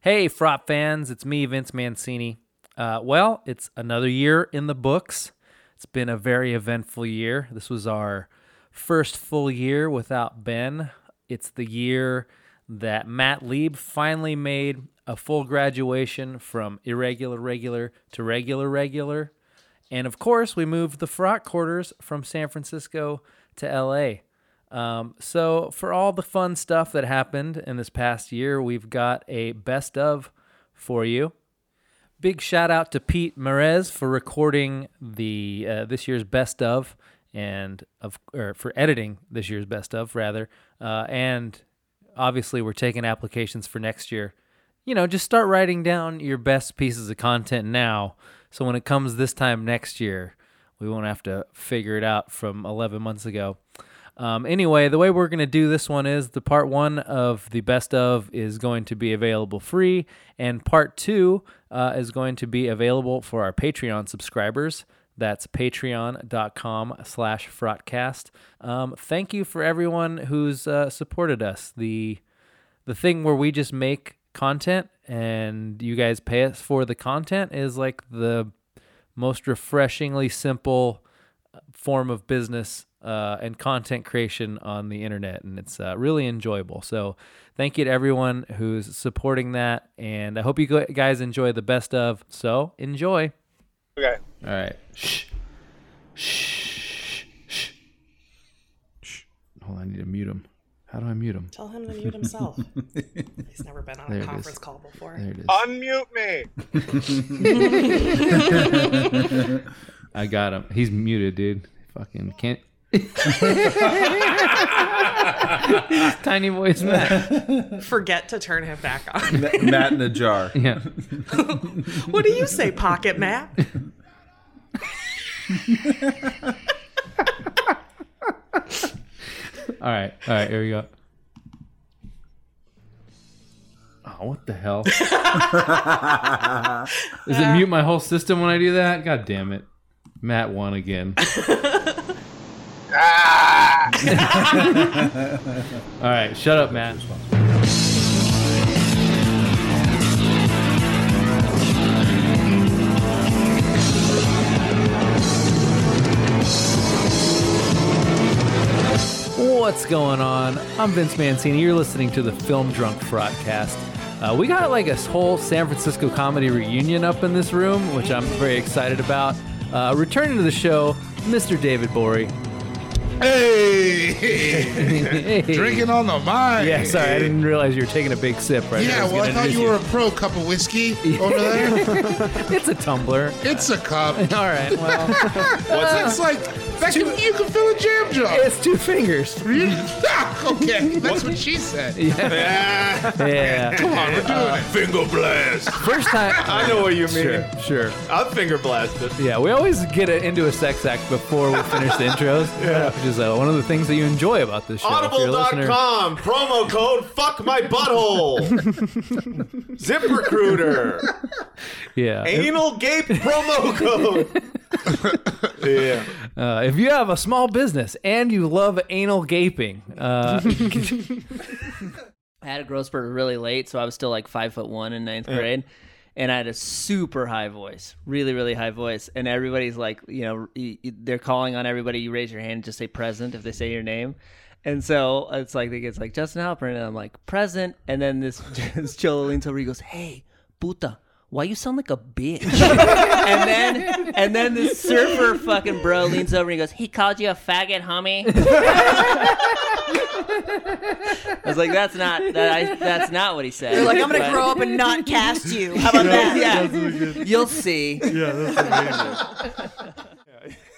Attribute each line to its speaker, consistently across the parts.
Speaker 1: Hey, Frop fans, it's me, Vince Mancini. Uh, well, it's another year in the books. It's been a very eventful year. This was our first full year without Ben. It's the year that Matt Lieb finally made a full graduation from irregular regular to regular regular. And of course, we moved the frock quarters from San Francisco to LA. Um, so, for all the fun stuff that happened in this past year, we've got a best of for you. Big shout out to Pete Merez for recording the uh, this year's best of, and of or for editing this year's best of rather. Uh, and obviously, we're taking applications for next year. You know, just start writing down your best pieces of content now, so when it comes this time next year, we won't have to figure it out from 11 months ago. Um, anyway, the way we're going to do this one is the part one of the best of is going to be available free, and part two uh, is going to be available for our Patreon subscribers. That's patreon.com slash frotcast. Um, thank you for everyone who's uh, supported us. The, the thing where we just make content and you guys pay us for the content is like the most refreshingly simple uh, form of business uh, and content creation on the internet, and it's uh, really enjoyable. So, thank you to everyone who's supporting that, and I hope you go- guys enjoy the best of. So, enjoy.
Speaker 2: Okay.
Speaker 1: All right. Shh. Shh. Shh.
Speaker 3: Shh. Hold on, I need to mute him. How do I mute him?
Speaker 4: Tell him to mute himself. He's never been on
Speaker 3: There it
Speaker 4: a conference
Speaker 3: is.
Speaker 4: call before.
Speaker 3: There it is.
Speaker 2: Unmute me.
Speaker 3: I got him. He's muted, dude. Fucking can't.
Speaker 1: Tiny voice, Matt.
Speaker 4: Forget to turn him back on.
Speaker 5: Matt in a jar.
Speaker 3: Yeah.
Speaker 4: what do you say, Pocket Map?
Speaker 3: All right. All right. Here we go. Oh, what the hell? Does
Speaker 6: Hmm,
Speaker 3: it mute my whole system when I do that? God damn it. Matt won again.
Speaker 2: Ah!
Speaker 3: All right. Shut up, Matt.
Speaker 1: What's going on? I'm Vince Mancini. You're listening to the Film Drunk Broadcast. Uh, we got like a whole San Francisco comedy reunion up in this room, which I'm very excited about. Uh, returning to the show, Mr. David Bory.
Speaker 5: Hey, drinking on the mind.
Speaker 1: Yeah, sorry, I didn't realize you were taking a big sip right there.
Speaker 5: Yeah, well, I
Speaker 1: gonna
Speaker 5: thought you
Speaker 1: introduce
Speaker 5: were a pro cup of whiskey over there.
Speaker 1: It's a tumbler.
Speaker 5: it's a cup.
Speaker 1: All right, well,
Speaker 5: That's like that can, you can fill a jam jar.
Speaker 1: it's two fingers.
Speaker 5: You- Ah, okay, that's what she said.
Speaker 1: Yeah.
Speaker 5: Come on, we're doing it.
Speaker 2: Finger blast.
Speaker 1: First time.
Speaker 2: I know what you mean.
Speaker 1: Sure.
Speaker 2: I'm finger blasted.
Speaker 1: Yeah, we always get it into a sex act before we finish the intros, which is uh, one of the things that you enjoy about this show. If you're a listener-
Speaker 2: Audible.com promo code fuck my butthole. ZipRecruiter
Speaker 1: Yeah.
Speaker 2: anal gape promo code. yeah.
Speaker 1: Uh, if you have a small business and you love anal gaping, uh,
Speaker 7: I had a growth spurt really late, so I was still like five foot one in ninth grade, and I had a super high voice, really, really high voice, and everybody's like, you know, y- y- they're calling on everybody. You raise your hand, just say present if they say your name, and so it's like they get like Justin Halpern, and I'm like present, and then this, this Joe leans over, he goes, hey, puta. Why you sound like a bitch? and then, and then this surfer fucking bro leans over and he goes, "He called you a faggot, homie." I was like, "That's not that. I, that's not what he said."
Speaker 8: You're like, I'm
Speaker 7: But-
Speaker 8: gonna grow up and not cast you.
Speaker 7: How about that? Yeah, you'll see.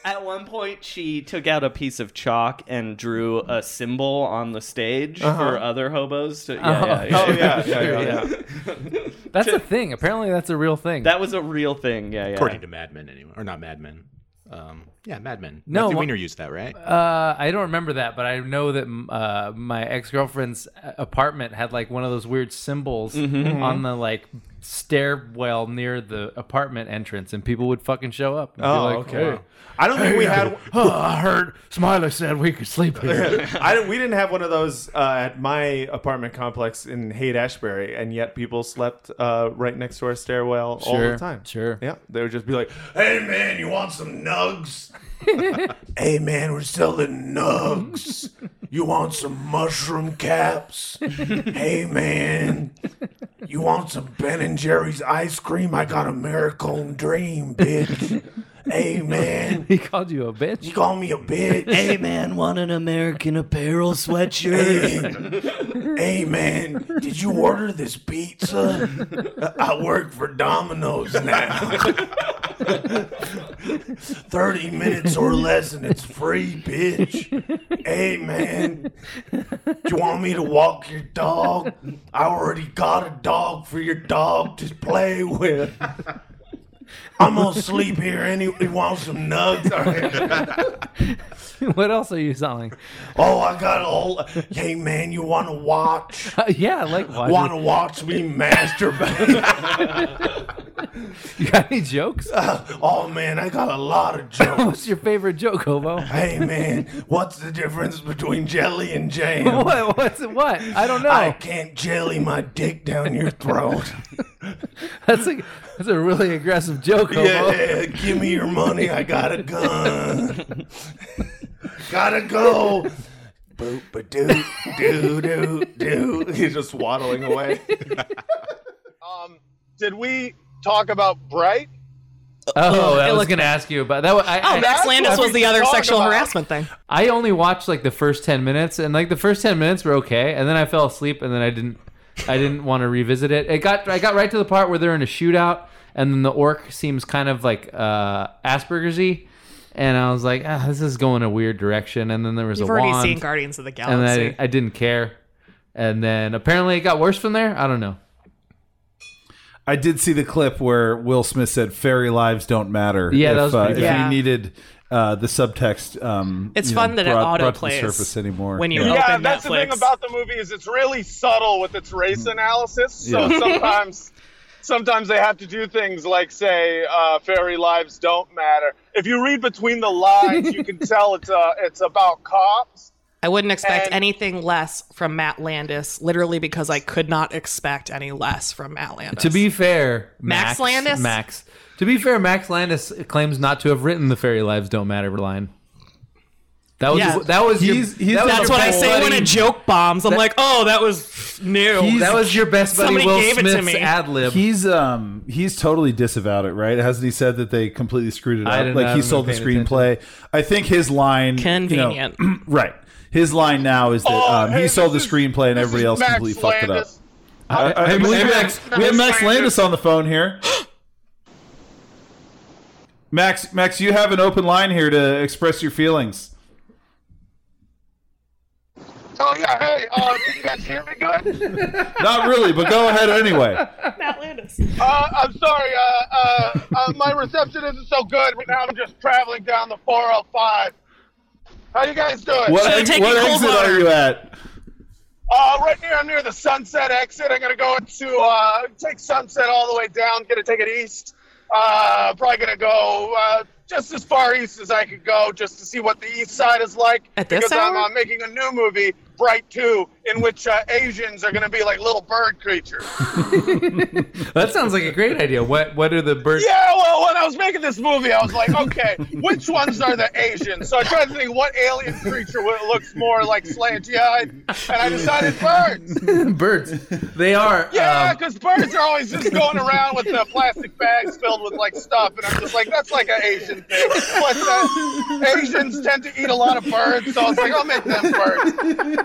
Speaker 9: At one point, she took out a piece of chalk and drew a symbol on the stage
Speaker 10: Uh-huh.
Speaker 9: for other hobos to. Yeah, yeah, yeah.
Speaker 2: Oh yeah, yeah, yeah. yeah.
Speaker 1: Uh-huh. that's a thing. Apparently, that's a real thing.
Speaker 9: That was a real thing. Yeah, yeah.
Speaker 11: according to Mad Men anyway, or not Mad Men. Um,
Speaker 12: Yeah, Mad Men.
Speaker 1: No,
Speaker 12: Matthew
Speaker 1: wha-
Speaker 12: Weiner used that, right?
Speaker 1: Uh, I don't remember that, but I know that m- uh, my ex girlfriend's apartment had like one of those weird symbols
Speaker 9: Mm-hmm.
Speaker 1: on the like stairwell near the apartment entrance, and people would fucking show up. And be like, "Hey,
Speaker 12: I don't think we had.
Speaker 1: oh, I heard Smiler said we could sleep here.
Speaker 6: I didn't, we didn't have one of those uh, at my apartment complex in Haight Ashbury, and yet people slept uh, right next to our stairwell all
Speaker 1: Sure,
Speaker 6: the time.
Speaker 1: sure.
Speaker 6: Yeah. They would just be like, hey, man, you want some nugs? hey, man, we're selling nugs. You want some mushroom caps? hey, man, you want some Ben and Jerry's ice cream? I got a miracle dream, bitch. hey, man,
Speaker 1: he called you a bitch.
Speaker 6: you call me a bitch?
Speaker 5: Hey man, want an American Apparel sweatshirt?
Speaker 6: hey, hey, man, did you order this pizza? I work for Domino's now. 30 minutes or less and it's free, bitch. Hey, man, do you want me to walk your dog? I already got a dog for your dog to play with. I'm gonna sleep here anyway. You want some nugs? All right.
Speaker 1: what else are you selling?
Speaker 6: Oh, I got all. Hey, man, you want to watch?
Speaker 1: Uh, yeah, like why?
Speaker 6: Want to watch me masturbate?
Speaker 1: you got any jokes?
Speaker 6: oh man, I got a lot of jokes.
Speaker 1: What's your favorite joke, Hobo?
Speaker 6: hey man, what's the difference between jelly and jam?
Speaker 1: what? What's what? I don't know.
Speaker 6: I can't jelly my dick down your throat.
Speaker 1: that's a that's a really aggressive joke, Hobo.
Speaker 6: yeah, give me your money. I got a gun. Gotta go. Boop, ba doo, doo, doo, doo. He's just waddling away.
Speaker 2: Um, did we talk about Bright?
Speaker 1: Oh, I was gonna ask you about that. wa- I,
Speaker 4: Oh,
Speaker 1: I-
Speaker 4: Max Landis
Speaker 2: what
Speaker 4: was
Speaker 2: we
Speaker 4: the other
Speaker 2: talk
Speaker 4: sexual
Speaker 2: about.
Speaker 4: harassment thing.
Speaker 1: I only watched like the first ten minutes, and like the first ten minutes were okay, and then I fell asleep, and then I didn't, I didn't want to revisit it. It got, I got right to the part where they're in a shootout, and then the orc seems kind of like uh, Asperger's-y, and I was like, ah, this is going a weird direction, and then there was
Speaker 4: You've
Speaker 1: a
Speaker 4: already
Speaker 1: wand,
Speaker 4: seen Guardians of the
Speaker 1: and then I,
Speaker 4: Galaxy.
Speaker 1: didn't- I didn't care, and then apparently it got worse from there. I don't know.
Speaker 13: I did see the clip where Will Smith said "fairy lives don't matter."
Speaker 1: Yeah,
Speaker 13: if,
Speaker 1: that was
Speaker 13: uh,
Speaker 1: pretty
Speaker 13: if
Speaker 1: good.
Speaker 4: Yeah.
Speaker 13: you needed uh, the subtext. Um,
Speaker 4: It's
Speaker 13: you
Speaker 4: fun
Speaker 13: know,
Speaker 4: that it
Speaker 13: brought, brought to the
Speaker 4: autoplays
Speaker 13: surface anymore
Speaker 4: when you
Speaker 13: Yeah.
Speaker 2: yeah,
Speaker 4: open
Speaker 2: that's the thing
Speaker 4: Netflix.
Speaker 2: about the movie is it's really subtle with its
Speaker 13: Mm.
Speaker 2: race analysis. So sometimes, sometimes they have to do things like say uh, "fairy lives don't matter." If you read between the lines, you can tell it's uh, it's about cops.
Speaker 4: I wouldn't expect
Speaker 2: And-
Speaker 4: anything less from Matt Landis, literally because I could not expect any less from Matt Landis.
Speaker 1: To be fair,
Speaker 4: Max Landis?
Speaker 1: Max. To be fair, Max Landis claims not to have written the "Fairy Lives Don't Matter" line. That was
Speaker 4: Yeah.
Speaker 1: that was your-
Speaker 13: He's- he's
Speaker 1: that was
Speaker 4: that's
Speaker 1: your
Speaker 4: what I say when
Speaker 1: bloody-
Speaker 4: a joke bombs. I'm like, oh, that was new.
Speaker 1: that was your best buddy
Speaker 4: Somebody
Speaker 1: Will
Speaker 4: gave it to
Speaker 1: Smith's
Speaker 4: me.
Speaker 1: ad lib.
Speaker 13: He's um he's totally disavowed it, right? Hasn't he said that they completely screwed it
Speaker 1: I
Speaker 13: up?
Speaker 1: didn't- I
Speaker 13: Like he
Speaker 1: haven't
Speaker 13: sold the
Speaker 1: been paying
Speaker 13: screenplay. I think his line you know-
Speaker 4: Convenient.
Speaker 13: right? His line now is that
Speaker 2: Oh,
Speaker 13: um, he
Speaker 2: hey,
Speaker 13: sold the
Speaker 2: this is-
Speaker 13: screenplay and
Speaker 2: this
Speaker 13: everybody
Speaker 2: is
Speaker 13: else
Speaker 2: Max
Speaker 13: completely fucked it up.
Speaker 2: Landis.
Speaker 13: I, I, I believe Max, we have Max Landis on the phone here. Max, Max, you have an open line here to express your feelings.
Speaker 2: Oh yeah, hey, uh, can you guys hear me good?
Speaker 13: Not really, but go ahead anyway.
Speaker 4: Matt Landis.
Speaker 2: Uh, I'm sorry. Uh, uh, uh, my reception isn't so good right now. I'm just traveling down the 405. How you guys doing?
Speaker 13: What,
Speaker 4: Should've
Speaker 13: ex-
Speaker 4: taken
Speaker 13: what
Speaker 4: cold
Speaker 13: exit
Speaker 4: water.
Speaker 13: are you at?
Speaker 2: Uh, right near, I'm near the Sunset exit. I'm gonna go into uh, take Sunset all the way down. Gonna take it east. Uh, probably gonna go uh, just as far east as I could go, just to see what the east side is like.
Speaker 4: At this
Speaker 2: because I'm
Speaker 4: hour?
Speaker 2: uh, making a new movie, Bright Two, in which uh, Asians are gonna be like little bird creatures.
Speaker 1: that sounds like a great idea. What what are the birds?
Speaker 2: Yeah, well, when I was making this movie, I was like, okay, which ones are the Asians? So I tried to think what alien creature would- looks more like slanty eyed, and I decided birds.
Speaker 1: birds. They are.
Speaker 2: Yeah,
Speaker 1: um,
Speaker 2: because birds are always just going around with the plastic bags filled with like stuff, and I'm just like, that's like an Asian thing. Plus, uh, Asians tend to eat a lot of birds, so I was like, I'll make them birds.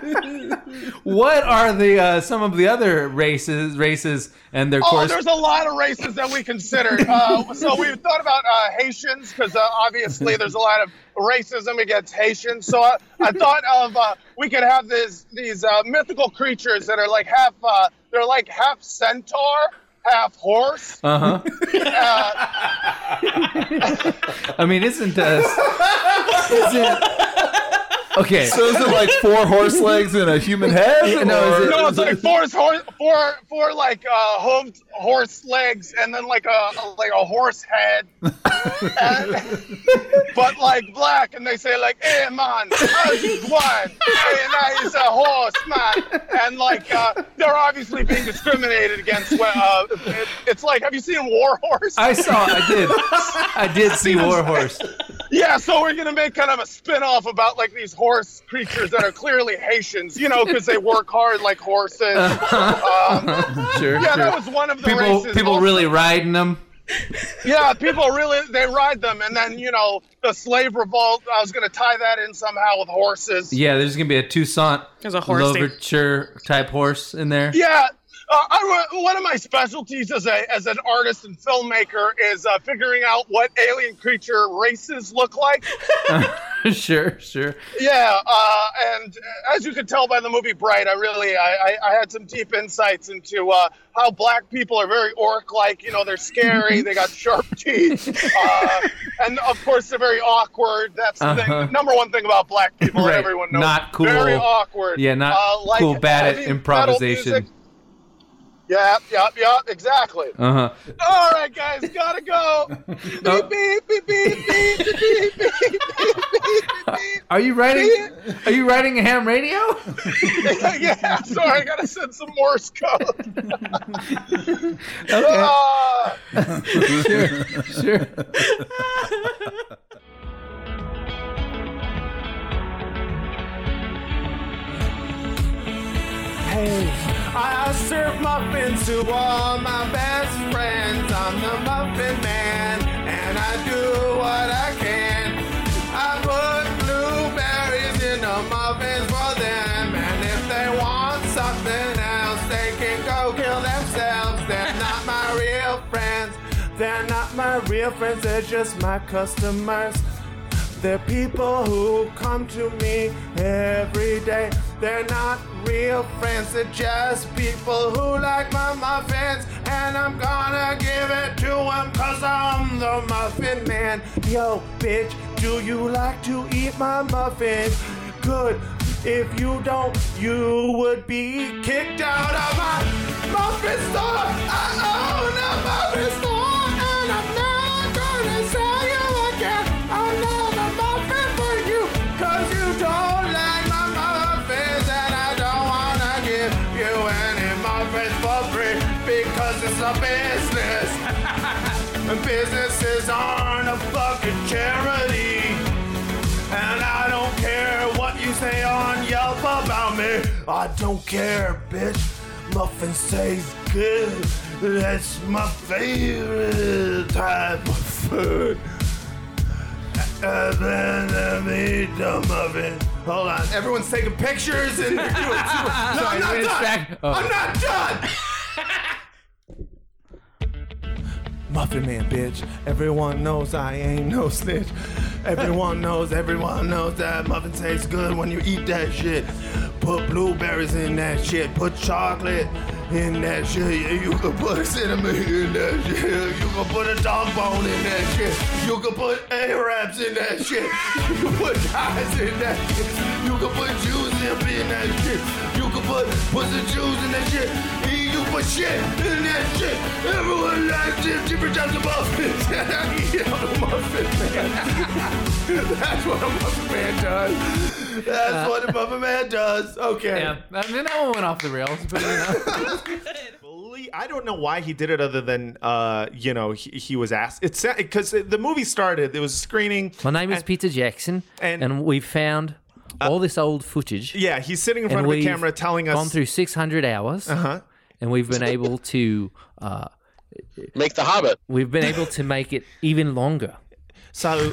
Speaker 1: what are the uh, some of the other races races and their
Speaker 2: Oh,
Speaker 1: course?
Speaker 2: there's a lot of races that we considered. Uh, so we thought about uh, Haitians because uh, obviously there's a lot of racism against Haitians. So I, I thought of uh, we could have this, these uh, mythical creatures that are like half uh, they're like half centaur. half horse.
Speaker 1: Uh-huh.
Speaker 2: Uh,
Speaker 1: I mean, isn't uh, isn't okay?
Speaker 13: So is it like four horse legs and a human head?
Speaker 1: No, is it-
Speaker 2: no, it's like four, horse, four, four like uh, home horse legs, and then like a, a- like a horse head, And- but like black. And they say like, "Hey man, how you doing? Hey, now is a horse man." And like uh, they're obviously being discriminated against. Well, Uh, it, it's like, have you seen War Horse?
Speaker 1: I saw. I did. I did see Warhorse.
Speaker 2: Yeah, so we're gonna make kind of a spin-off about like these horse creatures that are clearly Haitians, you know, because they work hard like horses.
Speaker 1: Uh-huh.
Speaker 2: Um,
Speaker 1: sure.
Speaker 2: yeah,
Speaker 1: sure.
Speaker 2: that was one of the
Speaker 1: people.
Speaker 2: races
Speaker 1: people
Speaker 2: also.
Speaker 1: really riding them.
Speaker 2: yeah, people really they ride them, and then you know the slave revolt. I was gonna tie that in somehow with horses.
Speaker 1: Yeah, there's gonna be a Toussaint
Speaker 2: There's a horse thing.
Speaker 1: Louverture type horse in there.
Speaker 2: Yeah. Uh, I, wa- one of my specialties as, a, as an artist and filmmaker is uh, figuring out what alien creature races look like.
Speaker 1: sure, sure.
Speaker 2: Yeah, uh, and as you can tell by the movie Bright, I really I, I, I had some deep insights into uh, how black people are very orc-like. You know, they're
Speaker 1: Mm-hmm.
Speaker 2: scary. they got sharp teeth, uh, and of course they're very awkward. That's the
Speaker 1: Uh-huh.
Speaker 2: thing, number one thing about black people.
Speaker 1: Right.
Speaker 2: Everyone knows
Speaker 1: Not cool.
Speaker 2: Very awkward.
Speaker 1: Yeah, not
Speaker 2: uh, like
Speaker 1: cool. Bad at
Speaker 2: heavy metal
Speaker 1: improvisation.
Speaker 2: music. Yeah, yeah, yeah, exactly.
Speaker 1: Uh huh.
Speaker 2: All right, guys, gotta go. Beep, beep, beep, beep, beep, beep, beep, beep, beep, beep, beep, beep.
Speaker 1: Are you writing? Are you writing a ham radio?
Speaker 2: yeah, sorry, I gotta send some Morse code.
Speaker 1: Okay.
Speaker 2: Ah.
Speaker 1: sure, sure.
Speaker 10: Hey, I serve muffins to all my best friends. I'm the muffin man, and I do what I can. I put blueberries in the muffins for them, and if they want something else, they can go kill themselves. They're not my real friends. They're not my real friends. They're just my customers. They're people who come to me every day. They're not real friends, they're just people who like my muffins. And I'm gonna give it to them cause I'm the muffin man. Yo, bitch, do you like to eat my muffins? Good. If you don't, you would be kicked out of my muffin store. I own a muffin store and I'm not gonna sell you again. I'm not a muffin for you cause you don't like my muffins and I don't wanna give you any muffins for free because it's a business. and businesses aren't a fucking charity. And I don't care what you say on Yelp about me. I don't care, bitch. Muffins taste good. That's my favorite type of food. And then let me eat the muffin. Hold on. Everyone's taking pictures and they're doing super- No, I'm not
Speaker 1: wait a
Speaker 10: done.
Speaker 1: sec. Oh.
Speaker 10: I'm not done. Muffin Man, bitch. Everyone knows I ain't no snitch. Everyone knows, everyone knows that muffin tastes good when you eat that shit. Put blueberries in that shit. Put chocolate in that shit. Yeah, you can put cinnamon in that shit. You can put a dog bone in that shit. You can put A-Raps in that shit. You can put guys in that shit. You can put Jews in that shit. You can put pussy Jews in that shit. Eat you for shit in that shit. Everyone likes it. Different types of muffins. And I eat on a muffin man. That's what a muffin man does. That's what a muffin man does. Okay.
Speaker 1: Uh, Yeah, I mean, that one went off the rails, but you know.
Speaker 10: I don't know why he did it other than uh, you know he, he was asked. It's because the movie started. It was screening.
Speaker 6: My name is Peter Jackson, and, we've found
Speaker 2: Uh,
Speaker 6: all this old footage.
Speaker 10: Yeah, he's sitting
Speaker 6: and
Speaker 10: in front of the
Speaker 6: we've
Speaker 10: camera telling us.
Speaker 6: gone through 600 hours,
Speaker 10: Uh-huh.
Speaker 6: and we've been able to uh,
Speaker 14: Make the Hobbit.
Speaker 6: we've been able to make it even longer.
Speaker 10: So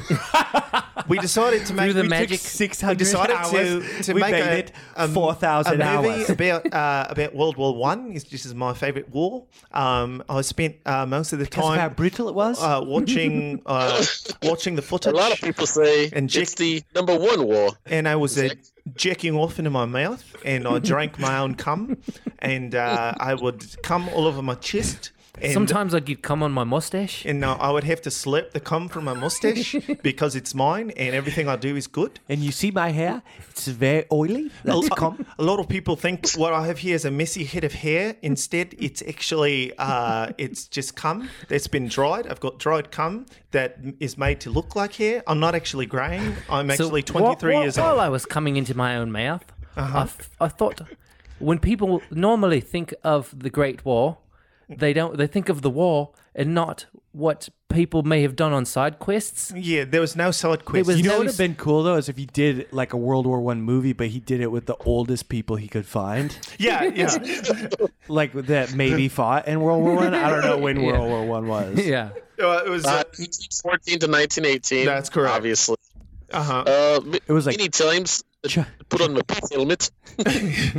Speaker 10: we decided to
Speaker 6: Through
Speaker 10: make
Speaker 6: the
Speaker 10: we took
Speaker 6: magic-
Speaker 10: we
Speaker 15: 600
Speaker 10: decided
Speaker 15: hours,
Speaker 10: to, to
Speaker 15: we
Speaker 10: make
Speaker 15: made
Speaker 10: a,
Speaker 15: it
Speaker 10: a-
Speaker 15: 4,000
Speaker 10: Um, a movie
Speaker 15: hours.
Speaker 10: about uh, about World War One. It's just is my favorite war. Um, I spent uh, most of the
Speaker 15: Because of
Speaker 10: time
Speaker 15: how brutal it was?
Speaker 10: uh, watching uh, watching the footage.
Speaker 14: A lot of people say
Speaker 10: And
Speaker 14: it's the number one war.
Speaker 10: and I was uh, jacking off into my mouth, and uh, I drank my own cum, and uh, I would cum all over my chest.
Speaker 1: Sometimes I'd get cum on my mustache.
Speaker 15: And no, I would have to slap the cum from my mustache because it's mine and everything I do is good.
Speaker 3: And you see my hair? It's very oily.
Speaker 15: A,
Speaker 3: That's cum.
Speaker 15: a lot of people think what I have here is a messy head of hair. Instead, it's actually uh, it's just cum that's been dried. I've got dried cum that is made to look like hair. I'm not actually graying. I'm
Speaker 1: So
Speaker 15: actually
Speaker 1: whi-
Speaker 15: 23
Speaker 1: whi-
Speaker 15: years
Speaker 1: while
Speaker 15: old.
Speaker 1: I was coming into my own mouth,
Speaker 10: Uh-huh.
Speaker 1: I, f- I thought when people normally think of the Great War, they don't. They think of the war and not what people may have done on side quests.
Speaker 15: Yeah, there was no side
Speaker 1: quest.
Speaker 3: you know what would have been cool though is if he did like a World War One movie, but he did it with the oldest people he could find.
Speaker 15: Yeah, yeah.
Speaker 3: like that maybe fought in World War One. I. don't know when World War One was.
Speaker 1: Yeah.
Speaker 15: Uh, it was
Speaker 2: uh, 1914 to 1918. That's
Speaker 15: correct.
Speaker 2: Obviously. Uh,
Speaker 15: Uh-huh.
Speaker 2: It was like many times put on the bus helmet.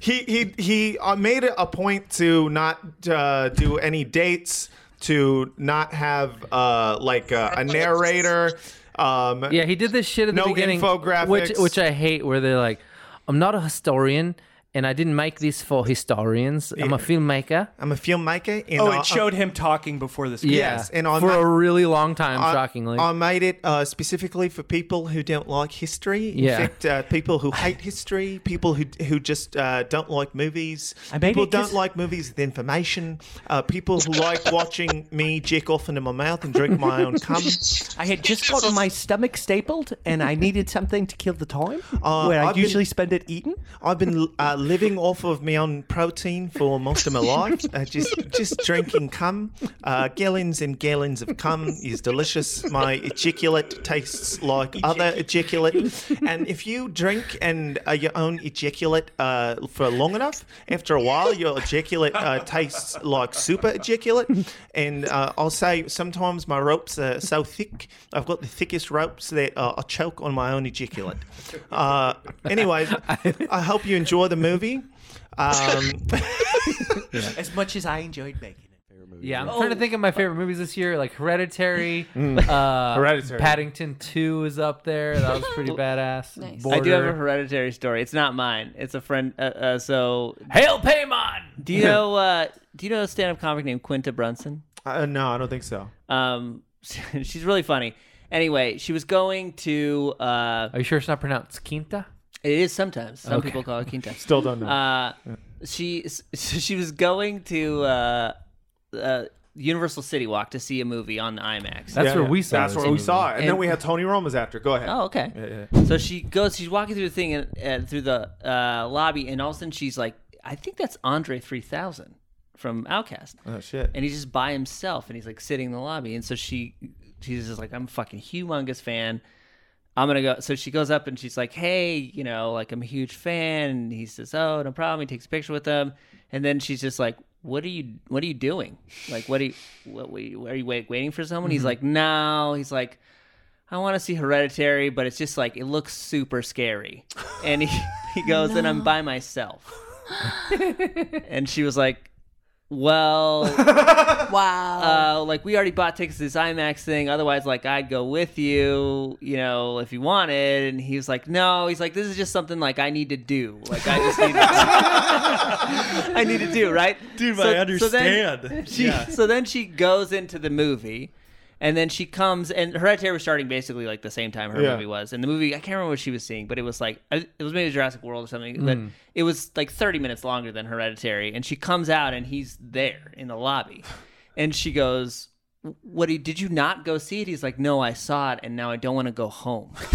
Speaker 15: he he he uh, made it a point to not uh, do any dates, to not have uh, like uh, a narrator. Um,
Speaker 1: Yeah, he did this shit at the
Speaker 15: no
Speaker 1: beginning,
Speaker 15: infographics.
Speaker 1: which which I hate. Where they're like, "I'm not a historian, and I didn't make this for historians. I'm a filmmaker."
Speaker 15: I'm a filmmaker. And
Speaker 3: Oh,
Speaker 15: I-
Speaker 3: it showed him talking before this.
Speaker 1: Yeah,
Speaker 15: Yes, and on
Speaker 1: for
Speaker 15: my-
Speaker 1: a really long time,
Speaker 15: I-
Speaker 1: shockingly.
Speaker 15: I made it uh, specifically for people who don't like history. In
Speaker 1: Yeah.
Speaker 15: fact, uh, people who hate history, people who who just uh, don't like movies,
Speaker 3: I made
Speaker 15: people
Speaker 3: it
Speaker 15: don't
Speaker 3: 'cause-
Speaker 15: like movies with information, uh, people who like watching me jack off into my mouth and drink my own cum.
Speaker 3: I had just gotten my stomach stapled, and I needed something to kill the time.
Speaker 15: Uh,
Speaker 3: where I
Speaker 15: I've been-
Speaker 3: usually spend it eating.
Speaker 15: I've been uh, living off of my own protein for most of my life. Uh, just just drinking cum, uh, gallons and gallons of cum is delicious. My ejaculate tastes like other ejaculate, and if you drink and uh, your own ejaculate uh, for long enough, after a while, your ejaculate uh, tastes like super ejaculate. And uh, I'll say sometimes my ropes are so thick, I've got the thickest ropes that uh, I choke on my own ejaculate. Uh, anyway, I hope you enjoy the movie. Um,
Speaker 3: As much as I enjoyed making it. Oh.
Speaker 1: Yeah, I'm trying to think of my favorite movies this year, like Hereditary.
Speaker 15: Mm.
Speaker 1: uh,
Speaker 7: Hereditary.
Speaker 1: Paddington Two is up there. That was pretty badass.
Speaker 7: I do have a
Speaker 1: Border.
Speaker 7: hereditary story. It's not mine. It's a friend. Uh, uh, so
Speaker 1: hail Paymon.
Speaker 7: Do you know? Uh, do you know a stand-up comic named Quinta Brunson?
Speaker 15: Uh, no, I don't think so.
Speaker 7: Um, she's really funny. Anyway, she was going to. Uh,
Speaker 1: Are you sure it's not pronounced Quinta?
Speaker 7: It is sometimes. Some
Speaker 1: Okay.
Speaker 7: people call it quinta.
Speaker 1: Still don't know.
Speaker 7: Uh,
Speaker 1: Yeah.
Speaker 7: she so she was going to uh, uh, Universal City Walk to see a movie on the IMAX.
Speaker 1: That's where we saw
Speaker 15: That's
Speaker 1: this
Speaker 15: where we
Speaker 1: movie.
Speaker 15: saw it, and, then we had Tony Roma's after. Go ahead.
Speaker 7: Oh, okay.
Speaker 15: Yeah, yeah.
Speaker 7: So she goes. She's walking through the thing and, and through the uh, lobby, and all of a sudden she's like, "I think that's Andre 3000 from Outcast."
Speaker 15: Oh, shit.
Speaker 7: And he's just by himself, and he's like sitting in the lobby, and so she, she's just like, "I'm a fucking humongous fan." I'm gonna go. So she goes up and she's like, "Hey, you know, like I'm a huge fan." And he says, "Oh, no problem." He takes a picture with them, and then she's just like, "What are you? What are you doing? Like, what are you? What we? Are you wait, waiting for someone?" He's
Speaker 1: Mhm.
Speaker 7: like, "No." He's like, "I want to see Hereditary, but it's just like it looks super scary." And he he goes, "And I'm by myself." and she was like, "Well, wow, uh, like we already bought tickets to this IMAX thing. Otherwise, like I'd go with you, you know, if you wanted." And he was like, "No," he's like, "This is just something like I need to do. Like I just need, to, I need to do right,
Speaker 16: Dude, I understand.
Speaker 7: she,
Speaker 16: Yeah.
Speaker 7: so then she goes into the movie. And then she comes, and Hereditary was starting basically like the same time her
Speaker 16: Yeah.
Speaker 7: movie was. And the movie, I can't remember what she was seeing, but it was like, it was maybe Jurassic World or something, but
Speaker 16: Mm.
Speaker 7: it was like 30 minutes longer than Hereditary. And she comes out and he's there in the lobby. And she goes, What do you- did you not go see it? He's like, No, I saw it and now I don't want to go home.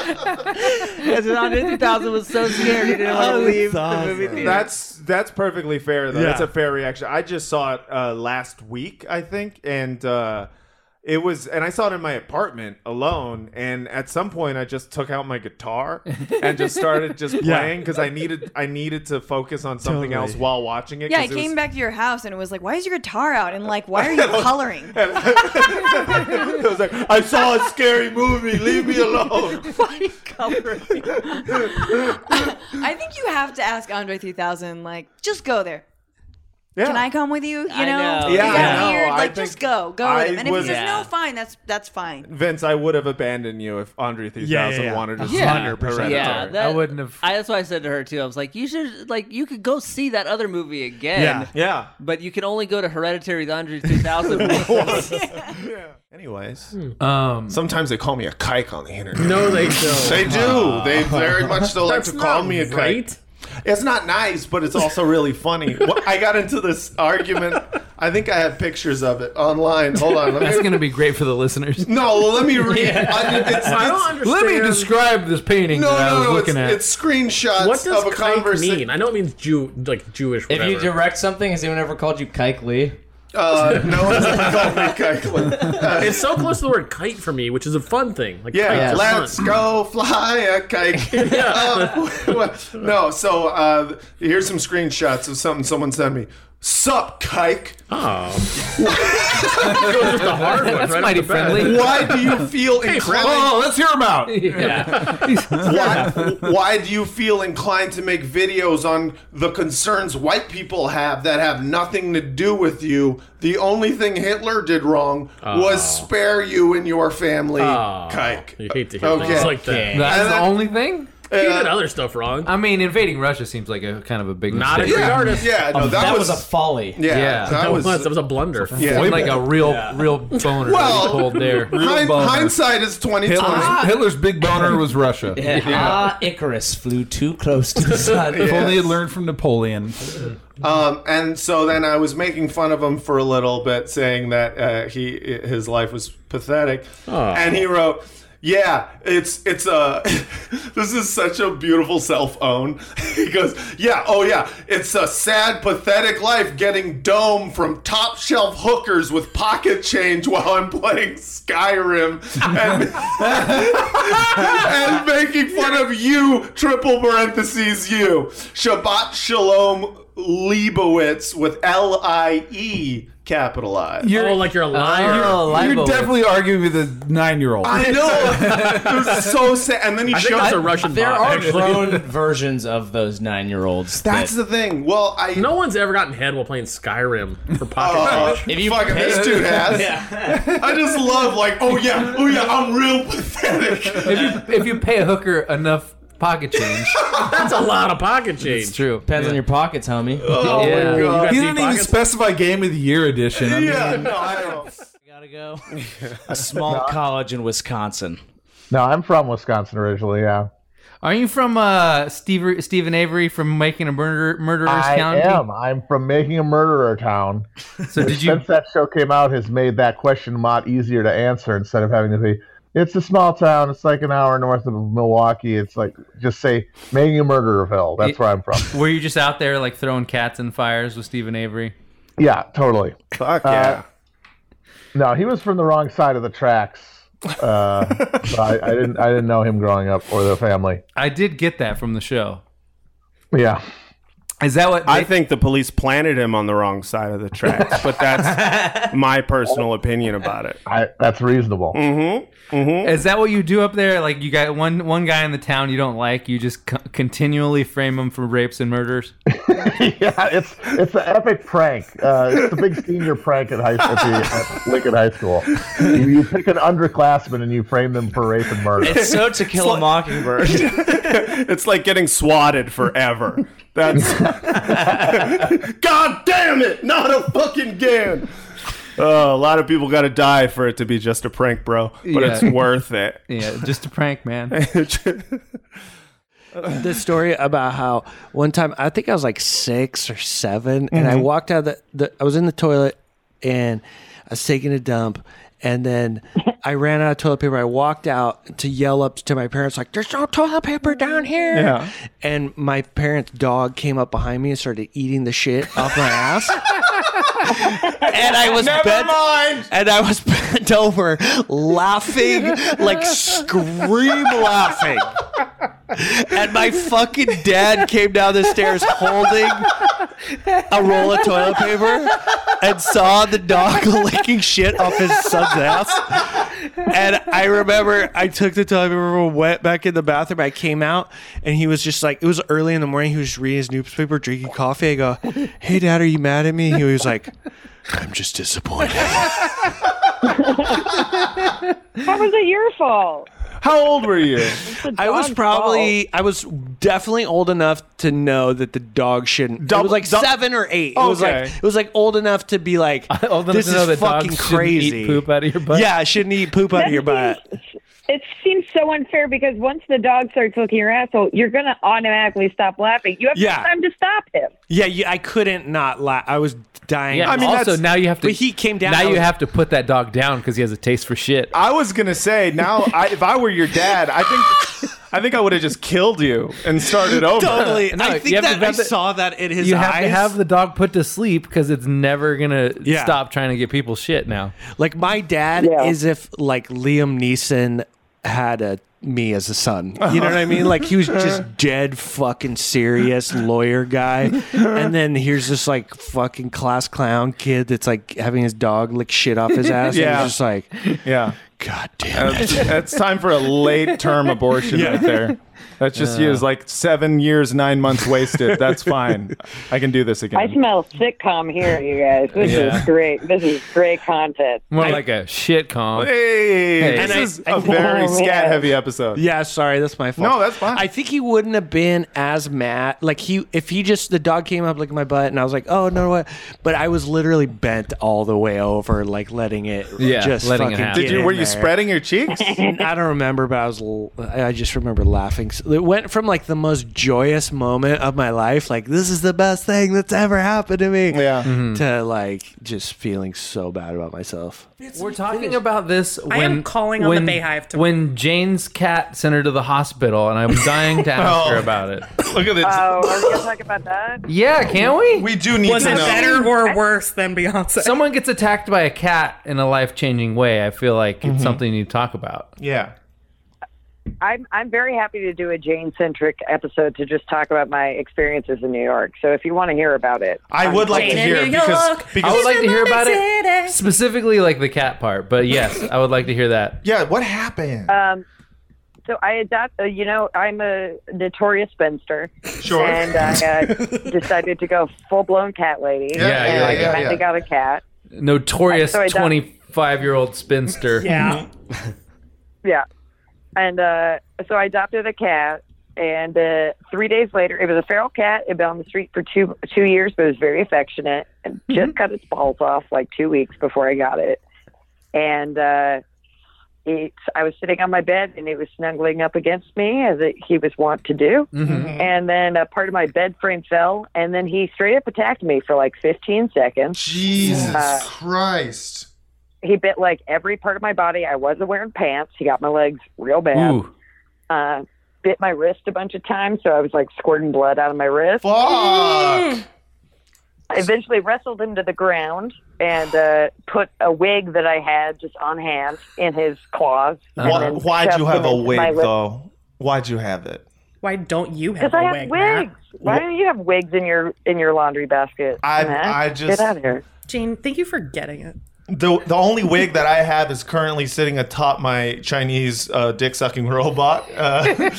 Speaker 7: As an Andre 3000 was so scared he didn't
Speaker 6: Oh,
Speaker 7: want to leave the movie theater.
Speaker 15: That's that's perfectly fair though.
Speaker 6: Yeah.
Speaker 15: That's a fair reaction. I just saw it uh, last week, I think, and uh, it was, and I saw it in my apartment alone. And at some point, I just took out my guitar and just started just
Speaker 6: Yeah.
Speaker 15: playing because I needed I needed to focus on something
Speaker 6: Totally.
Speaker 15: else while watching it.
Speaker 8: Yeah, I
Speaker 15: 'cause it
Speaker 8: came
Speaker 15: was-
Speaker 8: back to your house and it was like, why is your guitar out? And like, why are you coloring?
Speaker 15: I was like, I saw a scary movie. Leave me alone.
Speaker 8: I think you have to ask Andre 3000, like, just go there. Can I come with you? You know,
Speaker 17: I know.
Speaker 8: Is
Speaker 17: Yeah, I
Speaker 8: that
Speaker 17: know.
Speaker 8: weird?
Speaker 17: I
Speaker 8: Like,
Speaker 17: think
Speaker 8: just go, go
Speaker 17: I
Speaker 8: with him. And if
Speaker 17: was-
Speaker 8: he says
Speaker 17: Yeah.
Speaker 8: no, fine. That's that's fine.
Speaker 6: Vince, I would have abandoned you if Andre 3000 wanted to send your
Speaker 7: Yeah,
Speaker 6: hereditary.
Speaker 7: that, I, that's why I said to her too. I was like, you should like you could go see that other movie again.
Speaker 17: Yeah. Yeah.
Speaker 7: But you can only go to Hereditary the Andre 2000 once.
Speaker 6: Anyways,
Speaker 18: um,
Speaker 6: sometimes they call me a kike on the internet.
Speaker 2: Hmm. No, they don't.
Speaker 6: they do. They very much so like
Speaker 2: That's
Speaker 6: to call
Speaker 2: not
Speaker 6: me a kike.
Speaker 2: right.
Speaker 6: It's not nice, but it's also really funny. Well, I got into this argument. I think I have pictures of it online. Hold on. Let
Speaker 1: That's
Speaker 6: me,
Speaker 1: going to be great for the listeners.
Speaker 6: no, let me read. I- it's-
Speaker 2: I don't
Speaker 6: it's-
Speaker 2: understand. Let me
Speaker 1: describe this painting
Speaker 6: No,
Speaker 2: that I
Speaker 6: no,
Speaker 2: was
Speaker 6: no.
Speaker 2: looking
Speaker 6: it's,
Speaker 2: at.
Speaker 6: it's screenshots
Speaker 2: What does
Speaker 6: of a
Speaker 2: kike
Speaker 6: conversation.
Speaker 2: mean? I know it means Jew, like Jewish.
Speaker 10: If
Speaker 2: Whatever.
Speaker 10: you direct something, has anyone ever called you Kike Lee?
Speaker 6: Uh, no one's called me Kike
Speaker 2: it's so close to the word kite for me, which is a fun thing. Like,
Speaker 6: yeah,
Speaker 2: kite's
Speaker 6: let's
Speaker 2: fun.
Speaker 6: go fly a kite. Um, no, so uh, here's some screenshots of something someone sent me. Sup, kike.
Speaker 2: Oh.
Speaker 6: Goes
Speaker 2: with the hard ones That's right off mighty the bat. friendly.
Speaker 6: Why do you feel
Speaker 2: Hey,
Speaker 6: inclined?
Speaker 2: Flo, oh, let's hear 'em out.
Speaker 6: why, why do you feel inclined to make videos on the concerns white people have that have nothing to do with you? The only thing Hitler did wrong was
Speaker 2: Oh.
Speaker 6: spare you and your family.
Speaker 2: Oh,
Speaker 6: Kike.
Speaker 2: You hate to hear things like that.
Speaker 1: That's
Speaker 6: And
Speaker 1: the
Speaker 6: then- uh,
Speaker 1: only thing?
Speaker 6: He did
Speaker 2: other stuff wrong.
Speaker 1: I mean, invading Russia seems like a kind of a big
Speaker 2: Not a
Speaker 1: mistake.
Speaker 2: great artist.
Speaker 6: Yeah, no,
Speaker 1: Um,
Speaker 6: that was-
Speaker 10: It was a folly.
Speaker 1: Yeah,
Speaker 2: that, was, that was a blunder.
Speaker 1: yeah. like a real, real boner. that
Speaker 6: Well,
Speaker 1: he pulled there.
Speaker 6: hind- hindsight is twenty.
Speaker 1: Hitler's-
Speaker 13: Hitler's big boner was Russia.
Speaker 10: Yeah. Ah, Icarus flew too close to the sun.
Speaker 13: If only had learned from Napoleon.
Speaker 6: Um, and so then I was making fun of him for a little bit, saying that uh, he his life was pathetic.
Speaker 2: Aw.
Speaker 6: And he wrote, "Yeah, it's it's uh, a this is such a beautiful self own." he goes, "Yeah, oh yeah, it's a sad, pathetic life getting dome from top shelf hookers with pocket change while I'm playing Skyrim and, and making fun of you." Triple parentheses you Shabbat Shalom Leibowitz with L I E capitalized.
Speaker 2: oh, like you're a liar.
Speaker 13: You're definitely arguing with a nine-year-old.
Speaker 6: I know. it was so sad. And then he
Speaker 10: I
Speaker 6: showed
Speaker 10: think
Speaker 6: us
Speaker 10: I- There are grown
Speaker 6: grown-
Speaker 10: versions of those nine-year-olds.
Speaker 6: That's the thing. Well, I
Speaker 2: no one's ever gotten head while playing Skyrim for pocket
Speaker 6: Oh,
Speaker 2: change.
Speaker 6: if you fucking this dude has. I just love like, oh yeah, oh yeah, I'm real pathetic.
Speaker 1: if, you, if you pay a hooker enough pocket change,
Speaker 2: That's a lot of pocket change.
Speaker 1: it's true.
Speaker 10: Depends on your pockets, homie.
Speaker 13: Oh
Speaker 1: Yeah.
Speaker 13: my
Speaker 1: You got
Speaker 13: god! He
Speaker 1: deep
Speaker 13: didn't even
Speaker 1: pockets?
Speaker 13: specify game of the year edition. I mean,
Speaker 6: yeah, no, I don't.
Speaker 10: Gotta go. A small college in Wisconsin.
Speaker 14: No, I'm from Wisconsin originally. Yeah,
Speaker 1: Are you from uh, Steve, Stephen Avery from Making a Murder Murderer's
Speaker 14: I
Speaker 1: County?
Speaker 14: am. I'm from Making a Murderer Town. So did you? Since that show came out, has made that question a lot easier to answer instead of having to be. It's a small town. It's like an hour north of Milwaukee. It's like just say Making a Murdererville. That's where I'm from.
Speaker 1: Were you just out there like throwing cats in fires with Stephen Avery?
Speaker 14: Yeah, totally.
Speaker 6: Fuck
Speaker 1: yeah.
Speaker 14: no, he was from the wrong side of the tracks. Uh, so I, I didn't. I didn't know him growing up or the family.
Speaker 1: I did get that from the show.
Speaker 14: Yeah.
Speaker 1: Is that what
Speaker 6: I think the police planted him on the wrong side of the tracks, but that's my personal opinion about it.
Speaker 14: I, that's reasonable.
Speaker 6: Mm-hmm. Mm-hmm.
Speaker 1: Is that what you do up there? Like you got one one guy in the town you don't like, you just co- continually frame him for rapes and murders.
Speaker 14: yeah, it's it's an epic prank. Uh, it's the big senior prank at high at, the, at Lincoln High School. You, you pick an underclassman and you frame them for rape and murder.
Speaker 10: It's so to kill a mockingbird.
Speaker 6: it's like getting swatted forever. That's God damn it, not a fucking again. Oh, a lot of people got to die for it to be just a prank, bro. But
Speaker 1: Yeah.
Speaker 6: it's worth it.
Speaker 1: Yeah, just a prank, man.
Speaker 10: the story about how
Speaker 3: one time I think I was like six or 7 and I walked out of the, the I was in the toilet and I was taking a dump and then I ran out of toilet paper. I walked out to yell up to my parents like there's no toilet paper down here.
Speaker 17: Yeah.
Speaker 3: And my parents' dog came up behind me and started eating the shit off my ass. and I was
Speaker 4: Never
Speaker 3: bent,
Speaker 4: mind.
Speaker 3: and I was bent over laughing, like scream laughing. And my fucking dad came down the stairs holding a roll of toilet paper and saw the dog licking shit off his son's ass and I remember I took the toilet paper, went back in the bathroom. I came out, and he was just like, it was early in the morning. He was reading his newspaper, drinking coffee. I go, "Hey, Dad, are you mad at me?" He was like, "I'm just disappointed."
Speaker 19: How was it your fault?
Speaker 3: How old were you? I was
Speaker 19: dog's
Speaker 3: probably, I was definitely old enough to know that the dog shouldn't. it
Speaker 2: Double-
Speaker 3: was like
Speaker 2: dou-
Speaker 3: seven or eight. It was like,
Speaker 2: Okay.
Speaker 3: it was like old enough to be like,
Speaker 2: enough
Speaker 3: this
Speaker 2: to know
Speaker 3: is
Speaker 2: that dogs
Speaker 3: fucking
Speaker 2: shouldn't eat
Speaker 3: crazy.
Speaker 2: poop
Speaker 3: out of your butt. Yeah, I shouldn't eat poop out of your butt.
Speaker 19: It seems so unfair because once the dog starts licking your asshole, you're going to automatically stop laughing. You have
Speaker 3: Yeah.
Speaker 19: no time to stop him.
Speaker 3: Yeah, you, I couldn't not laugh. I was dying.
Speaker 1: Yeah, I mean, also now you have to.
Speaker 3: But he came down.
Speaker 1: Now
Speaker 3: I
Speaker 1: you
Speaker 3: was-
Speaker 1: have to put that dog down because he has a taste for shit.
Speaker 6: I was gonna say now, I, if I were your dad, I think I think I would have just killed you and started over.
Speaker 3: Totally. I think
Speaker 6: you have
Speaker 3: that
Speaker 6: to-
Speaker 3: I saw that in his
Speaker 1: you
Speaker 3: eyes.
Speaker 1: have to have the dog put to sleep because it's never gonna
Speaker 3: Yeah.
Speaker 1: stop trying to get people shit now.
Speaker 3: Like my dad is if like Liam Neeson had a me as a son. You know what I mean? Like he was just dead fucking serious lawyer guy. And then here's this like fucking class clown kid that's like having his dog lick shit off his ass. Yeah.
Speaker 6: Yeah.
Speaker 3: And he's just like
Speaker 6: Yeah.
Speaker 3: God
Speaker 6: damn it. That's time for a late term abortion
Speaker 3: Yeah.
Speaker 6: right there. That's just you.
Speaker 3: Yeah.
Speaker 6: It's like seven years, nine months wasted. That's fine. I can do this
Speaker 19: I
Speaker 6: again.
Speaker 19: smell sitcom here, you guys. This
Speaker 6: Yeah.
Speaker 19: is great. This is great content.
Speaker 1: More like a shit calm.
Speaker 6: uh, Hey, this
Speaker 3: And I-
Speaker 6: is
Speaker 3: I
Speaker 6: a
Speaker 3: think-
Speaker 6: very
Speaker 3: Oh, man.
Speaker 6: scat heavy episode.
Speaker 3: Yeah, sorry, that's my fault.
Speaker 6: No, that's fine.
Speaker 3: I think he wouldn't have been as mad. Like he, if he just the dog came up licking my butt, and I was like, oh no, what? But I was literally bent all the way over, like letting it.
Speaker 6: Yeah,
Speaker 3: just
Speaker 6: letting it
Speaker 3: fucking
Speaker 6: happen.
Speaker 3: get
Speaker 6: Did you-
Speaker 3: in
Speaker 6: were you
Speaker 3: there.
Speaker 6: spreading your cheeks?
Speaker 3: I don't remember, but I was. l- I just remember laughing. So It went from like the most joyous moment of my life, like this is the best thing that's ever happened to me. Yeah.
Speaker 20: Mm-hmm.
Speaker 3: To like just feeling so bad about myself.
Speaker 1: We're talking about this when
Speaker 4: I am calling on
Speaker 1: when-
Speaker 4: the Bayhive to-
Speaker 1: when Jane's cat sent her to the hospital, and I'm dying to ask her
Speaker 6: Oh.
Speaker 1: about it.
Speaker 6: Look at this.
Speaker 4: Uh,
Speaker 19: Oh, are we going to talk about that?
Speaker 1: Yeah, can we?
Speaker 6: We do need
Speaker 4: Was
Speaker 1: to
Speaker 4: it
Speaker 1: know.
Speaker 4: better or worse than Beyonce?
Speaker 1: Someone gets attacked by a cat in a life changing way. I feel like
Speaker 3: Mm-hmm.
Speaker 1: it's something you talk about.
Speaker 6: Yeah.
Speaker 19: I'm I'm very happy to do a Jane centric episode to just talk about my experiences in New York. So if you want to hear about it,
Speaker 6: I
Speaker 19: I'm
Speaker 6: would like to
Speaker 19: Jane in
Speaker 6: hear
Speaker 19: New
Speaker 6: because,
Speaker 19: York.
Speaker 6: because
Speaker 1: I would like to hear about it specifically, like the cat part. But yes, I would like to hear that.
Speaker 6: Yeah, what happened?
Speaker 19: Um, so I adopt. Uh, you know, I'm a notorious spinster.
Speaker 6: Sure.
Speaker 19: And I uh, decided to go full blown cat lady.
Speaker 1: Yeah,
Speaker 19: and
Speaker 1: yeah,
Speaker 19: I
Speaker 1: yeah,
Speaker 19: finally
Speaker 1: yeah.
Speaker 19: got a cat.
Speaker 1: Notorious
Speaker 19: So I don't-
Speaker 1: twenty five year old spinster. Mm-hmm.
Speaker 4: Yeah.
Speaker 19: Yeah. And uh, so I adopted a cat. And uh, three days later, it was a feral cat. It had been on the street for two two years, but it was very affectionate. And
Speaker 1: Mm-hmm.
Speaker 19: just cut its balls off like two weeks before I got it. And uh, it, I was sitting on my bed, and it was snuggling up against me as it, he was wont to do.
Speaker 6: Mm-hmm.
Speaker 19: And then a part of my bed frame fell, and then he straight up attacked me for like 15 seconds.
Speaker 6: Jesus
Speaker 19: Uh,
Speaker 6: Christ.
Speaker 19: he bit like every part of my body. I wasn't wearing pants. He got my legs real bad.
Speaker 6: Ooh.
Speaker 19: Uh, bit my wrist a bunch of times, so I was like squirting blood out of my wrist.
Speaker 6: Fuck. I
Speaker 19: eventually wrestled him to the ground and uh, put a wig that I had just on hand in his claws.
Speaker 1: Uh-huh.
Speaker 19: and
Speaker 6: Why, why'd
Speaker 19: then
Speaker 6: you
Speaker 19: shoved
Speaker 6: have
Speaker 19: him
Speaker 6: a
Speaker 19: into my
Speaker 6: wig,
Speaker 19: lip-
Speaker 6: though? Why'd you have it?
Speaker 4: Why don't you have
Speaker 19: Because
Speaker 4: a
Speaker 19: I have
Speaker 4: wig? Matt?
Speaker 19: wigs. Why don't you have wigs in your in your laundry basket?
Speaker 6: I-
Speaker 19: Matt?
Speaker 6: I
Speaker 19: get
Speaker 6: just-
Speaker 19: out of here.
Speaker 4: Jane, thank you for getting it.
Speaker 6: The, the only wig that I have is currently sitting atop my Chinese uh, dick sucking robot. Uh,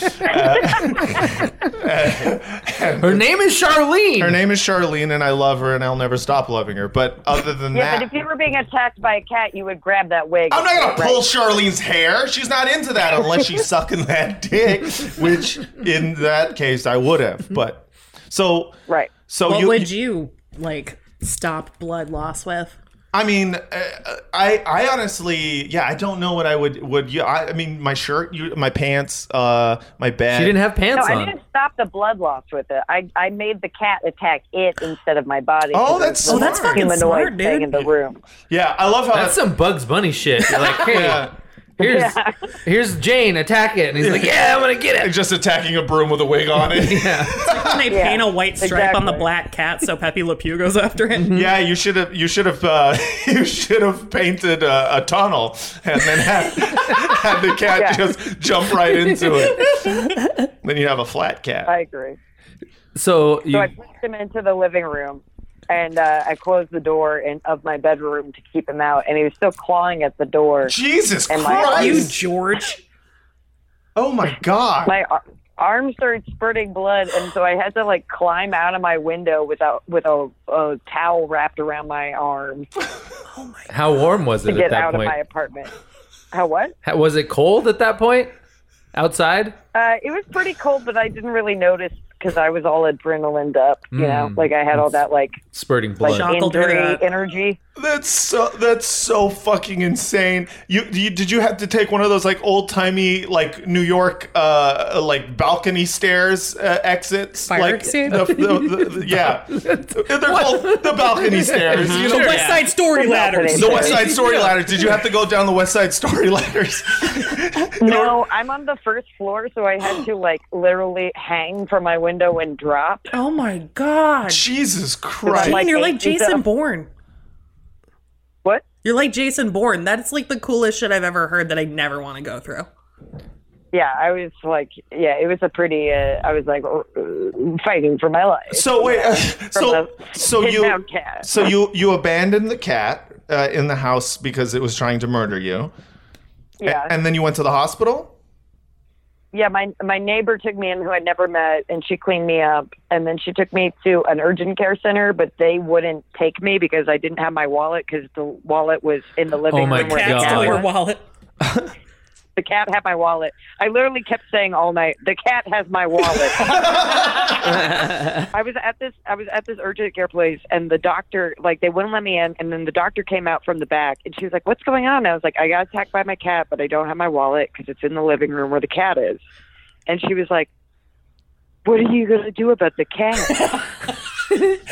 Speaker 1: her name is Charlene.
Speaker 6: Her name is Charlene, and I love her, and I'll never stop loving her. But other than
Speaker 19: Yeah,
Speaker 6: that,
Speaker 19: but if you were being attacked by a cat, you would grab that wig.
Speaker 6: I'm not gonna
Speaker 19: Right.
Speaker 6: pull Charlene's hair. She's not into that unless she's sucking that dick, which in that case I would have. But so
Speaker 19: right.
Speaker 6: So
Speaker 4: what
Speaker 6: you,
Speaker 4: would you like stop blood loss with?
Speaker 6: I mean, uh, I I honestly, yeah, I don't know what I would would you. I, I mean, my shirt, you, my pants, uh, my bed.
Speaker 19: no, I didn't stop the blood loss with it. I, I made the cat attack it instead of my body.
Speaker 6: Oh,
Speaker 19: 'cause it
Speaker 6: that's
Speaker 19: was the
Speaker 6: smart. Oh, that's fucking
Speaker 19: humanoid
Speaker 6: smart,
Speaker 19: thing
Speaker 6: dude.
Speaker 19: in the room.
Speaker 6: Yeah, I love how
Speaker 1: that's some Bugs Bunny shit. You're like, hey, here's here's Jane, attack it, and he's like, yeah, I'm gonna get it.
Speaker 6: Just attacking a broom with a wig on it.
Speaker 1: yeah.
Speaker 4: When they
Speaker 19: Yeah,
Speaker 4: paint a white stripe on the black cat so Pepe Le Pew goes after it.
Speaker 6: Yeah, you should have you should have uh, you should have painted a, a tunnel and then had, had the cat
Speaker 19: Yeah.
Speaker 6: just jump right into it. then you have a flat cat.
Speaker 19: I agree.
Speaker 1: So
Speaker 19: So
Speaker 1: you
Speaker 19: I pushed him into the living room and uh, I closed the door in, of my bedroom to keep him out, and he was still clawing at the door.
Speaker 6: Jesus
Speaker 19: and
Speaker 4: You
Speaker 19: My,
Speaker 4: George.
Speaker 6: Oh my god.
Speaker 19: my ar- arm started spurting blood, and so I had to like climb out of my window without with a, a towel wrapped around my arm
Speaker 1: How warm was
Speaker 19: to
Speaker 1: it at
Speaker 19: get
Speaker 1: that
Speaker 19: out
Speaker 1: point?
Speaker 19: of my apartment. How what?
Speaker 1: How- was it cold at that point? Outside?
Speaker 19: Uh, it was pretty cold, but I didned really notice because I was all adrenaline up. You know,
Speaker 1: Mm.
Speaker 19: like I had all that like
Speaker 1: Spurting
Speaker 19: like
Speaker 1: blood.
Speaker 19: injury energy.
Speaker 6: That's so that's so fucking insane. You, you did you have to take one of those like old timey like New York uh like balcony stairs uh, exits
Speaker 4: Fire
Speaker 6: like
Speaker 4: exit?
Speaker 6: the, the, the- yeah they're called the balcony stairs. You
Speaker 4: The
Speaker 6: know?
Speaker 4: West Side Story ladders.
Speaker 6: The West Side Story
Speaker 4: Yeah.
Speaker 6: ladder. Did you have to go down the West Side Story ladders?
Speaker 19: No, I'm on the first floor, so I had to like literally hang from my window and drop.
Speaker 4: Oh my god.
Speaker 6: Jesus
Speaker 4: Gene, you're like
Speaker 19: eight feet
Speaker 4: Jason
Speaker 19: up.
Speaker 4: Bourne.
Speaker 19: What?
Speaker 4: You're like Jason Bourne. That's like the coolest shit I've ever heard that I never want to go through.
Speaker 19: Yeah, I was like, yeah, it was a pretty. Uh, I was like uh, fighting for my life.
Speaker 6: So wait, uh, so so you
Speaker 19: kidnapped cat.
Speaker 6: so you you abandoned the cat uh, in the house because it was trying to murder you. A-
Speaker 19: Yeah.
Speaker 6: and then you went to the hospital.
Speaker 19: Yeah, my my neighbor took me in who I'd never met, and she cleaned me up, and then she took me to an urgent care center, but they wouldn't take me because I didn't have my wallet because the wallet was in the living
Speaker 21: Oh my
Speaker 19: room. where the
Speaker 21: God.
Speaker 19: cat
Speaker 21: Stole your
Speaker 19: was.
Speaker 4: wallet.
Speaker 19: The cat had my wallet. I literally kept saying all night, "The cat has my wallet." I was at this I was at this urgent care place and the doctor like they wouldn't let me in and then the doctor came out from the back and she was like what's going on and I was like I got attacked by my cat but I don't have my wallet because it's in the living room where the cat is and she was like what are you going to do about the cat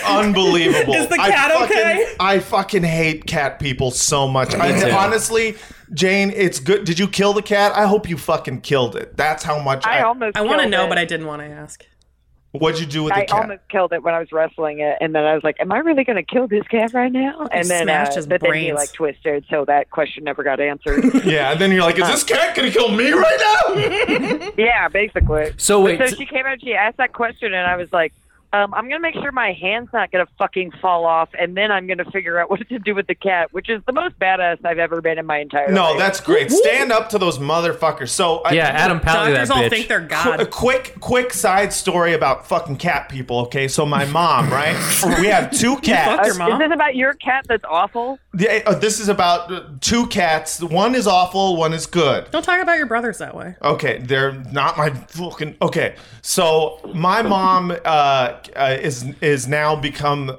Speaker 6: Unbelievable.
Speaker 19: Is the cat
Speaker 6: I fucking,
Speaker 19: okay?
Speaker 6: I fucking hate cat people so much. I,
Speaker 22: Me too.
Speaker 6: honestly, Jane, it's good. Did you kill the cat? I hope you fucking killed it. That's how much I,
Speaker 19: almost
Speaker 4: I want to
Speaker 19: killed
Speaker 4: know,
Speaker 19: it.
Speaker 4: but I didn't want to ask.
Speaker 6: What'd you do with
Speaker 19: I
Speaker 6: the cat?
Speaker 19: almost killed it when I was wrestling it and then I was like am I really going to kill this cat right now and then
Speaker 4: smashed
Speaker 19: uh,
Speaker 4: his
Speaker 19: but then he
Speaker 4: brains.
Speaker 19: like twisted so that question never got answered
Speaker 6: yeah, and then you're like, is this cat gonna kill me right now?
Speaker 19: yeah, basically.
Speaker 21: So wait,
Speaker 19: So she came out. She asked that question, and I was like, um, "I'm gonna make sure my hand's not gonna fucking fall off, and then I'm gonna figure out what to do with the cat," which is the most badass I've ever been in my entire.
Speaker 6: No,
Speaker 19: life.
Speaker 6: that's great. Stand up to those motherfuckers. So I-
Speaker 1: Yeah, Adam Pally that Doctors all bitch. think they're God.
Speaker 6: Qu- a quick, quick side story about fucking cat people. Okay, so my mom, right? we have two cats.
Speaker 19: Is this about your cat that's awful?
Speaker 6: Yeah, uh, this is about uh, two cats. One is awful. One is good.
Speaker 4: Don't talk about your brothers that way.
Speaker 6: Okay, they're not my fucking. Okay, so my mom uh, uh, is is now become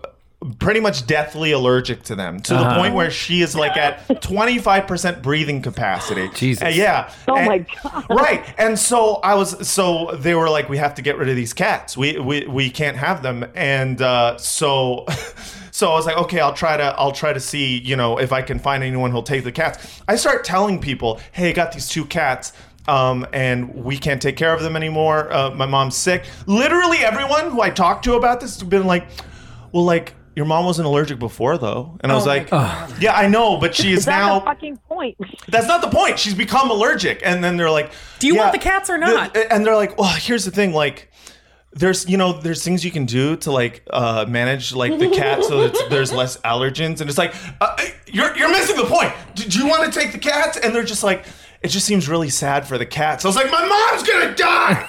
Speaker 6: pretty much deathly allergic to them to the
Speaker 2: Uh-huh.
Speaker 6: point where she is like at twenty five percent breathing capacity. Jesus, yeah.
Speaker 2: Oh
Speaker 6: And-
Speaker 2: my
Speaker 19: god.
Speaker 6: Right, and so I was. So they were like, "We have to get rid of these cats. We we we can't have them." And uh, so. So I was like, okay, I'll try to I'll try to see, you know, if I can find anyone who'll take the cats. I start telling people, hey, I got these two cats, um, and we can't take care of them anymore. Uh, my mom's sick. Literally everyone who I talked to about this has been like, well, like your mom wasn't allergic before though, and I
Speaker 4: Oh
Speaker 6: was like, yeah, I know, but she is
Speaker 19: Is that
Speaker 6: now
Speaker 19: the fucking point?
Speaker 6: that's not the point. She's become allergic, and then they're like,
Speaker 4: "Do you want the cats or not?"
Speaker 6: and they're like, "Well, here's the thing. Like, there's you know, there's things you can do to like uh, manage like the cat so that there's less allergens." And it's like, uh, "You're you're missing the point. Do, do you want to take the cats?" And they're just like. It just seems really sad for the cats. I was like, my mom's gonna die.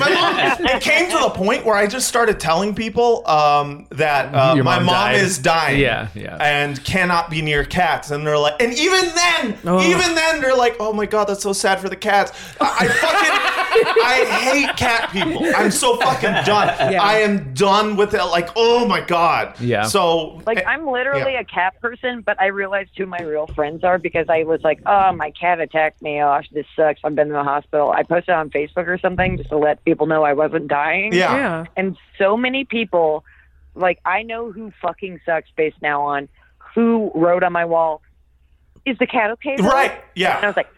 Speaker 6: my mom. It came to the point where I just started telling people um, that uh,
Speaker 2: Your
Speaker 6: my
Speaker 2: mom
Speaker 6: mom,
Speaker 2: died.
Speaker 6: is dying.
Speaker 2: Yeah, yeah.
Speaker 6: And cannot be near cats. And they're like, and even then, even then, they're like, oh my god, that's so sad for the cats. I, I fucking, I hate cat people. I'm so fucking done.
Speaker 2: Yeah.
Speaker 6: I am done with it. Like, oh my god.
Speaker 2: Yeah.
Speaker 6: So eh,
Speaker 19: Like I'm literally a cat person, but I realized who my real friends are because I was like, "Oh, my cat attacked me. Oh, this sucks. I've been in the hospital." I posted on Facebook or something just to let people know I wasn't dying.
Speaker 2: Yeah. Yeah.
Speaker 19: And so many people, like I know who fucking sucks based now on who wrote on my wall, "Is the cat okay?" though?"
Speaker 6: Right. Yeah.
Speaker 19: And I was like.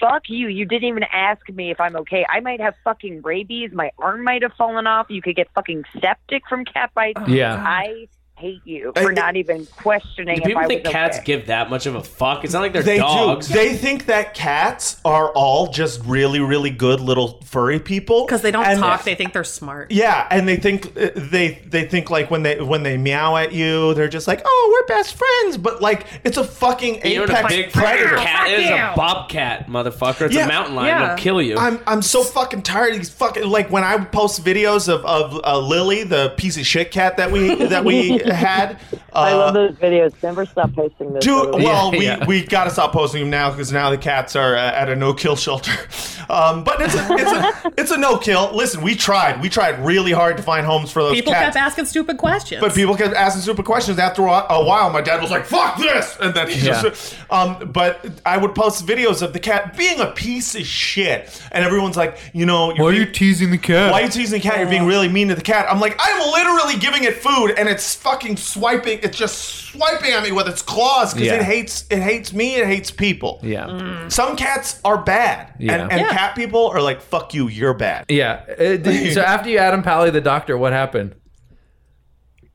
Speaker 19: Fuck you. You didn't even ask me if I'm okay. I might have fucking rabies. My arm might have fallen off. You could get fucking septic from cat bites.
Speaker 1: Yeah.
Speaker 19: I hate you for not even questioning
Speaker 20: Do
Speaker 19: if
Speaker 20: people
Speaker 19: I
Speaker 20: think
Speaker 19: was
Speaker 20: cats
Speaker 19: okay.
Speaker 20: give that much of a fuck? It's not like they're
Speaker 6: they
Speaker 20: dogs.
Speaker 6: do. They think that cats are all just really, really good little furry people because
Speaker 23: they don't talk. They think they're smart.
Speaker 6: Yeah, and they think uh, they they think like when they when they meow at you, they're just like, "Oh, we're best friends," but like it's a fucking
Speaker 20: You know
Speaker 6: apex
Speaker 20: what a big
Speaker 6: predator.
Speaker 20: predator cat is? A bobcat, motherfucker. It's a mountain lion. It'll kill you.
Speaker 6: I'm I'm so fucking tired of these fucking like when I post videos of of uh, Lily, the piece of shit cat that we that we had. Uh,
Speaker 19: I love those videos. Never stop posting those.
Speaker 6: Dude,
Speaker 19: videos.
Speaker 6: well, we, we gotta stop posting them now because now the cats are uh, at a no kill shelter. Um, but it's a, it's a it's a no kill. Listen, we tried. We tried really hard to find homes for those
Speaker 23: People
Speaker 6: cats.
Speaker 23: kept asking stupid questions.
Speaker 6: But people kept asking stupid questions. After a whi- a while, my dad was like, "Fuck this," and then he
Speaker 20: Yeah.
Speaker 6: just. Um, but I would post videos of the cat being a piece of shit, and everyone's like, "You know, you're
Speaker 13: Why are you teasing the cat?
Speaker 6: why are you teasing the cat? You're being really mean to the cat. I'm like, I'm literally giving it food, and it's fucking swiping. It's just swiping at me with its claws because
Speaker 13: Yeah.
Speaker 6: it hates it hates me. It hates people.
Speaker 24: Yeah.
Speaker 6: Some cats are bad,
Speaker 24: Yeah.
Speaker 6: and, and
Speaker 24: Yeah.
Speaker 6: cat people are like, fuck you, you're bad.
Speaker 24: Yeah. Uh, did- so after you Adam Pally the doctor, what happened?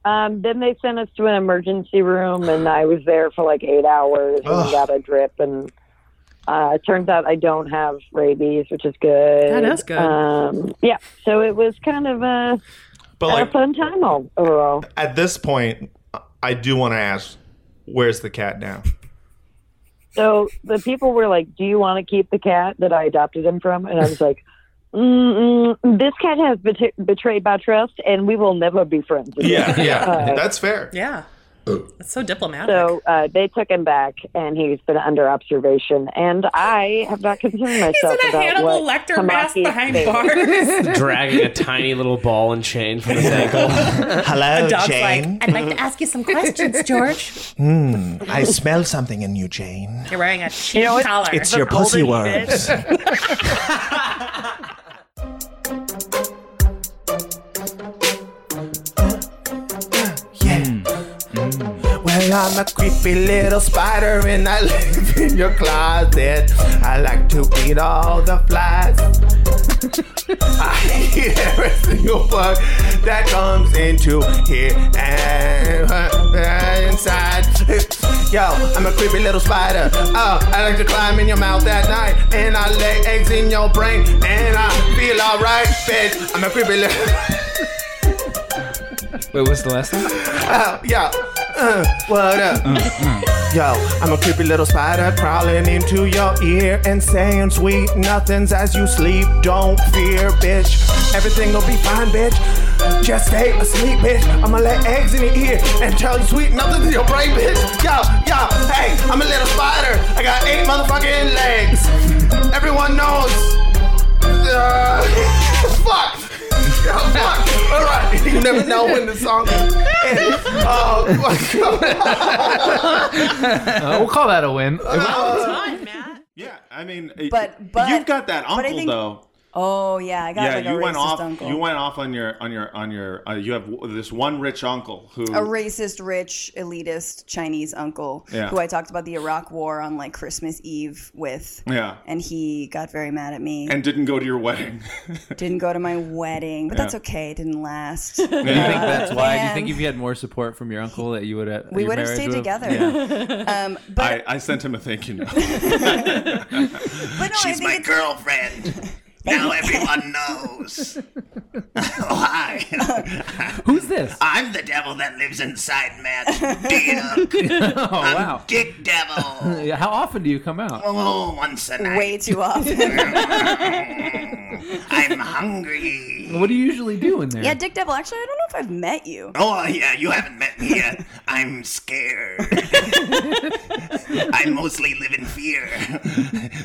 Speaker 19: Um, then they sent us to an emergency room, and I was there for like eight hours and
Speaker 6: Ugh.
Speaker 19: got a drip. And uh, it turns out I don't have rabies, which is good.
Speaker 23: That is good.
Speaker 19: Um, yeah, so it was kind of a,
Speaker 6: But,
Speaker 19: had
Speaker 6: like-
Speaker 19: a fun time all, overall.
Speaker 6: At this point, I do want to ask, where's the cat now?
Speaker 19: So the people were like, "Do you want to keep the cat that I adopted him from?" And I was like, Mm-mm, "This cat has bet- betrayed my trust, and we will never be friends." again."
Speaker 6: Yeah, yeah,
Speaker 19: Uh,
Speaker 6: that's fair.
Speaker 23: Yeah. It's so diplomatic.
Speaker 19: So uh, they took him back, and he's been under observation. And I have not concerned myself
Speaker 23: in a
Speaker 19: about
Speaker 23: Hannibal
Speaker 19: what
Speaker 23: Lecter mask
Speaker 19: Tamaki's
Speaker 23: behind
Speaker 19: favorite-
Speaker 23: bars.
Speaker 20: Dragging a tiny little ball and chain from his ankle.
Speaker 6: Hello,
Speaker 23: a dog's
Speaker 6: Jane.
Speaker 23: like, I'd like to ask you some questions, George.
Speaker 6: Hmm, I smell something in you, Jane.
Speaker 23: You're wearing a cheap collar.
Speaker 6: It's your pussy worms.
Speaker 10: Well, I'm a creepy little spider and I live in your closet. I like to eat all the flies. I eat every single bug that comes into here and uh, inside. Yo, I'm a creepy little spider. Oh, I like to climb in your mouth at night and I lay eggs in your brain and I feel alright, bitch. I'm a creepy little.
Speaker 24: Wait, what's the last one?
Speaker 10: Uh, yeah. Uh, what up? Yo, I'm a creepy little spider crawling into your ear and saying sweet nothings as you sleep. Don't fear, bitch. Everything will be fine, bitch. Just stay asleep, bitch. I'ma lay eggs in your ear and tell you sweet nothings in your brain, bitch. Yo, yo, hey, I'm a little spider. I got eight motherfucking legs. Everyone knows. Uh, fuck. Yo, fuck. All right. You never know when the song ends. Oh,
Speaker 24: Uh, we'll call that a win.
Speaker 2: Yeah, I mean, it-
Speaker 8: But- but-
Speaker 2: you've got that
Speaker 8: but I
Speaker 2: uncle
Speaker 8: think-
Speaker 2: though.
Speaker 8: Oh yeah, I got
Speaker 2: Yeah,
Speaker 8: like a
Speaker 2: you went
Speaker 8: racist
Speaker 2: off.
Speaker 8: uncle.
Speaker 2: You went off on your on your on your. Uh, you have w- this one rich uncle who.
Speaker 8: a racist, rich, elitist Chinese uncle
Speaker 2: Yeah.
Speaker 8: who I talked about the Iraq War on like Christmas Eve with,
Speaker 2: yeah,
Speaker 8: and he got very mad at me.
Speaker 2: and didn't go to your wedding.
Speaker 8: didn't go to my wedding, but that's
Speaker 24: Yeah.
Speaker 8: okay. It didn't last.
Speaker 24: Do you think that's why? Do you
Speaker 8: man.
Speaker 24: think if you had more support from your uncle, that you would have?
Speaker 8: we
Speaker 24: your
Speaker 8: would have
Speaker 24: marriage
Speaker 8: stayed
Speaker 24: would've-
Speaker 8: together.
Speaker 24: Yeah.
Speaker 8: Um, but
Speaker 2: I, I sent him a thank you note.
Speaker 8: but no,
Speaker 10: She's my girlfriend. now everyone knows. oh, hi.
Speaker 24: Who's this?
Speaker 10: I'm the devil that lives inside Matt's dick.
Speaker 24: Oh,
Speaker 10: I'm
Speaker 24: wow.
Speaker 10: Dick Devil.
Speaker 24: Yeah, How often do you come out?
Speaker 10: Oh, once a night.
Speaker 8: Way too often.
Speaker 10: I'm hungry.
Speaker 24: What do you usually do in there?
Speaker 8: yeah, Dick Devil. Actually, I don't know if I've met you.
Speaker 10: Oh, yeah, you haven't met me yet. I'm scared. I mostly live in fear.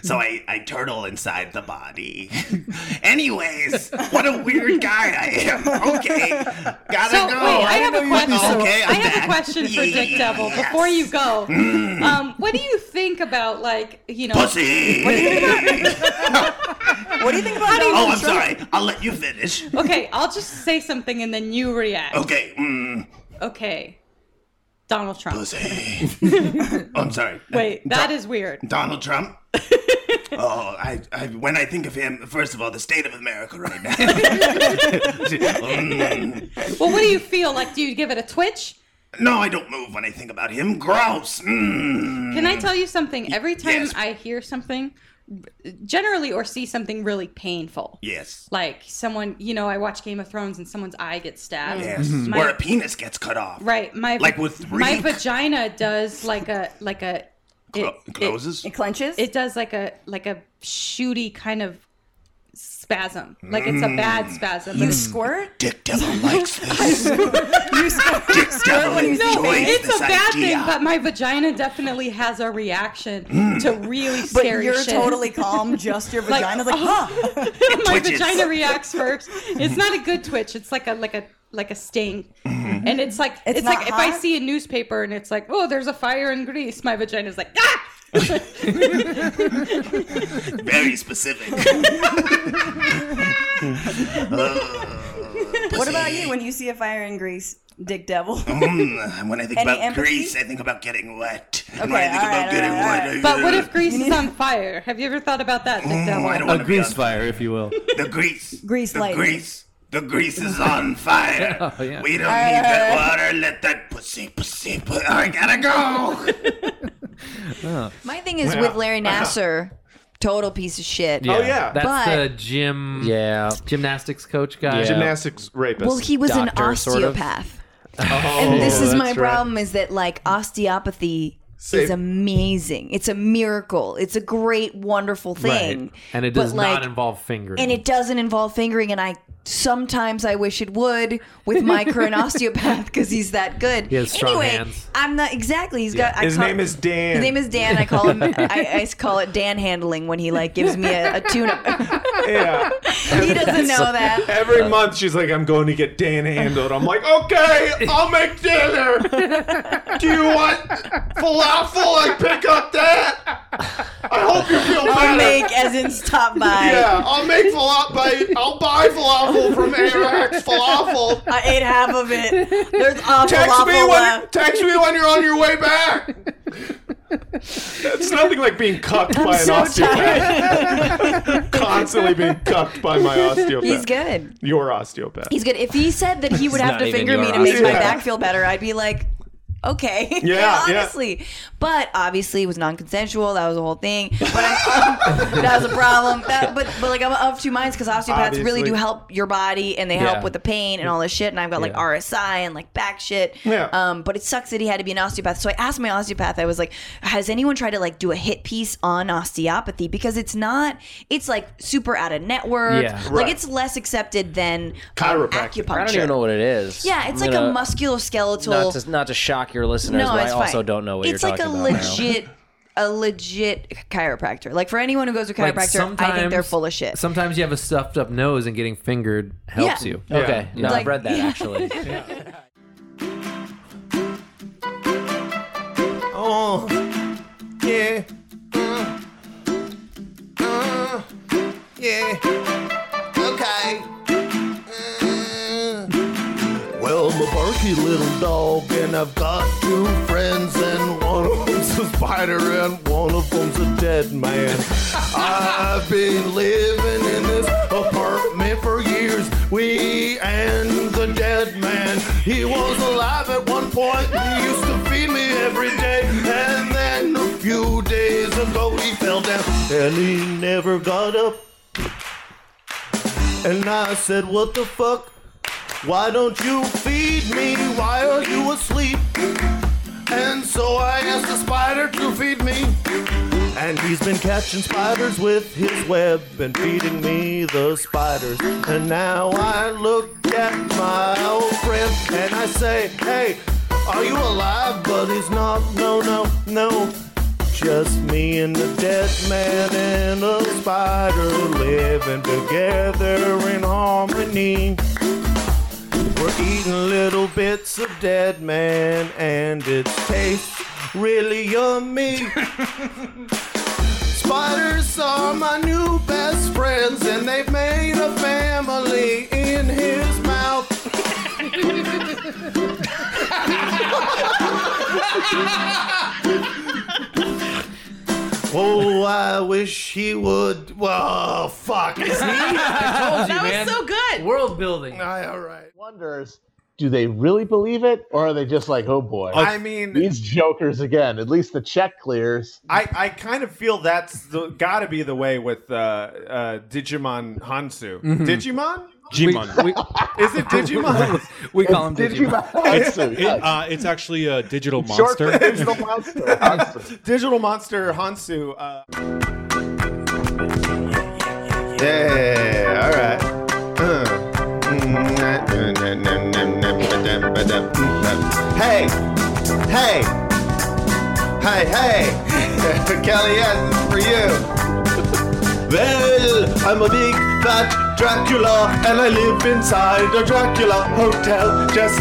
Speaker 10: So I, I turtle inside the body. Anyways, what a weird guy I am. Okay, gotta
Speaker 23: So
Speaker 10: go.
Speaker 23: wait, I have a question.
Speaker 10: Okay,
Speaker 23: I
Speaker 10: I'm
Speaker 23: have
Speaker 10: back. Mm.
Speaker 23: a question for Dick Devil before you go. Um, what do you think about like you know?
Speaker 10: Pussy.
Speaker 23: What do you think about?
Speaker 8: what do you think
Speaker 23: about?
Speaker 10: Oh, I'm sorry. I'll let you finish.
Speaker 23: Okay, I'll just say something and then you react.
Speaker 10: Okay, mm,
Speaker 23: Okay. Donald Trump.
Speaker 10: pussy. oh, I'm sorry.
Speaker 23: Wait, that is weird.
Speaker 10: Donald Trump. oh, I, I when I think of him, first of all, the state of America right now. Mm.
Speaker 23: Well, what do you feel like? Do you give it a twitch?
Speaker 24: No, I don't move when I think about him. Grouse. Mm.
Speaker 23: Can I tell you something? Every time I hear something, generally or see something really painful,
Speaker 24: Yes.
Speaker 23: like someone, you know, I watch Game of Thrones and someone's eye gets stabbed.
Speaker 24: Yes.
Speaker 23: My-
Speaker 24: Where a penis gets cut off.
Speaker 23: Right. My
Speaker 24: Like with
Speaker 23: my
Speaker 24: Reek.
Speaker 23: vagina does like a like a it,
Speaker 24: closes?
Speaker 23: It, clenches. It does like a like a shooty kind of spasm. Like it's a bad
Speaker 24: Mm.
Speaker 23: spasm.
Speaker 24: You
Speaker 23: but it's-
Speaker 24: Dick Devil likes this.
Speaker 23: you squirt,
Speaker 24: Dick Devil
Speaker 23: when you no,
Speaker 24: enjoys
Speaker 23: it's
Speaker 24: this
Speaker 23: a bad
Speaker 24: idea.
Speaker 23: thing, but my vagina definitely has a reaction
Speaker 24: Mm.
Speaker 23: to really
Speaker 8: But
Speaker 23: scary
Speaker 8: you're
Speaker 23: shit. oh,
Speaker 8: totally calm, um, just your vagina's like,
Speaker 23: huh. uh-huh. my
Speaker 8: twitches.
Speaker 23: vagina reacts first. It's not a good twitch. It's like a like a like a sting.
Speaker 24: Mm-hmm.
Speaker 23: And it's like
Speaker 8: It's
Speaker 23: it's,
Speaker 8: not
Speaker 23: like if I
Speaker 8: hot?
Speaker 23: see a newspaper and it's like, oh, there's a fire in Greece, my vagina's like, ah!
Speaker 24: Very specific.
Speaker 8: what about you when you see a fire in Greece, Dick Devil?
Speaker 10: Oh
Speaker 24: Mm, when I think
Speaker 8: Any
Speaker 24: about
Speaker 8: empathy?
Speaker 24: Greece, I think about getting wet. And
Speaker 8: Okay,
Speaker 24: when I think
Speaker 8: all
Speaker 24: about
Speaker 8: right,
Speaker 24: getting
Speaker 8: all right, all
Speaker 24: wet, I-
Speaker 23: But what if Greece is on fire? Have you ever thought about that, Dick Devil?
Speaker 24: I don't
Speaker 1: A
Speaker 24: wanna be
Speaker 1: grease
Speaker 24: on-
Speaker 1: fire, if you will.
Speaker 24: the Greece,
Speaker 8: Greece
Speaker 24: Mm. the
Speaker 8: light.
Speaker 24: Greece, the Greece is on fire.
Speaker 1: Oh, yeah.
Speaker 24: We don't
Speaker 8: All right,
Speaker 24: need
Speaker 8: all right, all
Speaker 24: that
Speaker 8: right.
Speaker 24: water. Let that pussy, pussy, pussy. I gotta go.
Speaker 8: My thing is with Larry Nasser, total piece of shit.
Speaker 1: Oh,
Speaker 10: Oh,
Speaker 1: That's
Speaker 8: but
Speaker 1: the gym yeah. gymnastics coach guy.
Speaker 25: Yeah.
Speaker 26: Gymnastics
Speaker 1: rapist.
Speaker 8: well, he was an
Speaker 1: Doctor, sort of.
Speaker 8: osteopath,
Speaker 1: Oh,
Speaker 8: and this is
Speaker 1: that's
Speaker 8: my
Speaker 1: right.
Speaker 8: problem: is that like osteopathy
Speaker 1: Safe.
Speaker 8: is amazing. It's a miracle. It's a great, wonderful thing.
Speaker 1: Right. And it
Speaker 8: But,
Speaker 1: does
Speaker 8: like,
Speaker 1: not involve fingering.
Speaker 8: and it doesn't involve fingering and i sometimes i wish it would with my current osteopath because he's that good
Speaker 1: He has strong
Speaker 8: anyway
Speaker 1: hands.
Speaker 8: i'm not exactly he's got I
Speaker 6: His
Speaker 8: call-
Speaker 6: name is Dan.
Speaker 8: his name is dan i call him I, I call it dan handling when he like gives me a, a tune-up
Speaker 6: Yeah.
Speaker 8: he doesn't know that
Speaker 6: Every month she's like, I'm going to get Dan handled. I'm like, okay, I'll make dinner.
Speaker 24: Do you want falafel? I pick up that. I hope you feel better.
Speaker 8: I'll make as in stop by.
Speaker 24: Yeah, I'll make falafel. I'll buy falafel from Arax Falafel.
Speaker 8: I ate half of it. There's awful uh,
Speaker 24: Text me
Speaker 8: falafel
Speaker 24: when.
Speaker 8: left.
Speaker 24: Text me when you're on your way back.
Speaker 6: It's nothing like being cucked
Speaker 8: I'm
Speaker 6: by an
Speaker 8: so
Speaker 6: osteopath. Constantly being cucked by my osteopath.
Speaker 8: He's good.
Speaker 6: Your osteopath.
Speaker 8: He's good. If he said that he would
Speaker 6: It's
Speaker 8: have
Speaker 6: not
Speaker 8: to
Speaker 6: even
Speaker 8: finger me
Speaker 6: your
Speaker 8: to make my
Speaker 6: osteopath.
Speaker 8: back feel better, I'd be like, okay.
Speaker 6: Yeah, yeah.
Speaker 8: honestly. But obviously, it was non-consensual. That was the whole thing. But I, that was a problem. That, but but like I'm of two minds because osteopaths really
Speaker 6: Obviously.
Speaker 8: do help your body and they
Speaker 6: Yeah.
Speaker 8: help with the pain and all this shit. And I've got like RSI and like back shit.
Speaker 6: Yeah.
Speaker 8: Um, but it sucks that he had to be an osteopath. So I asked my osteopath. I was like, has anyone tried to like do a hit piece on osteopathy because it's not. It's like super out of network.
Speaker 6: Yeah.
Speaker 8: Like
Speaker 6: Right.
Speaker 8: it's less accepted than um,
Speaker 6: Chiropractic.
Speaker 8: acupuncture.
Speaker 6: I don't even
Speaker 8: know
Speaker 6: what
Speaker 7: it is.
Speaker 8: Yeah, it's
Speaker 6: I'm
Speaker 8: like a
Speaker 6: gonna-
Speaker 8: musculoskeletal.
Speaker 7: Not to, not to shock your listeners,
Speaker 8: no,
Speaker 7: but I
Speaker 8: it's
Speaker 7: also
Speaker 8: fine.
Speaker 7: don't know what
Speaker 8: it's
Speaker 7: you're
Speaker 8: like
Speaker 7: talking
Speaker 8: a
Speaker 7: about. now.
Speaker 8: legit, a legit chiropractor. Like for anyone who goes to
Speaker 1: Like,
Speaker 8: chiropractor, I think they're
Speaker 1: sometimes-
Speaker 8: full of shit.
Speaker 1: Sometimes you have a stuffed up nose and getting fingered helps
Speaker 8: Yeah.
Speaker 1: you.
Speaker 8: Yeah. Okay.
Speaker 1: You
Speaker 8: No,
Speaker 1: know?
Speaker 8: I've read that, Yeah. actually.
Speaker 6: Oh, yeah. Uh, uh, yeah. Okay.
Speaker 10: Well, I'm a barky little dog, and I've got two friends, and one of them's a spider, and one of them's a dead man. I've been living in this apartment for years. We and the dead man. He was alive at one point. He used to feed me every day, and then a few days ago he fell down, and he never got up. And I said, What the fuck? Why don't you feed me? Why are you asleep? And so I asked the spider to feed me. And he's been catching spiders with his web and feeding me the spiders. And now I look at my old friend and I say, Hey, are you alive? But he's not. No, no, no. Just me and the dead man and a spider living together in harmony. We're eating little bits of dead man, and it tastes really yummy.
Speaker 24: Spiders are my new best friends, and they've made a family in his mouth.
Speaker 10: Oh, I wish he would. Whoa, fuck. Is he?
Speaker 1: I told you,
Speaker 10: That was
Speaker 1: man.
Speaker 10: so
Speaker 2: good.
Speaker 1: World building.
Speaker 10: All right.
Speaker 27: Wonders
Speaker 14: do they really believe it, or are they just like, oh boy?
Speaker 2: I mean-
Speaker 14: these jokers again. At least the check clears.
Speaker 2: I, I kind of feel that's the, gotta be the way with uh, uh, Digimon Hansu.
Speaker 10: Mhm.
Speaker 2: Digimon?
Speaker 10: Gmon.
Speaker 2: Is it Digimon?
Speaker 10: We
Speaker 2: call him Digimon.
Speaker 10: It's,
Speaker 2: Digimon.
Speaker 10: it, uh, it's actually a digital
Speaker 2: Short
Speaker 10: monster.
Speaker 2: digital monster. Hansu. digital monster Hansu. Uh,
Speaker 10: yeah, all right.
Speaker 2: Mm, Hmm. Hey, hey, hey, hey, Kelly, yes, this is for you.
Speaker 10: Well, I'm a big fat Dracula, and I live inside a Dracula hotel. Just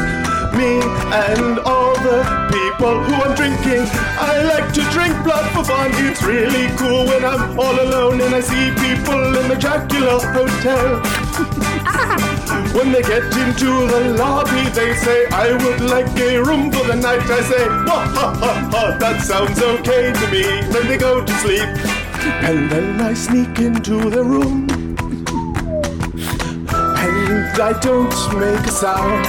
Speaker 10: me and all the people who I'm drinking. I like to drink blood for fun. It's really cool when I'm all alone and I see people in the Dracula hotel. When they get into the lobby, they say, I would like a room for the night. I say, "Wah, ha, ha, ha, that sounds okay to me. Then they go to sleep. And then I sneak into the room. And I don't make a sound.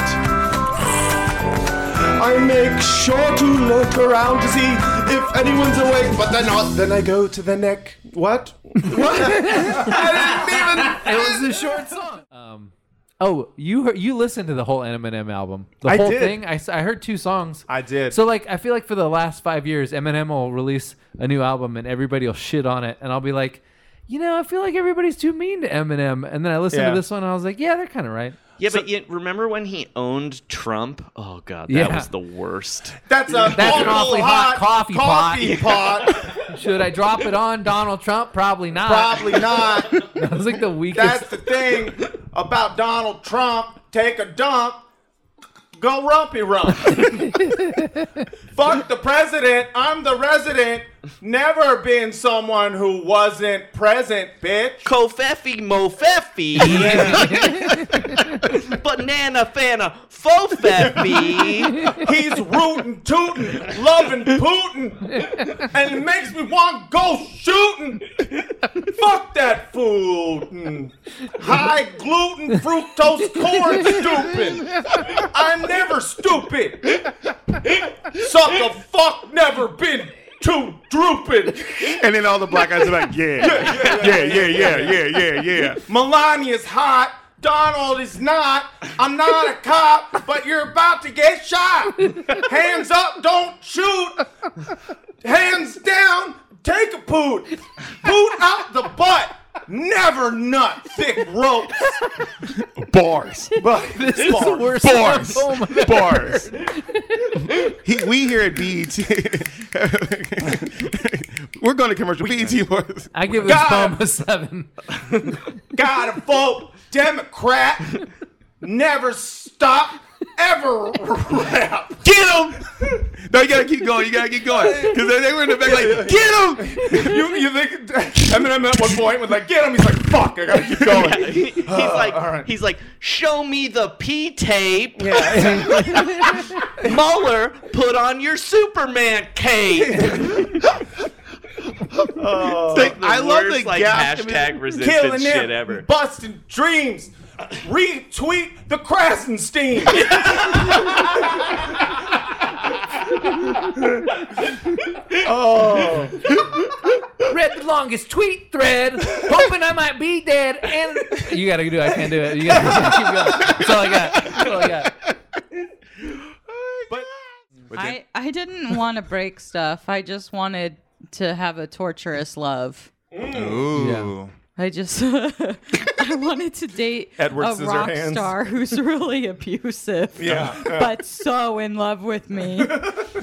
Speaker 10: I make sure to look around to see if anyone's awake, but they're not. Then I go to the neck. What?
Speaker 2: It was a short song.
Speaker 1: Um, oh, you heard, you listened to the whole Eminem album, the
Speaker 2: I
Speaker 1: whole
Speaker 2: did.
Speaker 1: thing. I, s- I heard two songs.
Speaker 2: I did.
Speaker 1: So like, I feel like for the last five years, Eminem will release a new album and everybody will shit on it, and I'll be like, you know, I feel like everybody's too mean to Eminem, and then I listened
Speaker 24: Yeah.
Speaker 1: to this one and I was like, yeah, they're kind of right.
Speaker 28: Yeah, but you remember when he owned Trump? Oh god, that
Speaker 1: Yeah.
Speaker 28: was the worst.
Speaker 2: That's a
Speaker 1: That's an
Speaker 2: awful
Speaker 1: awfully hot, coffee,
Speaker 2: coffee
Speaker 1: pot. Should I drop it on Donald Trump? Probably not.
Speaker 2: Probably not.
Speaker 1: that was like the
Speaker 2: That's
Speaker 1: weakest.
Speaker 2: the thing about Donald Trump. Take a dump, go rumpy rump. Fuck the president. I'm the resident. Never been someone who wasn't present, bitch.
Speaker 28: Kofefi mofefi. Banana fana fofefi.
Speaker 2: He's rootin', tootin', loving Putin, and it makes me want to go shooting. Fuck that fool. High gluten fructose corn stupid. I'm never stupid. Sucker fuck never been too drooping.
Speaker 10: And then all the black guys are like, yeah, yeah, yeah, yeah, yeah, yeah, yeah.
Speaker 2: Melania's hot. Donald is not. I'm not a cop, but you're about to get shot. Hands up, don't shoot. Hands down, take a poot. Poot out the butt. Never nut thick ropes.
Speaker 10: Bars.
Speaker 2: This is the worst
Speaker 10: Bars.
Speaker 2: episode. Oh my God.
Speaker 10: Bars. He- we here at BET. We're going to commercial. BET was.
Speaker 1: I give
Speaker 10: God.
Speaker 1: a seven.
Speaker 2: Gotta vote Democrat. Never stop. Ever rap.
Speaker 10: Get him! No, you gotta keep going. You gotta keep going because they, they were in the back like, get him.
Speaker 2: You, you think Eminem at one point was like, "Get him"? He's like, "Fuck, I gotta keep going."
Speaker 28: he's
Speaker 10: Uh,
Speaker 28: like, he's like, show me the P tape. Mueller, put on your Superman cape.
Speaker 2: Oh,
Speaker 10: Like, I love
Speaker 28: worst,
Speaker 10: the
Speaker 28: like,
Speaker 10: gas-
Speaker 28: hashtag resistance
Speaker 2: killing
Speaker 28: shit
Speaker 2: them,
Speaker 28: ever.
Speaker 2: busting dreams. Retweet the Krasenstein.
Speaker 1: Oh. Read the longest tweet thread, hoping I might be dead. And you gotta do. it. I can't do it. You gotta uh, keep going. That's all I got. That's all I
Speaker 8: Oh,
Speaker 1: got.
Speaker 23: I, I didn't want to break stuff. I just wanted to have a torturous love.
Speaker 10: Ooh.
Speaker 23: I just I wanted to date
Speaker 10: Edward
Speaker 23: a rock
Speaker 10: Scissorhands.
Speaker 23: star who's really abusive,
Speaker 10: Yeah.
Speaker 23: but so in love with me.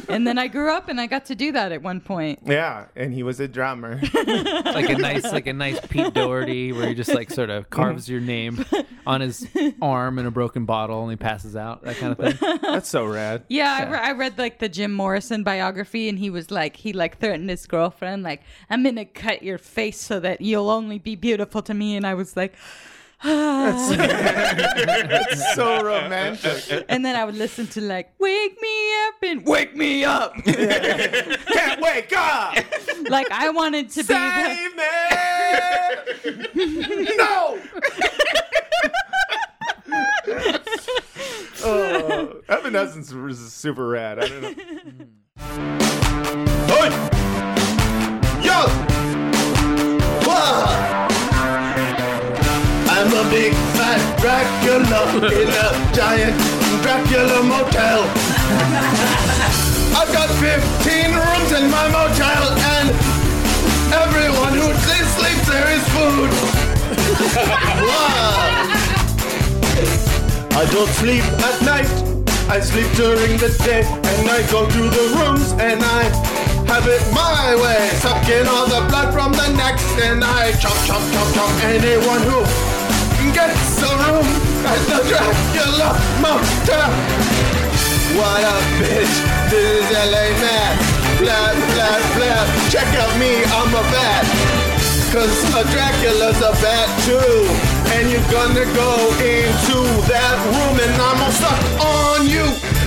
Speaker 23: and then I grew up and I got to do that at one point.
Speaker 2: yeah, and he was a drummer.
Speaker 1: Like a nice, like a nice Pete Doherty, where he just like sort of carves your name on his arm in a broken bottle, and he passes out. That kind of thing.
Speaker 2: That's so rad.
Speaker 23: Yeah, I, re- I read like the Jim Morrison biography, and he was like, he like threatened his girlfriend, like, I'm gonna cut your face so that you'll only be beautiful to me. And I was like,
Speaker 2: It's so romantic.
Speaker 23: and then I would listen to like, wake me up and wake me up.
Speaker 2: Can't wake up.
Speaker 23: Like I wanted to
Speaker 2: Save me. no.
Speaker 23: be. The-
Speaker 2: Evanescence was super rad. I don't know.
Speaker 10: Yo! Whoa! I'm a big fat Dracula in a giant Dracula motel. I've got 15 rooms in my motel, and everyone who sleeps there is food. Whoa! I don't sleep at night. I sleep during the day, and I go to the rooms and I have it my way. Sucking all the blood from the necks, and I chop, chop, chop, chop anyone who gets a room at the Dracula Motel. What a bitch! This is LA man. Blab, blab, blab. Check out me, I'm a bat. Cause a Dracula's a bat too. And you're gonna go into that room and I'm gonna suck on you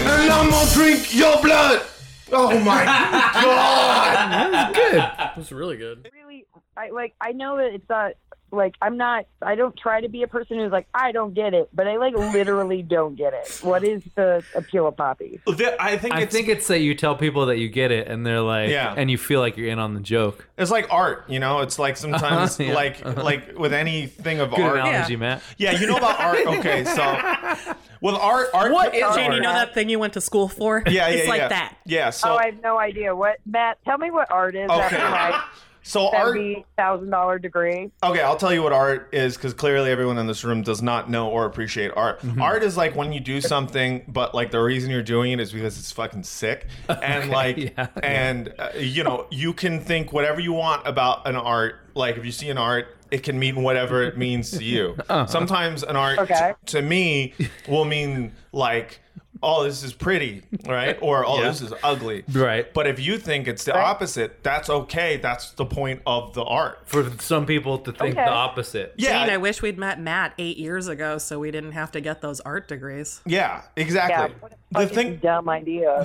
Speaker 10: and I'm gonna drink your blood. Oh my god.
Speaker 4: That was good. That was really good.
Speaker 19: really I like I know that it's not like I'm not I don't try to be a person who's like I don't get it, but I like literally don't get it. What is the appeal of poppy?
Speaker 1: I think I it's, think it's that you tell people that you get it, and they're like,
Speaker 6: Yeah.
Speaker 1: and you feel like you're in on the joke.
Speaker 6: It's like art, you know. It's like sometimes,
Speaker 1: Uh-huh, yeah.
Speaker 6: like
Speaker 1: Uh-huh.
Speaker 6: like with anything of
Speaker 1: Good
Speaker 6: art.
Speaker 1: analogy,
Speaker 6: yeah.
Speaker 1: Matt.
Speaker 6: Yeah, you know about art. Okay, so with art, art.
Speaker 19: What is
Speaker 6: art?
Speaker 19: Jane,
Speaker 4: You know that thing you went to school for?
Speaker 6: Yeah, yeah,
Speaker 4: It's like
Speaker 6: yeah.
Speaker 4: that.
Speaker 6: Yeah. So
Speaker 19: oh, I have no idea what Matt. Tell me what art is.
Speaker 6: Okay.
Speaker 19: After my
Speaker 6: So art-
Speaker 19: seventy thousand dollar degree.
Speaker 6: Okay, I'll tell you what art is because clearly everyone in this room does not know or appreciate art.
Speaker 10: Mm-hmm.
Speaker 6: Art is like when you do something, but like the reason you're doing it is because it's fucking sick, and like, and uh, you know, you can think whatever you want about an art. Like if you see an art, it can mean whatever it means to you.
Speaker 10: Uh-huh.
Speaker 6: Sometimes an art
Speaker 10: Okay.
Speaker 6: t- to me will mean like. Oh, this is pretty, right? Or oh,
Speaker 10: Yeah.
Speaker 6: this is ugly,
Speaker 1: Right.
Speaker 6: But if you think it's the opposite, that's okay. That's the point of the art.
Speaker 1: For some people to
Speaker 6: think
Speaker 1: the opposite.
Speaker 6: Yeah,
Speaker 4: Jane, I wish we'd met Matt eight years ago so we didn't have to get those art degrees.
Speaker 6: Yeah, exactly. the thing,
Speaker 19: dumb idea.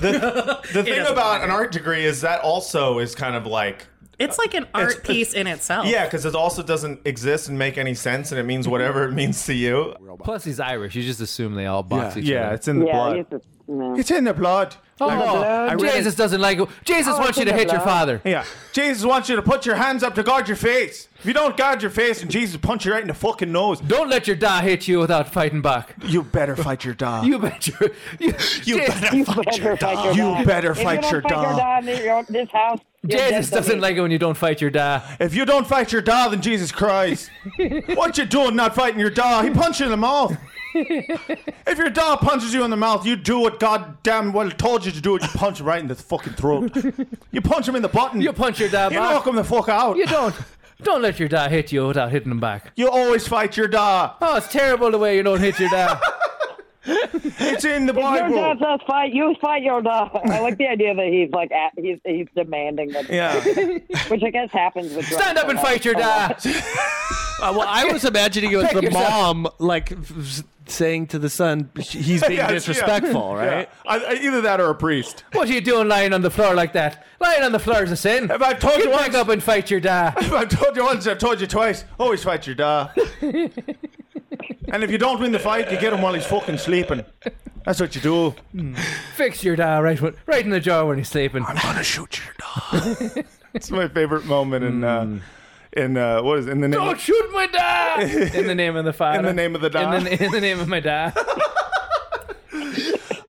Speaker 6: The, the thing
Speaker 4: doesn't
Speaker 6: about an art degree is that also is kind of like,
Speaker 4: It's like an art piece in itself.
Speaker 6: yeah, because it also doesn't exist and make any sense, and it means whatever it means to you.
Speaker 1: Plus, he's Irish. You just assume they all box
Speaker 6: Yeah.
Speaker 1: each
Speaker 6: Yeah,
Speaker 1: other.
Speaker 6: it's in the Yeah, blood.
Speaker 1: It's,
Speaker 6: It's in the blood.
Speaker 1: Oh, I read Jesus it. doesn't like Jesus
Speaker 6: Oh,
Speaker 1: wants
Speaker 6: it's
Speaker 1: you
Speaker 6: in
Speaker 1: to
Speaker 6: the
Speaker 1: hit your
Speaker 6: blood.
Speaker 1: father.
Speaker 6: Yeah, Jesus wants you to put your hands up to guard your face. If you don't guard your face, and Jesus punch you right in the fucking nose.
Speaker 1: Don't let your da hit you without fighting back.
Speaker 6: You better fight your da.
Speaker 1: You better. You,
Speaker 6: better fight your da. You better fight your da.
Speaker 19: this house.
Speaker 1: Jesus doesn't like it when you don't fight your da.
Speaker 6: If you don't fight your da, then Jesus Christ. what you doing not fighting your da? He punched you in the mouth. if your da punches you in the mouth, you do what God damn well told you to do. You punch him right in the fucking throat. you punch him in the button. You
Speaker 1: punch your da
Speaker 6: You
Speaker 1: back.
Speaker 6: knock him the fuck out.
Speaker 1: You don't. Don't let your da hit you without hitting him back.
Speaker 6: You always fight your da.
Speaker 1: Oh, it's terrible the way you don't hit your da.
Speaker 6: it's in the
Speaker 19: Your
Speaker 6: Bible.
Speaker 19: dad says fight. You fight your dog. I like the idea that he's like at, he's he's demanding that.
Speaker 6: Yeah.
Speaker 19: which I guess happens with.
Speaker 1: Stand up and fight your da.
Speaker 3: Uh, well, I was imagining it was
Speaker 19: Pick
Speaker 3: the
Speaker 19: yourself.
Speaker 3: mom like f- f- saying to the son, "He's being
Speaker 6: Yeah, yeah.
Speaker 3: disrespectful," right?
Speaker 6: Yeah. I- I- either that or a priest.
Speaker 1: What are you doing lying on the floor like that? Lying on the floor is a sin. If
Speaker 6: I've told
Speaker 1: Get
Speaker 6: you
Speaker 1: back up and fight your da.
Speaker 6: If I've told you once, I've told you twice. Always fight your da. and if you don't win the fight, you get him while he's fucking sleeping. That's what you do.
Speaker 1: Hmm. Fix your da right, when- right in the jaw when he's sleeping. I'm
Speaker 6: gonna shoot your da. it's my favorite moment in uh, in uh, what is it? in the name.
Speaker 1: Hmm. Don't shoot my da. In the name of the father.
Speaker 6: In the name of the da.
Speaker 1: In the, in the name of my da.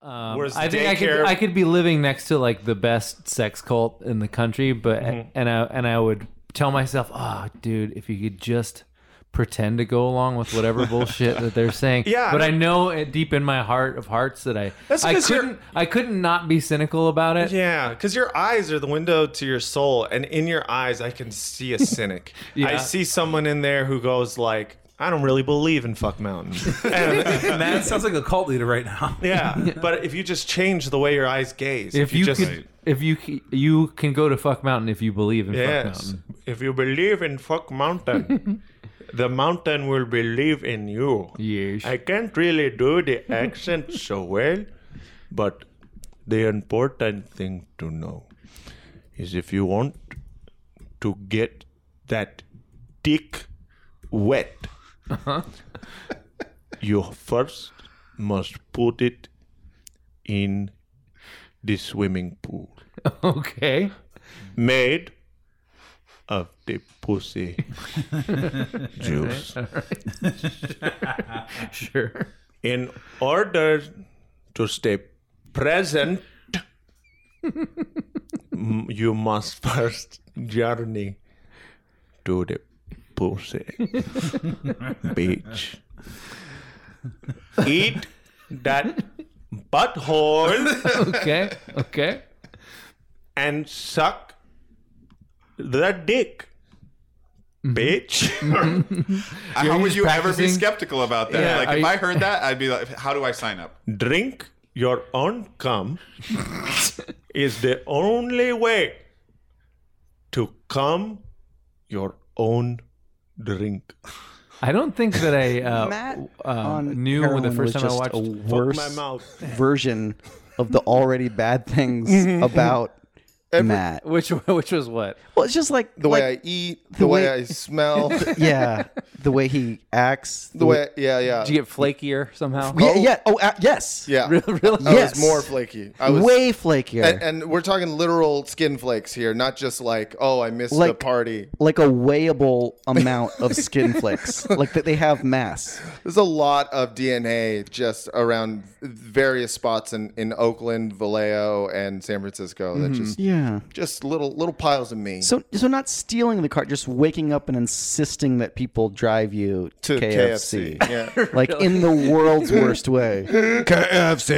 Speaker 1: Um,
Speaker 6: Whereas
Speaker 1: I think I could,
Speaker 6: daycare-
Speaker 1: I could be living next to like the best sex cult in the country, but
Speaker 6: Mm-hmm.
Speaker 1: and I and I would tell myself, "Oh, dude, if you could just pretend to go along with whatever bullshit that they're saying."
Speaker 6: Yeah,
Speaker 1: but
Speaker 6: I
Speaker 1: I know it deep in my heart of hearts that I
Speaker 6: That's
Speaker 1: I
Speaker 6: 'cause you're-
Speaker 1: couldn't I couldn't not be cynical about it.
Speaker 6: Yeah, because your eyes are the window to your soul, and in your eyes, I can see a cynic.
Speaker 1: Yeah.
Speaker 6: I see someone in there who goes like, "I don't really believe in fuck mountain."
Speaker 13: Matt sounds like a cult leader right now.
Speaker 6: Yeah, but if you just change the way your eyes gaze,
Speaker 1: If you
Speaker 6: just
Speaker 1: could, if you c- you can go to fuck mountain if you believe in fuck
Speaker 6: yes,
Speaker 1: mountain.
Speaker 6: if you believe in fuck mountain, the mountain will believe in you.
Speaker 1: Yes,
Speaker 6: I can't really do the accent so well, but the important thing to know is if you want to get that dick wet, you first must put it
Speaker 29: in the swimming pool.
Speaker 2: Okay.
Speaker 29: Made of the pussy juice.
Speaker 2: All right. sure.
Speaker 29: In order to stay present, m- you must first journey to the pussy beach. Eat that butthole.
Speaker 2: Okay, okay.
Speaker 29: And suck the dick,
Speaker 2: Mm-hmm.
Speaker 29: bitch.
Speaker 13: How would you ever be skeptical about that?
Speaker 29: Yeah,
Speaker 13: like,
Speaker 29: are
Speaker 13: if
Speaker 29: you-
Speaker 13: I heard that, I'd be like, how do I sign up?
Speaker 29: Drink your own cum is the only way to cum your own drink.
Speaker 2: I don't think that I uh,
Speaker 29: Matt
Speaker 2: w- uh, knew the
Speaker 9: heroin
Speaker 2: first
Speaker 9: was
Speaker 2: time I
Speaker 9: just
Speaker 2: watched
Speaker 9: a
Speaker 2: my
Speaker 9: worse
Speaker 2: mouth.
Speaker 9: version of the already bad things
Speaker 2: Mhm.
Speaker 9: about Matt.
Speaker 2: Which which was what?
Speaker 9: Well, it's just like
Speaker 6: The way I eat, the way I smell.
Speaker 9: yeah, the way he acts,
Speaker 6: The way, yeah, yeah.
Speaker 2: Did you get flakier somehow?
Speaker 9: Yeah, yeah. Oh, uh, yes.
Speaker 6: Yeah,
Speaker 2: really.
Speaker 6: I
Speaker 9: Yes.
Speaker 6: Oh, was more flaky. I was
Speaker 9: way flakier.
Speaker 6: and, and we're talking literal skin flakes here, not just like, oh, I missed
Speaker 9: Like-
Speaker 6: the party.
Speaker 9: like a weighable amount of skin flakes, like that they have mass.
Speaker 6: There's a lot of DNA just around various spots in, in Oakland, Vallejo, and San Francisco. That
Speaker 9: Mhm.
Speaker 6: just
Speaker 9: Yeah.
Speaker 6: just little little piles of me.
Speaker 9: So, so not stealing the car, just waking up and insisting that people drive you to KFC,
Speaker 6: KFC, yeah.
Speaker 9: like in the world's worst way.
Speaker 6: KFC,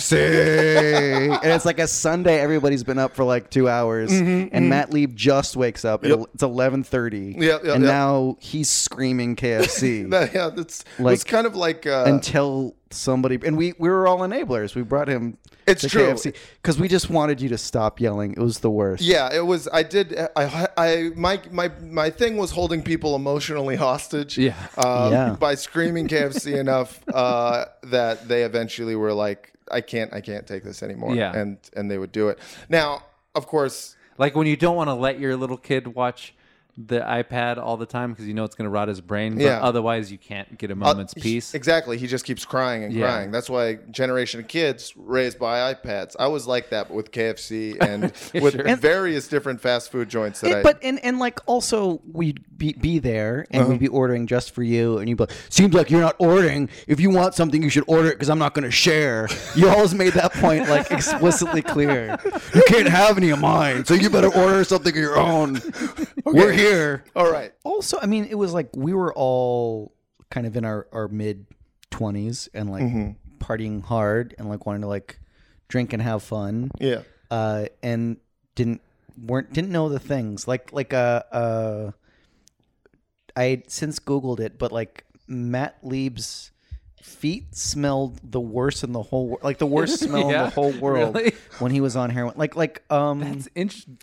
Speaker 9: KFC, and it's like a Sunday. Everybody's been up for like two hours,
Speaker 6: Mhm,
Speaker 9: and
Speaker 6: mhm.
Speaker 9: Matt Lieb just wakes up.
Speaker 6: Yep.
Speaker 9: It's eleven thirty,
Speaker 6: Yep, yep,
Speaker 9: and
Speaker 6: yep.
Speaker 9: now he's screaming KFC.
Speaker 6: That- yeah, that's
Speaker 9: Like-
Speaker 6: it's kind of like uh,
Speaker 9: until somebody and we we were all enablers. We brought him.
Speaker 6: It's
Speaker 9: to
Speaker 6: true.
Speaker 9: KFC because we just wanted you to stop yelling. It was the worst.
Speaker 6: Yeah, it was. I did. I, I, my, my, my thing was holding people emotionally hostage.
Speaker 9: Yeah.
Speaker 6: um,
Speaker 9: Yeah.
Speaker 6: By screaming KFC enough uh, that they eventually were like, "I can't, I can't take this anymore."
Speaker 1: Yeah.
Speaker 6: And and they would do it. Now, of course,
Speaker 1: Like when you don't want to let your little kid watch the iPad all the time because you know it's going to rot his brain. But
Speaker 6: Yeah. Uh,
Speaker 1: Otherwise, you can't get a moment's
Speaker 6: he-
Speaker 1: peace.
Speaker 6: Exactly. He just keeps crying and
Speaker 1: Yeah.
Speaker 6: crying. That's why generation of kids raised by iPads. I was like that with KFC and with
Speaker 9: Sure. And-
Speaker 6: various different fast food joints that
Speaker 9: It-
Speaker 6: I.
Speaker 9: but and and like also we'd be, be there and
Speaker 6: Uh-huh.
Speaker 9: we'd be ordering just for you and you'd be like, seems like you're not ordering. If you want something, you should order it because I'm not going to share. You always made that point like explicitly clear. You can't have any of mine, so you better order something of your own. We're here.
Speaker 6: All right.
Speaker 9: Also, I mean, it was like we were all kind of in our our mid twenties and like
Speaker 6: Mhm.
Speaker 9: partying hard and like wanting to like drink and have fun.
Speaker 6: Yeah.
Speaker 9: Uh, and didn't weren't didn't know the things like like uh uh. I had since Googled it, but like Matt Lieb's feet smelled the worst in the whole world, like the worst smell in
Speaker 1: Yeah,
Speaker 9: the whole world
Speaker 1: really?
Speaker 9: when he was on heroin. Like like um, that's
Speaker 1: Yeah.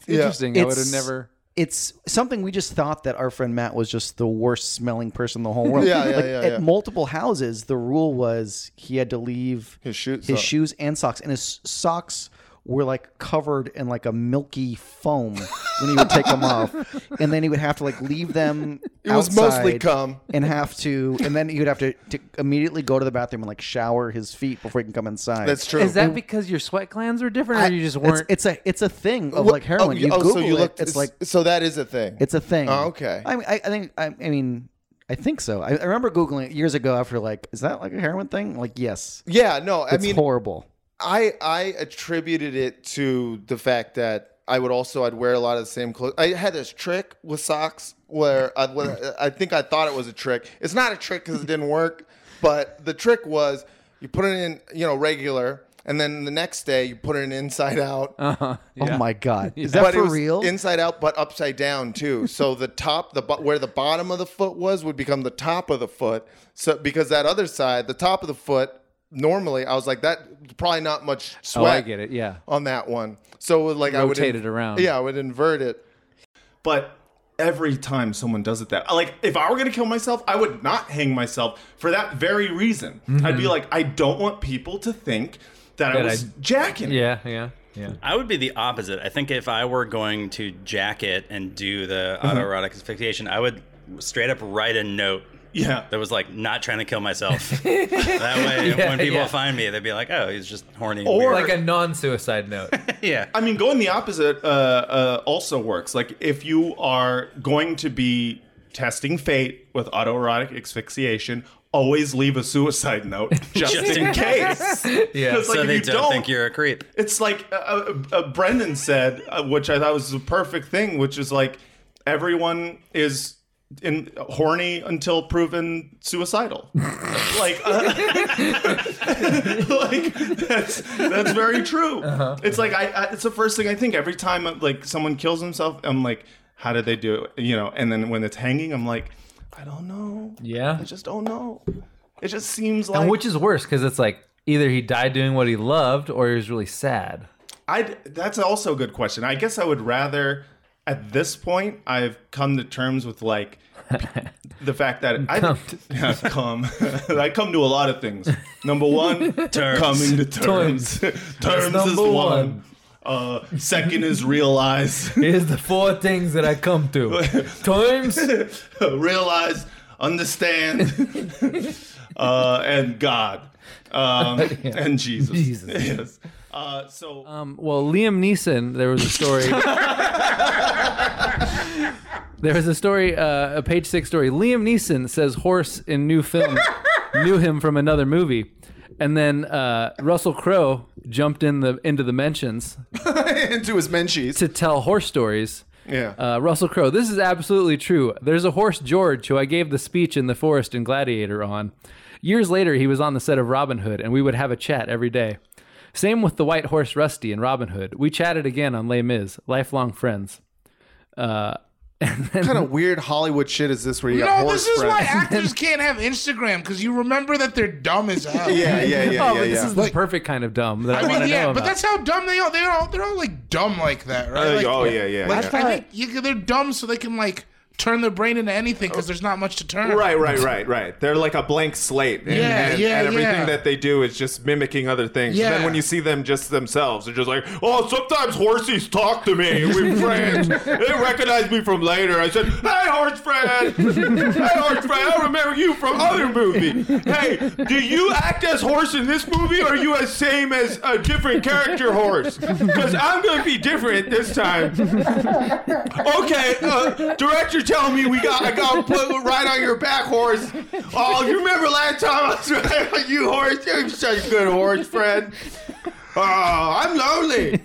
Speaker 1: interesting. I would've never-
Speaker 9: It's something we just thought that our friend Matt was just the worst smelling person in the whole world.
Speaker 6: Yeah, yeah,
Speaker 9: like
Speaker 6: yeah,
Speaker 9: At
Speaker 6: yeah.
Speaker 9: multiple houses, the rule was he had to leave his
Speaker 6: shoes,
Speaker 9: his
Speaker 6: so-
Speaker 9: shoes and socks, and his socks were like covered in like a milky foam when he would take them off, and then he would have to like leave them.
Speaker 6: It was mostly
Speaker 9: outside
Speaker 6: cum.
Speaker 9: and have to, and then he would have to, to immediately go to the bathroom and like shower his feet before he can come inside.
Speaker 1: Is that because your sweat glands are different, or you just weren't?
Speaker 9: It's, it's a it's a thing of
Speaker 6: What-
Speaker 9: like heroin.
Speaker 6: oh,
Speaker 9: you
Speaker 6: oh,
Speaker 9: Google
Speaker 6: so you
Speaker 9: it,
Speaker 6: looked-
Speaker 9: it's like
Speaker 6: so that is a thing.
Speaker 9: it's a thing.
Speaker 6: Oh, okay.
Speaker 9: I mean, I, I think I, I mean I think so. I, I remember googling it years ago after like, is that like a heroin thing? Like yes.
Speaker 6: Yeah, no, I
Speaker 9: it's
Speaker 6: mean-
Speaker 9: horrible.
Speaker 6: I I attributed it to the fact that I would also I'd wear a lot of the same clothes. I had this trick with socks where I where I think I thought it was a trick. It's not a trick because it didn't work, but the trick was you put it in you know regular, and then the next day you put it inside out.
Speaker 1: Uh-huh.
Speaker 9: Oh
Speaker 1: Yeah.
Speaker 9: my god, is
Speaker 6: But
Speaker 9: that
Speaker 6: it
Speaker 9: for
Speaker 6: was
Speaker 9: real?
Speaker 6: Inside out, but upside down too. So the top, the bo- where the bottom of the foot was, would become the top of the foot. So because that other side, the top of the foot, normally I was like that, probably not much
Speaker 1: oh,
Speaker 6: sweat
Speaker 1: I get it. Yeah.
Speaker 6: on that one. So it was like I would
Speaker 1: Rotate it around.
Speaker 6: Yeah, I would invert it.
Speaker 13: But every time someone does it that, like if I were gonna kill myself, I would not hang myself for that very reason.
Speaker 1: Mm-hmm.
Speaker 13: I'd be like, I don't want people to think that, I
Speaker 30: That
Speaker 13: was
Speaker 30: I-
Speaker 13: jacking.
Speaker 1: Yeah, yeah, yeah.
Speaker 12: I would be the opposite. I think if I were going to jacket and do the
Speaker 13: Mhm.
Speaker 12: autoerotic asphyxiation, I would straight up write a note Yeah. That was like not trying to kill myself. that way,
Speaker 6: Yeah,
Speaker 12: when people
Speaker 6: yeah.
Speaker 12: find me, they'd be like, "Oh, he's just horny." and
Speaker 6: Or-
Speaker 12: weird."
Speaker 6: Like a
Speaker 12: non-suicide note. yeah.
Speaker 6: I mean, going the opposite uh, uh, also works. Like, if you are going to be testing fate with autoerotic asphyxiation, always leave a suicide note just, in case. Because, like,
Speaker 12: so
Speaker 6: if
Speaker 12: they
Speaker 6: you
Speaker 12: don't,
Speaker 6: don't-
Speaker 12: think you're a creep.
Speaker 6: It's like uh, uh, uh, Brendan said, uh, which I thought was the perfect thing, which is like everyone is in horny until proven suicidal. like, uh, like that's that's very true. It's like I, I it's the first thing I think every time uh, like someone kills himself, I'm like, how did they do it? You know, and then when it's hanging, I'm like, I don't know.
Speaker 1: Yeah.
Speaker 6: I just don't know. It just seems like
Speaker 1: And which is worse because it's like either he died doing what he loved or he was really sad.
Speaker 6: I that's also a good question. I guess I would rather at this point I've come to terms with like the fact that I
Speaker 2: Come.
Speaker 6: Yeah, I've come I come to a lot of things. Number one,
Speaker 2: Terms.
Speaker 6: coming to terms.
Speaker 2: Terms.
Speaker 6: Terms,
Speaker 2: That's
Speaker 6: is
Speaker 2: number
Speaker 6: one.
Speaker 2: one.
Speaker 6: Uh, second is realize.
Speaker 1: Here's the four things that I come to. Terms,
Speaker 6: realize, understand, uh, and God, um, and Jesus.
Speaker 1: Jesus.
Speaker 6: Yes. Uh, so
Speaker 1: Um, well, Liam Neeson, there was a story. there was a story, uh, a page six story. Liam Neeson says horse in new film knew him from another movie, and then uh, Russell Crowe jumped in the into the mentions
Speaker 10: into his menchies
Speaker 1: to tell horse stories.
Speaker 10: Yeah.
Speaker 1: Uh, Russell Crowe, this is absolutely true. There's a horse, George, who I gave the speech in the forest in Gladiator on. Years later, he was on the set of Robin Hood, and we would have a chat every day. Same with the white horse, Rusty, in Robin Hood. We chatted again on Les Mis, lifelong friends. Uh,
Speaker 10: What kind of weird Hollywood shit is this where you got
Speaker 1: No,
Speaker 10: horse
Speaker 1: this is
Speaker 10: friends?
Speaker 1: why
Speaker 5: Actors can't have Instagram because you remember that they're dumb as hell.
Speaker 10: Yeah, yeah, yeah,
Speaker 1: oh, but this is the perfect kind of dumb that I,
Speaker 5: I
Speaker 1: want
Speaker 5: mean,
Speaker 1: to know
Speaker 5: yeah,
Speaker 1: about.
Speaker 5: but that's how dumb they are. They're all they're all like dumb like that, right?
Speaker 10: Uh,
Speaker 5: Like,
Speaker 10: oh, yeah, yeah,
Speaker 5: Like,
Speaker 10: yeah.
Speaker 5: I think you, they're dumb so they can like turn their brain into anything because there's not much to turn.
Speaker 2: Right, right, right, right. They're like a blank slate, and,
Speaker 5: Yeah,
Speaker 2: and,
Speaker 5: yeah,
Speaker 2: and everything
Speaker 5: yeah.
Speaker 2: that they do is just mimicking other things. And then
Speaker 5: Yeah.
Speaker 2: when you see them just themselves, they're just like, "Oh, sometimes horsies talk to me. We friends. they recognize me from later." I said, "Hey, horse friend. hey, horse friend. I remember you from other movie. Hey, do you act as horse in this movie, or are you as same as a different character horse? Because I'm gonna be different this time."
Speaker 10: okay, uh, director telling me we got I got put right on your back horse.
Speaker 2: Oh, you remember last time I was riding on you horse? You're such a good horse, friend. Oh,
Speaker 10: Ah,
Speaker 2: I'm lonely.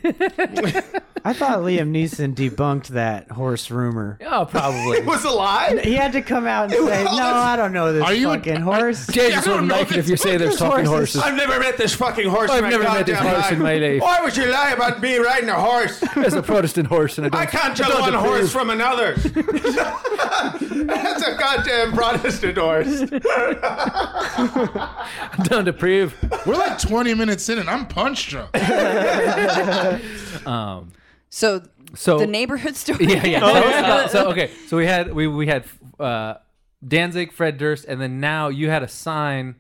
Speaker 3: I thought Liam Neeson debunked that horse rumor.
Speaker 1: Oh, probably.
Speaker 2: It was a lie?
Speaker 3: He had to come out and say, "No, I don't know this fucking horse."
Speaker 1: Jesus wouldn't like it if you say there's talking horses.
Speaker 2: I've never met this fucking horse.
Speaker 1: I've
Speaker 2: in my
Speaker 1: never met this
Speaker 2: goddamn
Speaker 1: horse in my life.
Speaker 2: Why would you lie about me riding a horse?
Speaker 1: There's a Protestant horse, and I, don't,
Speaker 2: I can't tell
Speaker 1: don't
Speaker 2: one
Speaker 1: approve.
Speaker 2: horse from another. That's a goddamn Protestant horse.
Speaker 1: Don't approve.
Speaker 5: We're like 20 minutes in and I'm punch drunk.
Speaker 1: Um,
Speaker 28: So,
Speaker 1: So-
Speaker 28: the neighborhood story.
Speaker 1: Yeah, yeah. Tell us about- so okay, so we had we we had uh, Danzig, Fred Durst, and then now you had a sign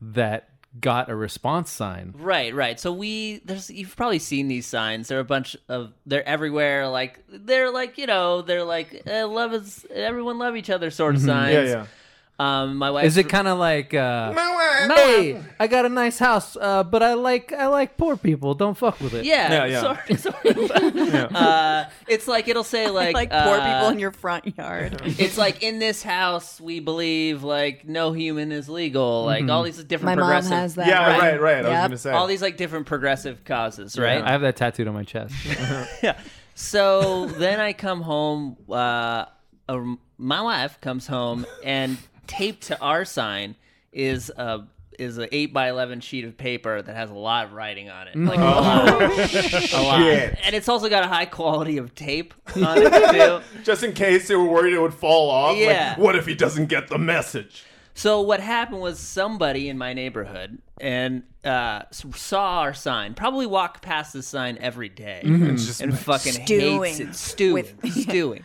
Speaker 1: that got a response sign.
Speaker 7: Right, right. So we there's you've probably seen these signs. They're a bunch of they're everywhere. Like they're like you know they're like eh, love is everyone love each other sort of
Speaker 1: Mhm.
Speaker 28: Mm-hmm.
Speaker 7: signs.
Speaker 1: Yeah, yeah.
Speaker 7: Um, my wife
Speaker 1: Is it kind of like uh, hey, I got a nice house, uh, but I like I like poor people. Don't fuck with it.
Speaker 7: Yeah, Sorry, sorry. uh, it's like it'll say like
Speaker 28: like poor
Speaker 7: uh,
Speaker 28: people in your front yard.
Speaker 7: it's like in this house we believe like no human is legal like
Speaker 1: Mhm.
Speaker 7: all these different
Speaker 28: My mom
Speaker 7: progressive
Speaker 28: has that. Mm-hmm. Yeah, right, right. I was Yep. gonna say.
Speaker 7: all these like different progressive causes
Speaker 1: Yeah,
Speaker 7: right
Speaker 1: I have that tattooed on my chest.
Speaker 7: so then I come home. Uh, uh, my wife comes home, and taped to our sign is a is an eight by eleven sheet of paper that has a lot of writing on it, like a
Speaker 2: Oh,
Speaker 7: lot, a lot.
Speaker 2: shit.
Speaker 7: and it's also got a high quality of tape on it too.
Speaker 2: Just in case they were worried it would fall off. like,
Speaker 7: Yeah.
Speaker 2: what if he doesn't get the message?
Speaker 7: So what happened was somebody in my neighborhood and uh, s- saw our sign. Probably walked past the sign every day
Speaker 2: Mhm. And just
Speaker 7: and fucking
Speaker 28: Stewing
Speaker 7: hates it, stewing, stewing.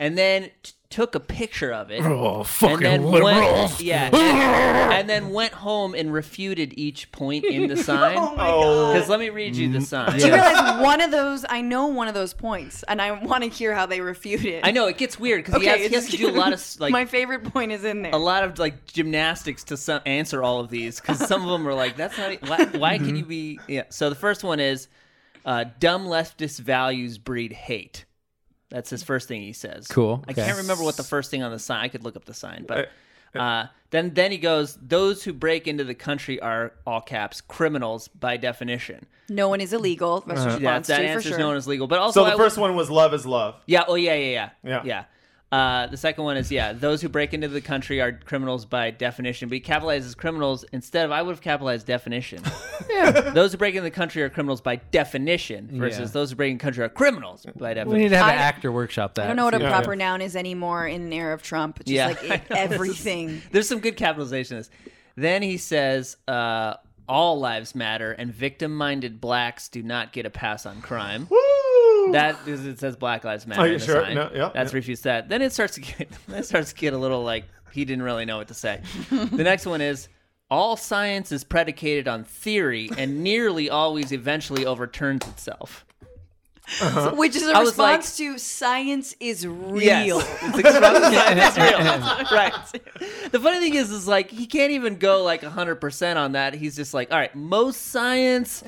Speaker 7: and then t- took a picture of it.
Speaker 10: Oh,
Speaker 7: and
Speaker 10: fucking
Speaker 7: then
Speaker 10: liberals.
Speaker 7: Went, yeah, and, and then went home and refuted each point in the sign.
Speaker 8: Oh my
Speaker 7: god! Because let me read you the sign.
Speaker 8: Do you realize one of those? I know one of those points, and I want to hear how they refute it.
Speaker 7: I know it gets weird because he, has, he has to do a lot of s- like
Speaker 8: my favorite point is in there.
Speaker 7: a lot of like gymnastics to some, answer all of these because some of them are like that's not e- why, why can
Speaker 24: Mm-hmm.
Speaker 7: you be yeah so the first one is uh, dumb leftist values breed hate that's his first thing he says
Speaker 24: Cool,
Speaker 7: i
Speaker 24: okay.
Speaker 7: can't remember what the first thing on the sign i could look up the sign but uh, then then he goes those who break into the country are all caps criminals by definition
Speaker 8: No one is illegal. That's
Speaker 7: Uh-huh.
Speaker 8: response
Speaker 7: Yeah, that
Speaker 8: to, for
Speaker 7: answer's
Speaker 8: sure.
Speaker 7: known as legal, but also
Speaker 31: so the
Speaker 7: I
Speaker 31: first one was love is love.
Speaker 7: Yeah. Oh, yeah, yeah,
Speaker 31: Yeah.
Speaker 7: yeah. Yeah. Uh, the second one is yeah, those who break into the country are criminals by definition. But he capitalizes criminals instead of I would have capitalized definition. Those who break into the country are criminals by definition versus
Speaker 1: Yeah.
Speaker 7: those who break in the country are criminals by definition.
Speaker 1: We need to have
Speaker 8: I-
Speaker 1: an actor workshop that.
Speaker 8: I don't know what a
Speaker 7: Yeah.
Speaker 8: proper noun is anymore in an era of Trump. It's just
Speaker 7: Yeah.
Speaker 8: like
Speaker 7: I
Speaker 8: it,
Speaker 7: know, this is-
Speaker 8: everything.
Speaker 7: There's some good capitalization in this. Then he says, uh, all lives matter and victim minded blacks do not get a pass on crime. Woo! That is, it says Black Lives Matter.
Speaker 31: Are you
Speaker 7: in the
Speaker 31: sure?
Speaker 7: sign.
Speaker 31: No, yeah,
Speaker 7: That's refused that. Then it starts to get then it starts to get a little like he didn't really know what to say. the next one is all science is predicated on theory and nearly always eventually overturns itself.
Speaker 31: Uh-huh.
Speaker 8: So- which is a
Speaker 7: Uh-huh. I was like,
Speaker 8: response to science is real.
Speaker 7: Yes. It's expressive. It's real. Right. The funny thing is, is like he can't even go like hundred percent on that. He's just like, all right, most science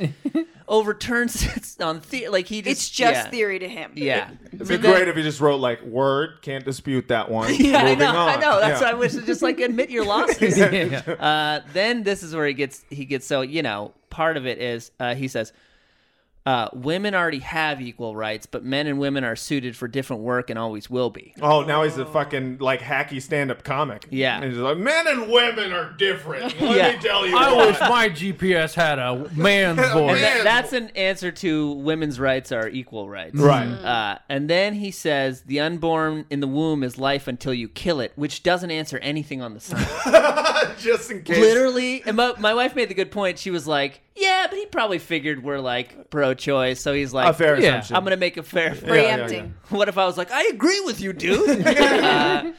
Speaker 7: overturns it on theory. Like he just
Speaker 8: It's just
Speaker 7: yeah.
Speaker 8: theory to him.
Speaker 7: Yeah.
Speaker 31: It'd
Speaker 7: So
Speaker 31: be
Speaker 7: then-
Speaker 31: great if he just wrote like word, can't dispute that one.
Speaker 7: yeah, I
Speaker 31: Moving
Speaker 7: know.
Speaker 31: on.
Speaker 7: I know. That's
Speaker 31: Yeah.
Speaker 7: what I wish to just like admit your losses. uh, then this is where he gets he gets so you know part of it is uh, he says. Uh, women already have equal rights, but men and women are suited for different work and always will be.
Speaker 31: Oh, now he's a fucking like hacky stand-up comic.
Speaker 7: Yeah.
Speaker 31: And he's like, men and women are different. Let
Speaker 7: Yeah.
Speaker 31: me tell you.
Speaker 1: I
Speaker 31: why."
Speaker 1: wish my GPS had a man's voice.
Speaker 7: And that- that's an answer to women's rights are equal rights.
Speaker 1: Right.
Speaker 7: Uh, and then he says, the unborn in the womb is life until you kill it, which doesn't answer anything on the sign.
Speaker 31: Just in case.
Speaker 7: Literally, and my, my wife made the good point. She was like, yeah, but he probably figured we're like pro choice. So he's like,
Speaker 31: A fair
Speaker 7: "Yeah,
Speaker 31: assumption.
Speaker 7: I'm going to make a fair
Speaker 31: Yeah, yeah, yeah. Preempting.
Speaker 7: What if I was like, I agree with you, dude? Uh,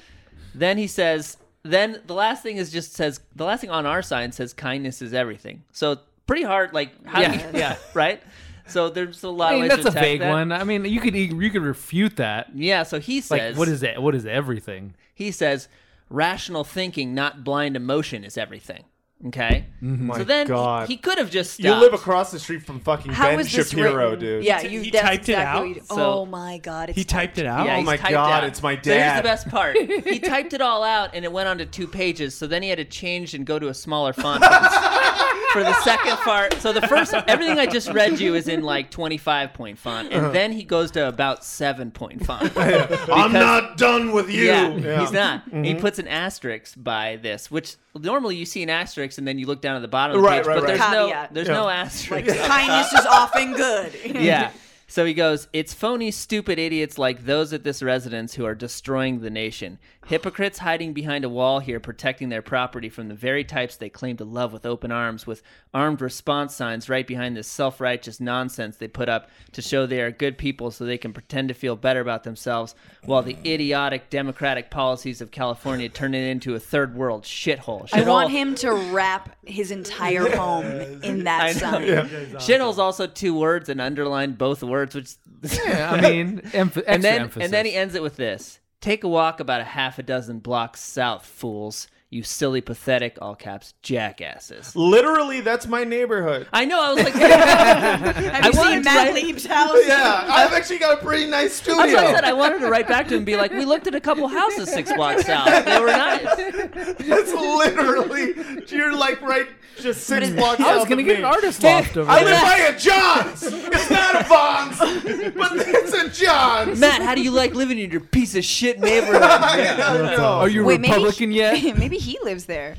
Speaker 7: then he says, then the last thing is just says, the last thing on our sign says, kindness is everything. So pretty hard, like, how yeah.
Speaker 1: Yeah.
Speaker 7: yeah, right? So there's a lot of
Speaker 1: I mean,
Speaker 7: ways
Speaker 1: that's
Speaker 7: to
Speaker 1: a
Speaker 7: attack
Speaker 1: vague
Speaker 7: that.
Speaker 1: one. I mean, you could e- you could refute that.
Speaker 7: Yeah, so he says,
Speaker 1: like, what is that? What is everything?
Speaker 7: He says, rational thinking, not blind emotion, is everything. Okay?
Speaker 31: Mm-hmm. My
Speaker 7: so then he-
Speaker 31: God.
Speaker 7: he could have just
Speaker 31: You
Speaker 7: stopped.
Speaker 31: live across the street from fucking
Speaker 7: How
Speaker 31: Ben
Speaker 7: is this
Speaker 31: Shapiro,
Speaker 7: written?
Speaker 31: dude.
Speaker 8: Yeah, you
Speaker 7: He
Speaker 8: that's
Speaker 7: typed it
Speaker 8: exactly
Speaker 7: out?
Speaker 8: What you,
Speaker 7: So-
Speaker 8: oh my god! It's
Speaker 7: Yeah,
Speaker 31: oh
Speaker 7: he's
Speaker 31: my
Speaker 7: typed
Speaker 31: god,
Speaker 7: out.
Speaker 31: it's my
Speaker 7: So here's
Speaker 31: dad.
Speaker 7: the best part. He typed it all out and it went on to two pages. So then he had to change and go to a smaller font for the- for the second part. So the first, everything I just read you is in like 25 point font. And
Speaker 31: Uh-huh.
Speaker 7: then he goes to about seven point font.
Speaker 31: I'm
Speaker 7: Because-
Speaker 31: not done with you.
Speaker 7: Yeah,
Speaker 31: Yeah.
Speaker 7: he's not.
Speaker 31: Mhm.
Speaker 7: He puts an asterisk by this, which normally you see an asterisk and then you look down at the bottom of the
Speaker 31: Right,
Speaker 7: page,
Speaker 31: right,
Speaker 7: but
Speaker 31: right.
Speaker 7: there's no
Speaker 8: Caveat.
Speaker 7: there's
Speaker 31: Yeah.
Speaker 7: no asterisk.
Speaker 8: Like, kindness is often good.
Speaker 7: yeah. So he goes, It's phony, stupid idiots like those at this residence who are destroying the nation. Hypocrites hiding behind a wall here, protecting their property from the very types they claim to love with open arms, with armed response signs right behind this self righteous nonsense they put up to show they are good people so they can pretend to feel better about themselves, while the idiotic democratic policies of California turn it into a third world shithole.
Speaker 8: I
Speaker 7: Shithole-
Speaker 8: want him to wrap his entire home in that
Speaker 7: I know.
Speaker 8: sign.
Speaker 7: Yeah. um, Shithole's also two words and underlined both words, which
Speaker 1: Yeah, I mean, emph- extra
Speaker 7: and then
Speaker 1: emphasis.
Speaker 7: and then he ends it with this: "Take a walk about a half a dozen blocks south, fools. You silly, pathetic, all caps, jackasses."
Speaker 31: Literally, that's my neighborhood.
Speaker 7: I know. I was like,
Speaker 8: Have
Speaker 7: I
Speaker 8: you seen
Speaker 7: wanted to
Speaker 8: Matt
Speaker 7: write-
Speaker 8: Lieb's house?
Speaker 31: Yeah, I've actually got a pretty nice studio.
Speaker 7: That's what I said. I wanted to write back to him and be like, "We looked at a couple houses six blocks south. They were nice."
Speaker 31: That's literally you're like right just six blocks.
Speaker 10: I was
Speaker 31: south
Speaker 10: gonna
Speaker 31: of
Speaker 10: get
Speaker 31: me.
Speaker 10: an artist loft over
Speaker 31: I
Speaker 10: there.
Speaker 31: live by a John's. It's not a Vons, but it's a John's.
Speaker 7: Matt, how do you like living in your piece of shit neighborhood?
Speaker 31: Are you
Speaker 8: Wait, maybe
Speaker 7: Republican
Speaker 8: he-
Speaker 7: yet?
Speaker 8: maybe he lives there.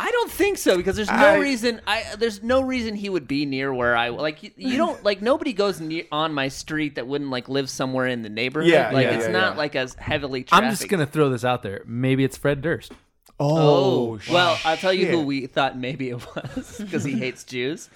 Speaker 7: I don't think so because there's no
Speaker 8: I-
Speaker 7: reason. I there's no reason he would be near where I like. You, you don't like nobody goes near, on my street that wouldn't like live somewhere in the neighborhood.
Speaker 1: Yeah,
Speaker 7: like
Speaker 1: yeah,
Speaker 7: it's
Speaker 1: yeah,
Speaker 7: not
Speaker 1: yeah.
Speaker 7: like as heavily. Trafficked.
Speaker 1: I'm just gonna throw this out there. Maybe it's Fred Durst.
Speaker 6: Oh, shit.
Speaker 7: well, I'll tell you who we thought maybe it was because he hates Jews.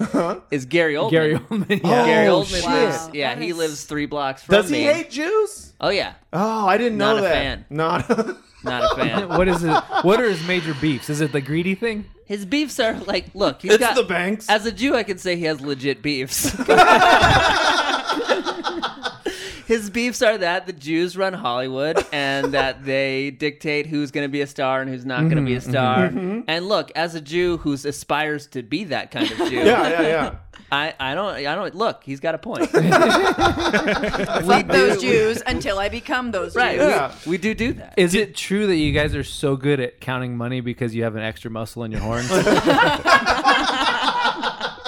Speaker 7: Is Gary Oldman?
Speaker 1: Gary Oldman, yeah.
Speaker 7: Gary
Speaker 1: Oh,
Speaker 7: Oldman
Speaker 1: shit.
Speaker 7: lives. Yeah,
Speaker 1: That
Speaker 7: he
Speaker 1: is-
Speaker 7: lives three blocks from
Speaker 6: Does he
Speaker 7: me.
Speaker 6: hate Jews?
Speaker 7: Oh yeah.
Speaker 6: Oh, I didn't know
Speaker 7: Not a
Speaker 6: that.
Speaker 7: fan.
Speaker 6: Not
Speaker 7: Not a fan.
Speaker 1: what is it? What are his major beefs? Is it the greedy thing?
Speaker 7: His beefs are like, look, he's
Speaker 1: It's
Speaker 7: got
Speaker 1: the
Speaker 7: banks. As a Jew, I can say he has legit beefs. His beefs are that the Jews run Hollywood and that they dictate who's going to be a star and who's not going to be a
Speaker 1: Mhm, mhm.
Speaker 3: Mm-hmm,
Speaker 7: star.
Speaker 6: Mhm.
Speaker 7: And look, as a Jew who aspires to be that kind of Jew,
Speaker 6: Yeah, yeah, yeah.
Speaker 7: I, I don't, I don't. Look, he's got a point.
Speaker 8: Fuck those Jews until I become those
Speaker 7: Right,
Speaker 8: Jews.
Speaker 7: we do do that.
Speaker 1: Is it true that you guys are so good at counting money because you have an extra muscle in your horn?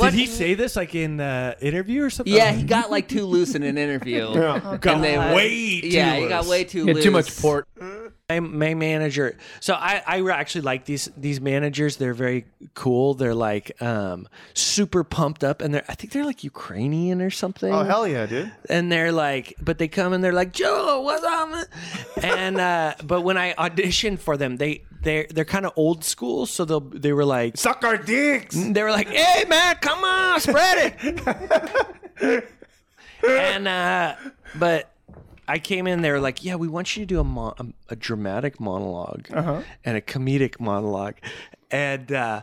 Speaker 32: Did he say this like in uh, interview or something?
Speaker 7: Yeah, he got like too loose in an interview.
Speaker 32: Yeah.
Speaker 7: And
Speaker 32: Got
Speaker 7: they-
Speaker 32: way too
Speaker 7: Yeah, he got
Speaker 32: loose.
Speaker 7: way too
Speaker 3: Yeah,
Speaker 7: loose.
Speaker 3: too much port. My, my manager. So I, I re- actually like these these managers. They're very cool. They're like um, super pumped up, and they're I think they're like Ukrainian or something.
Speaker 6: Oh, hell yeah, dude.
Speaker 3: And they're like, but they come and they're like, Joe, what's up? and uh, but when I auditioned for them, they they they're kind of old school, so they will they were like suck our dicks. They were like, hey man, come on, spread it. and uh, but I came in there like, yeah, we want you to do a mo- a, a dramatic monolog and a comedic monologue, and uh,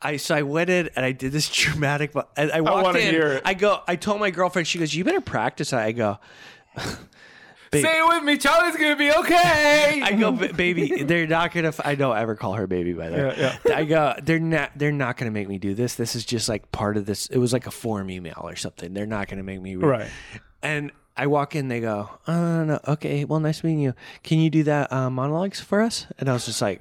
Speaker 3: I so I went in and I did this dramatic. Mo- I, I walked
Speaker 6: wanna
Speaker 3: in.
Speaker 6: hear it.
Speaker 3: I go. I told my girlfriend. She goes, you better practice. I go. Babe.
Speaker 1: Say it with me, Charlie's gonna be okay.
Speaker 3: I go, "Ba- baby. They're not gonna. F- I don't ever call her baby by the way.
Speaker 1: Yeah,
Speaker 3: I go, they're not. They're not gonna make me do this. This is just like part of this. It was like a form email or something. They're not gonna make me read.
Speaker 32: Right.
Speaker 3: And I walk in. They go, oh, no, okay. Well, nice meeting you. Can you do that uh, monologues for us? And I was just like,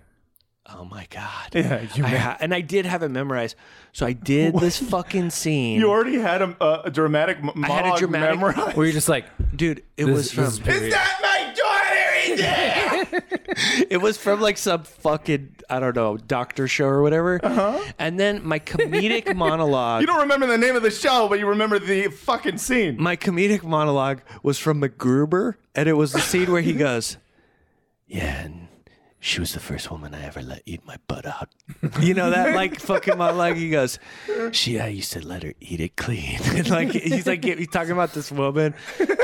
Speaker 3: oh my god.
Speaker 6: Yeah, you
Speaker 3: I
Speaker 6: ma-
Speaker 3: ha- and I did have it memorized. So I did this fucking scene.
Speaker 6: You already had a, a, a dramatic m-
Speaker 3: I had a
Speaker 6: monologue
Speaker 3: dramatic.
Speaker 6: memorized.
Speaker 3: Were you just like, dude? It
Speaker 6: this-
Speaker 3: was from.
Speaker 6: this is period.
Speaker 3: it was from like some fucking I don't know doctor show or whatever. And then my comedic monologue.
Speaker 6: Uh-huh. You don't remember the name of the show, but you remember the fucking scene.
Speaker 3: My comedic monologue was from MacGruber, and it was the scene where he goes, "Yeah, and she was the first woman I ever let eat my butt out." You know that like fucking monologue. He goes, "She, I used to let her eat it clean." And, like he's like he's talking about this woman.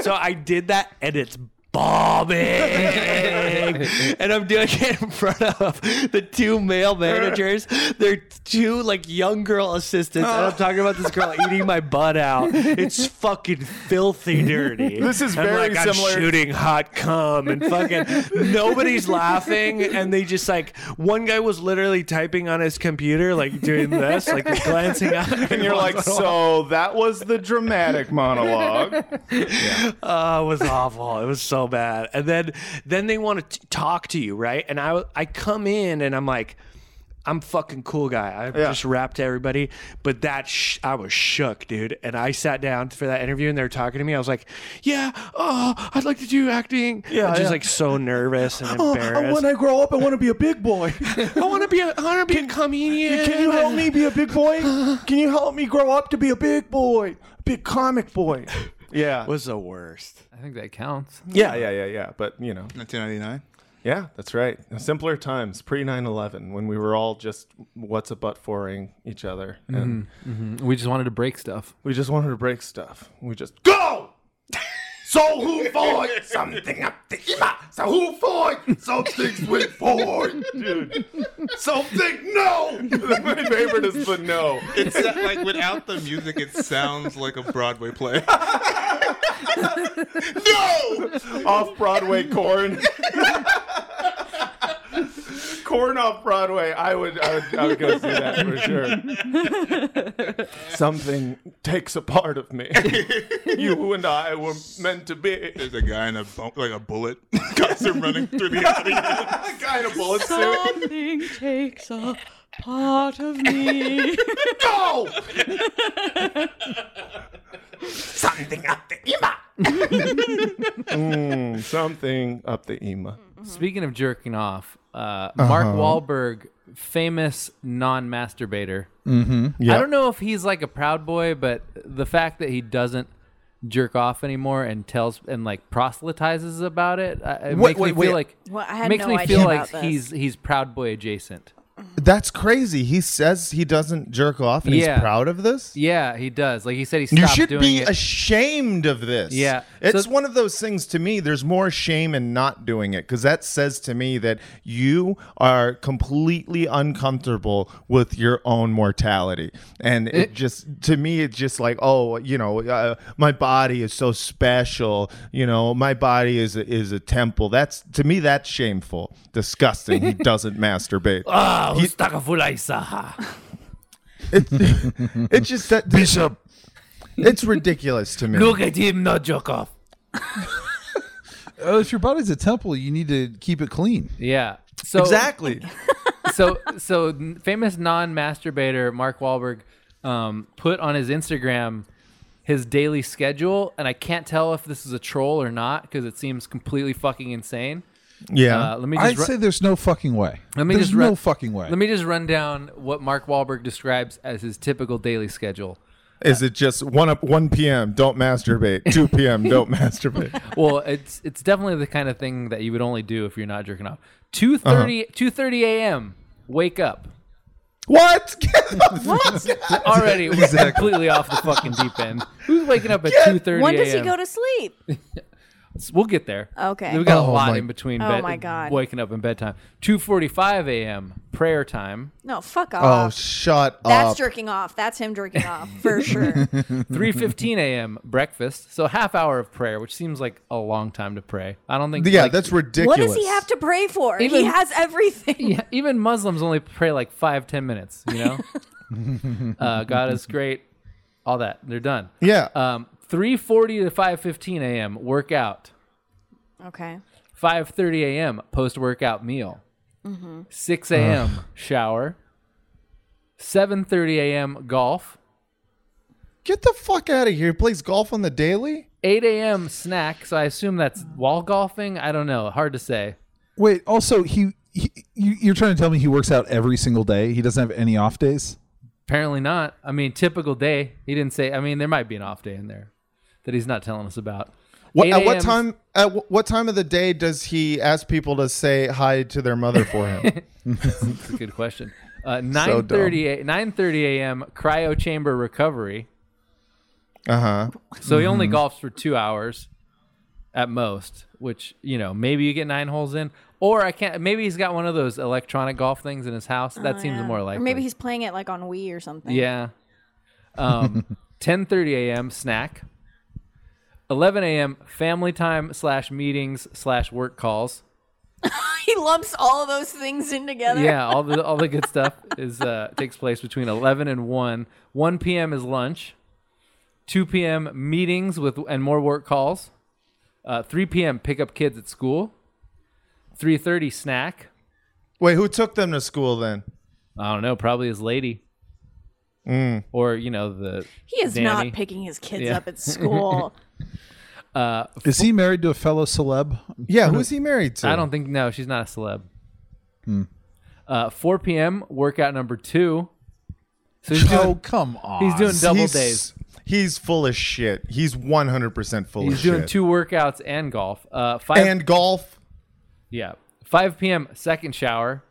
Speaker 3: So I did that, and it's bombing. and I'm doing it in front of the two male managers. They're two like young girl assistants, and I'm talking about this girl eating my butt out. It's fucking filthy dirty.
Speaker 6: This is
Speaker 3: I'm
Speaker 6: very
Speaker 3: like,
Speaker 6: similar-
Speaker 3: I'm shooting hot cum and fucking nobody's laughing, and they just like one guy was literally typing on his computer, like doing this, like glancing up.
Speaker 6: And you're like, so Oh, that was the dramatic monologue.
Speaker 3: Oh, it was awful. It was so bad. And then then they want to talk to you, right? And I I come in and I'm like, I'm fucking cool guy. I just rapped to everybody, but that sh- I was shook, dude. And I sat down for that interview, and they were talking to me. I was like, "Yeah, oh, I'd like to do acting."
Speaker 6: Yeah,
Speaker 3: just
Speaker 6: yeah.
Speaker 3: like so nervous and
Speaker 6: Oh,
Speaker 3: embarrassed.
Speaker 6: and when I grow up, I want to be a big boy.
Speaker 3: I want to be a, I want to be a comedian.
Speaker 6: Can you help me be a big boy? Can you help me grow up to be a big boy, big comic boy? Yeah,
Speaker 3: was the worst.
Speaker 1: I think that counts.
Speaker 6: Yeah, yeah, yeah, yeah. But you know,
Speaker 33: 1999.
Speaker 6: Yeah, that's right. Simpler times, pre 9/11, when we were all just what's a butt foring each other, and
Speaker 1: Mhm, mhm. We just wanted to break stuff.
Speaker 6: we just wanted to break stuff. We just go.
Speaker 10: So who fought something up the ima? So who fought something with forward?
Speaker 6: Dude.
Speaker 10: Something no.
Speaker 6: My favorite is the no.
Speaker 2: It's like without the music, it sounds like a Broadway play.
Speaker 6: no off Broadway corn. corn off Broadway. I would, I would, I would go see that for sure. Something takes a part of me. you and I were meant to be.
Speaker 2: There's a guy in a bu- like a bullet costume running through the audience.
Speaker 6: a guy in a bullet suit.
Speaker 23: Something takes a part of me.
Speaker 10: No. something up the ima.
Speaker 6: Mm, something up the ema.
Speaker 7: Mm-hmm.
Speaker 1: Speaking of jerking off, uh,
Speaker 6: Uh-huh.
Speaker 1: Mark Wahlberg, famous non-masturbator.
Speaker 34: Mhm,
Speaker 1: I
Speaker 6: Mm-hmm.
Speaker 34: yeah.
Speaker 1: don't know if he's like a proud boy, but the fact that he doesn't jerk off anymore and tells and like proselytizes about it. I, it
Speaker 6: Wait,
Speaker 1: makes
Speaker 6: wait,
Speaker 1: me feel
Speaker 6: wait.
Speaker 1: like
Speaker 7: Well, I had
Speaker 1: makes
Speaker 7: no
Speaker 1: me
Speaker 7: idea
Speaker 1: feel like
Speaker 7: about this.
Speaker 1: he's he's proud boy adjacent.
Speaker 6: That's crazy. He says he doesn't jerk off and
Speaker 1: Yeah.
Speaker 6: he's proud of this.
Speaker 1: Yeah, he does. Like he said, he stopped
Speaker 6: You should
Speaker 1: doing
Speaker 6: be
Speaker 1: it.
Speaker 6: ashamed of this.
Speaker 1: Yeah.
Speaker 6: It's
Speaker 1: So-
Speaker 6: one of those things to me. There's more shame in not doing it because that says to me that you are completely uncomfortable with your own mortality. And it, just, to me, it's just like, oh, you know, uh, my body is so special. You know, my body is a, is a temple. That's, to me, that's shameful. Disgusting. He doesn't masturbate.
Speaker 1: Ah, Ustakafulaisa.
Speaker 6: It's just that Bishop. It's ridiculous to me.
Speaker 1: him, not jerk off.
Speaker 13: Uh, if your body's a temple, you need to keep it clean.
Speaker 1: Yeah. So
Speaker 13: Exactly.
Speaker 1: so so n- famous non-masturbator Mark Wahlberg um, put on his Instagram his daily schedule, and I can't tell if this is a troll or not because it seems completely fucking insane. Uh, let me. Just
Speaker 13: I'd
Speaker 1: ru-
Speaker 13: say there's no fucking way.
Speaker 1: Let me
Speaker 13: there's
Speaker 1: just
Speaker 13: no
Speaker 1: run,
Speaker 13: fucking way.
Speaker 1: Let me just run down what Mark Wahlberg describes as his typical daily schedule.
Speaker 6: Is it just one up one p.m. Don't masturbate. Two p.m. Um, Don't masturbate.
Speaker 1: well, it's it's definitely the kind of thing that you would only do if you're not jerking off.
Speaker 6: Uh-huh.
Speaker 1: 2.30 2:30 a.m. Wake up.
Speaker 6: What?
Speaker 1: Already we're
Speaker 3: Exactly.
Speaker 1: completely off the fucking deep end. Who's waking up at two thirty?
Speaker 28: When does he go to sleep?
Speaker 1: We'll get there.
Speaker 28: Okay.
Speaker 1: We've got a
Speaker 28: Oh
Speaker 1: lot
Speaker 28: my-
Speaker 1: in between.
Speaker 28: Oh
Speaker 1: bed-
Speaker 28: my God.
Speaker 1: Waking up in bedtime. Two forty-five a.m. Prayer time.
Speaker 28: No, fuck off.
Speaker 6: Oh, shut
Speaker 28: That's jerking off. That's him jerking off for sure.
Speaker 1: 3:15 a.m. breakfast. So half hour of prayer, which seems like a long time to pray. I don't think.
Speaker 6: Yeah,
Speaker 1: like-
Speaker 6: that's ridiculous.
Speaker 28: What does he have to pray for?
Speaker 1: Even-
Speaker 28: he has everything.
Speaker 1: Yeah, even Muslims only pray like five, ten minutes. You know, uh, God is great. All that they're done.
Speaker 6: Yeah.
Speaker 1: Um, 3:40 to 5:15 a.m. workout.
Speaker 28: Okay.
Speaker 1: 5:30 a.m. post workout meal.
Speaker 28: hmm
Speaker 1: 6 a.m. shower. 7:30 a.m. golf.
Speaker 6: Get the fuck out of here. He plays golf on the daily.
Speaker 1: 8 a.m. snack. So I assume that's wall golfing. I don't know. Hard to say.
Speaker 13: Wait. Also, he, he you, you're trying to tell me he works out every single day. He doesn't have any off days.
Speaker 1: Apparently not. I mean, typical day. He didn't say. I mean, there might be an off day in there that he's not telling us about.
Speaker 6: What,
Speaker 1: 8
Speaker 6: at what
Speaker 1: a.m.
Speaker 6: time? At wh- what time of the day does he ask people to say hi to their mother for him?
Speaker 1: That's a good question. Uh, 9:30 a- 9:30 a.m. cryo chamber recovery.
Speaker 6: Uh huh.
Speaker 1: So he
Speaker 7: Mm-hmm.
Speaker 1: only golfs for two hours at most, which, you know, maybe you get nine holes in. Or I can't, maybe he's got one of those electronic golf things in his house. That seems more
Speaker 28: Oh, Or
Speaker 1: likely.
Speaker 28: maybe he's playing it like on Wii or something.
Speaker 1: Yeah. Um, 10.30 a.m. snack. 11 a.m. family time slash meetings slash work calls.
Speaker 28: he lumps all those things in together.
Speaker 1: Yeah, all the all the good stuff is uh, takes place between eleven and one. One p.m. is lunch. Two p.m. meetings with and more work calls. Uh, Three p.m. pick up kids at school. Three thirty snack.
Speaker 6: Wait, who took them to school then?
Speaker 1: I don't know. Probably his lady.
Speaker 6: Mm.
Speaker 1: Or you know the
Speaker 28: He is
Speaker 1: nanny.
Speaker 28: not picking his kids
Speaker 1: Yeah.
Speaker 28: up at school.
Speaker 1: Uh,
Speaker 13: Is he married to a fellow celeb?
Speaker 6: Yeah, who is he married
Speaker 1: I don't think no. She's not a celeb.
Speaker 13: Hmm.
Speaker 1: Uh, Four p.m. workout number two. So he's doing,
Speaker 13: Oh, come on.
Speaker 1: He's doing double
Speaker 6: He's-
Speaker 1: days.
Speaker 6: He's full of shit. He's one hundred percent full
Speaker 1: He's
Speaker 6: of
Speaker 1: doing
Speaker 6: shit.
Speaker 1: two workouts and golf. Uh, five
Speaker 6: And golf.
Speaker 1: Yeah, five p.m. second shower,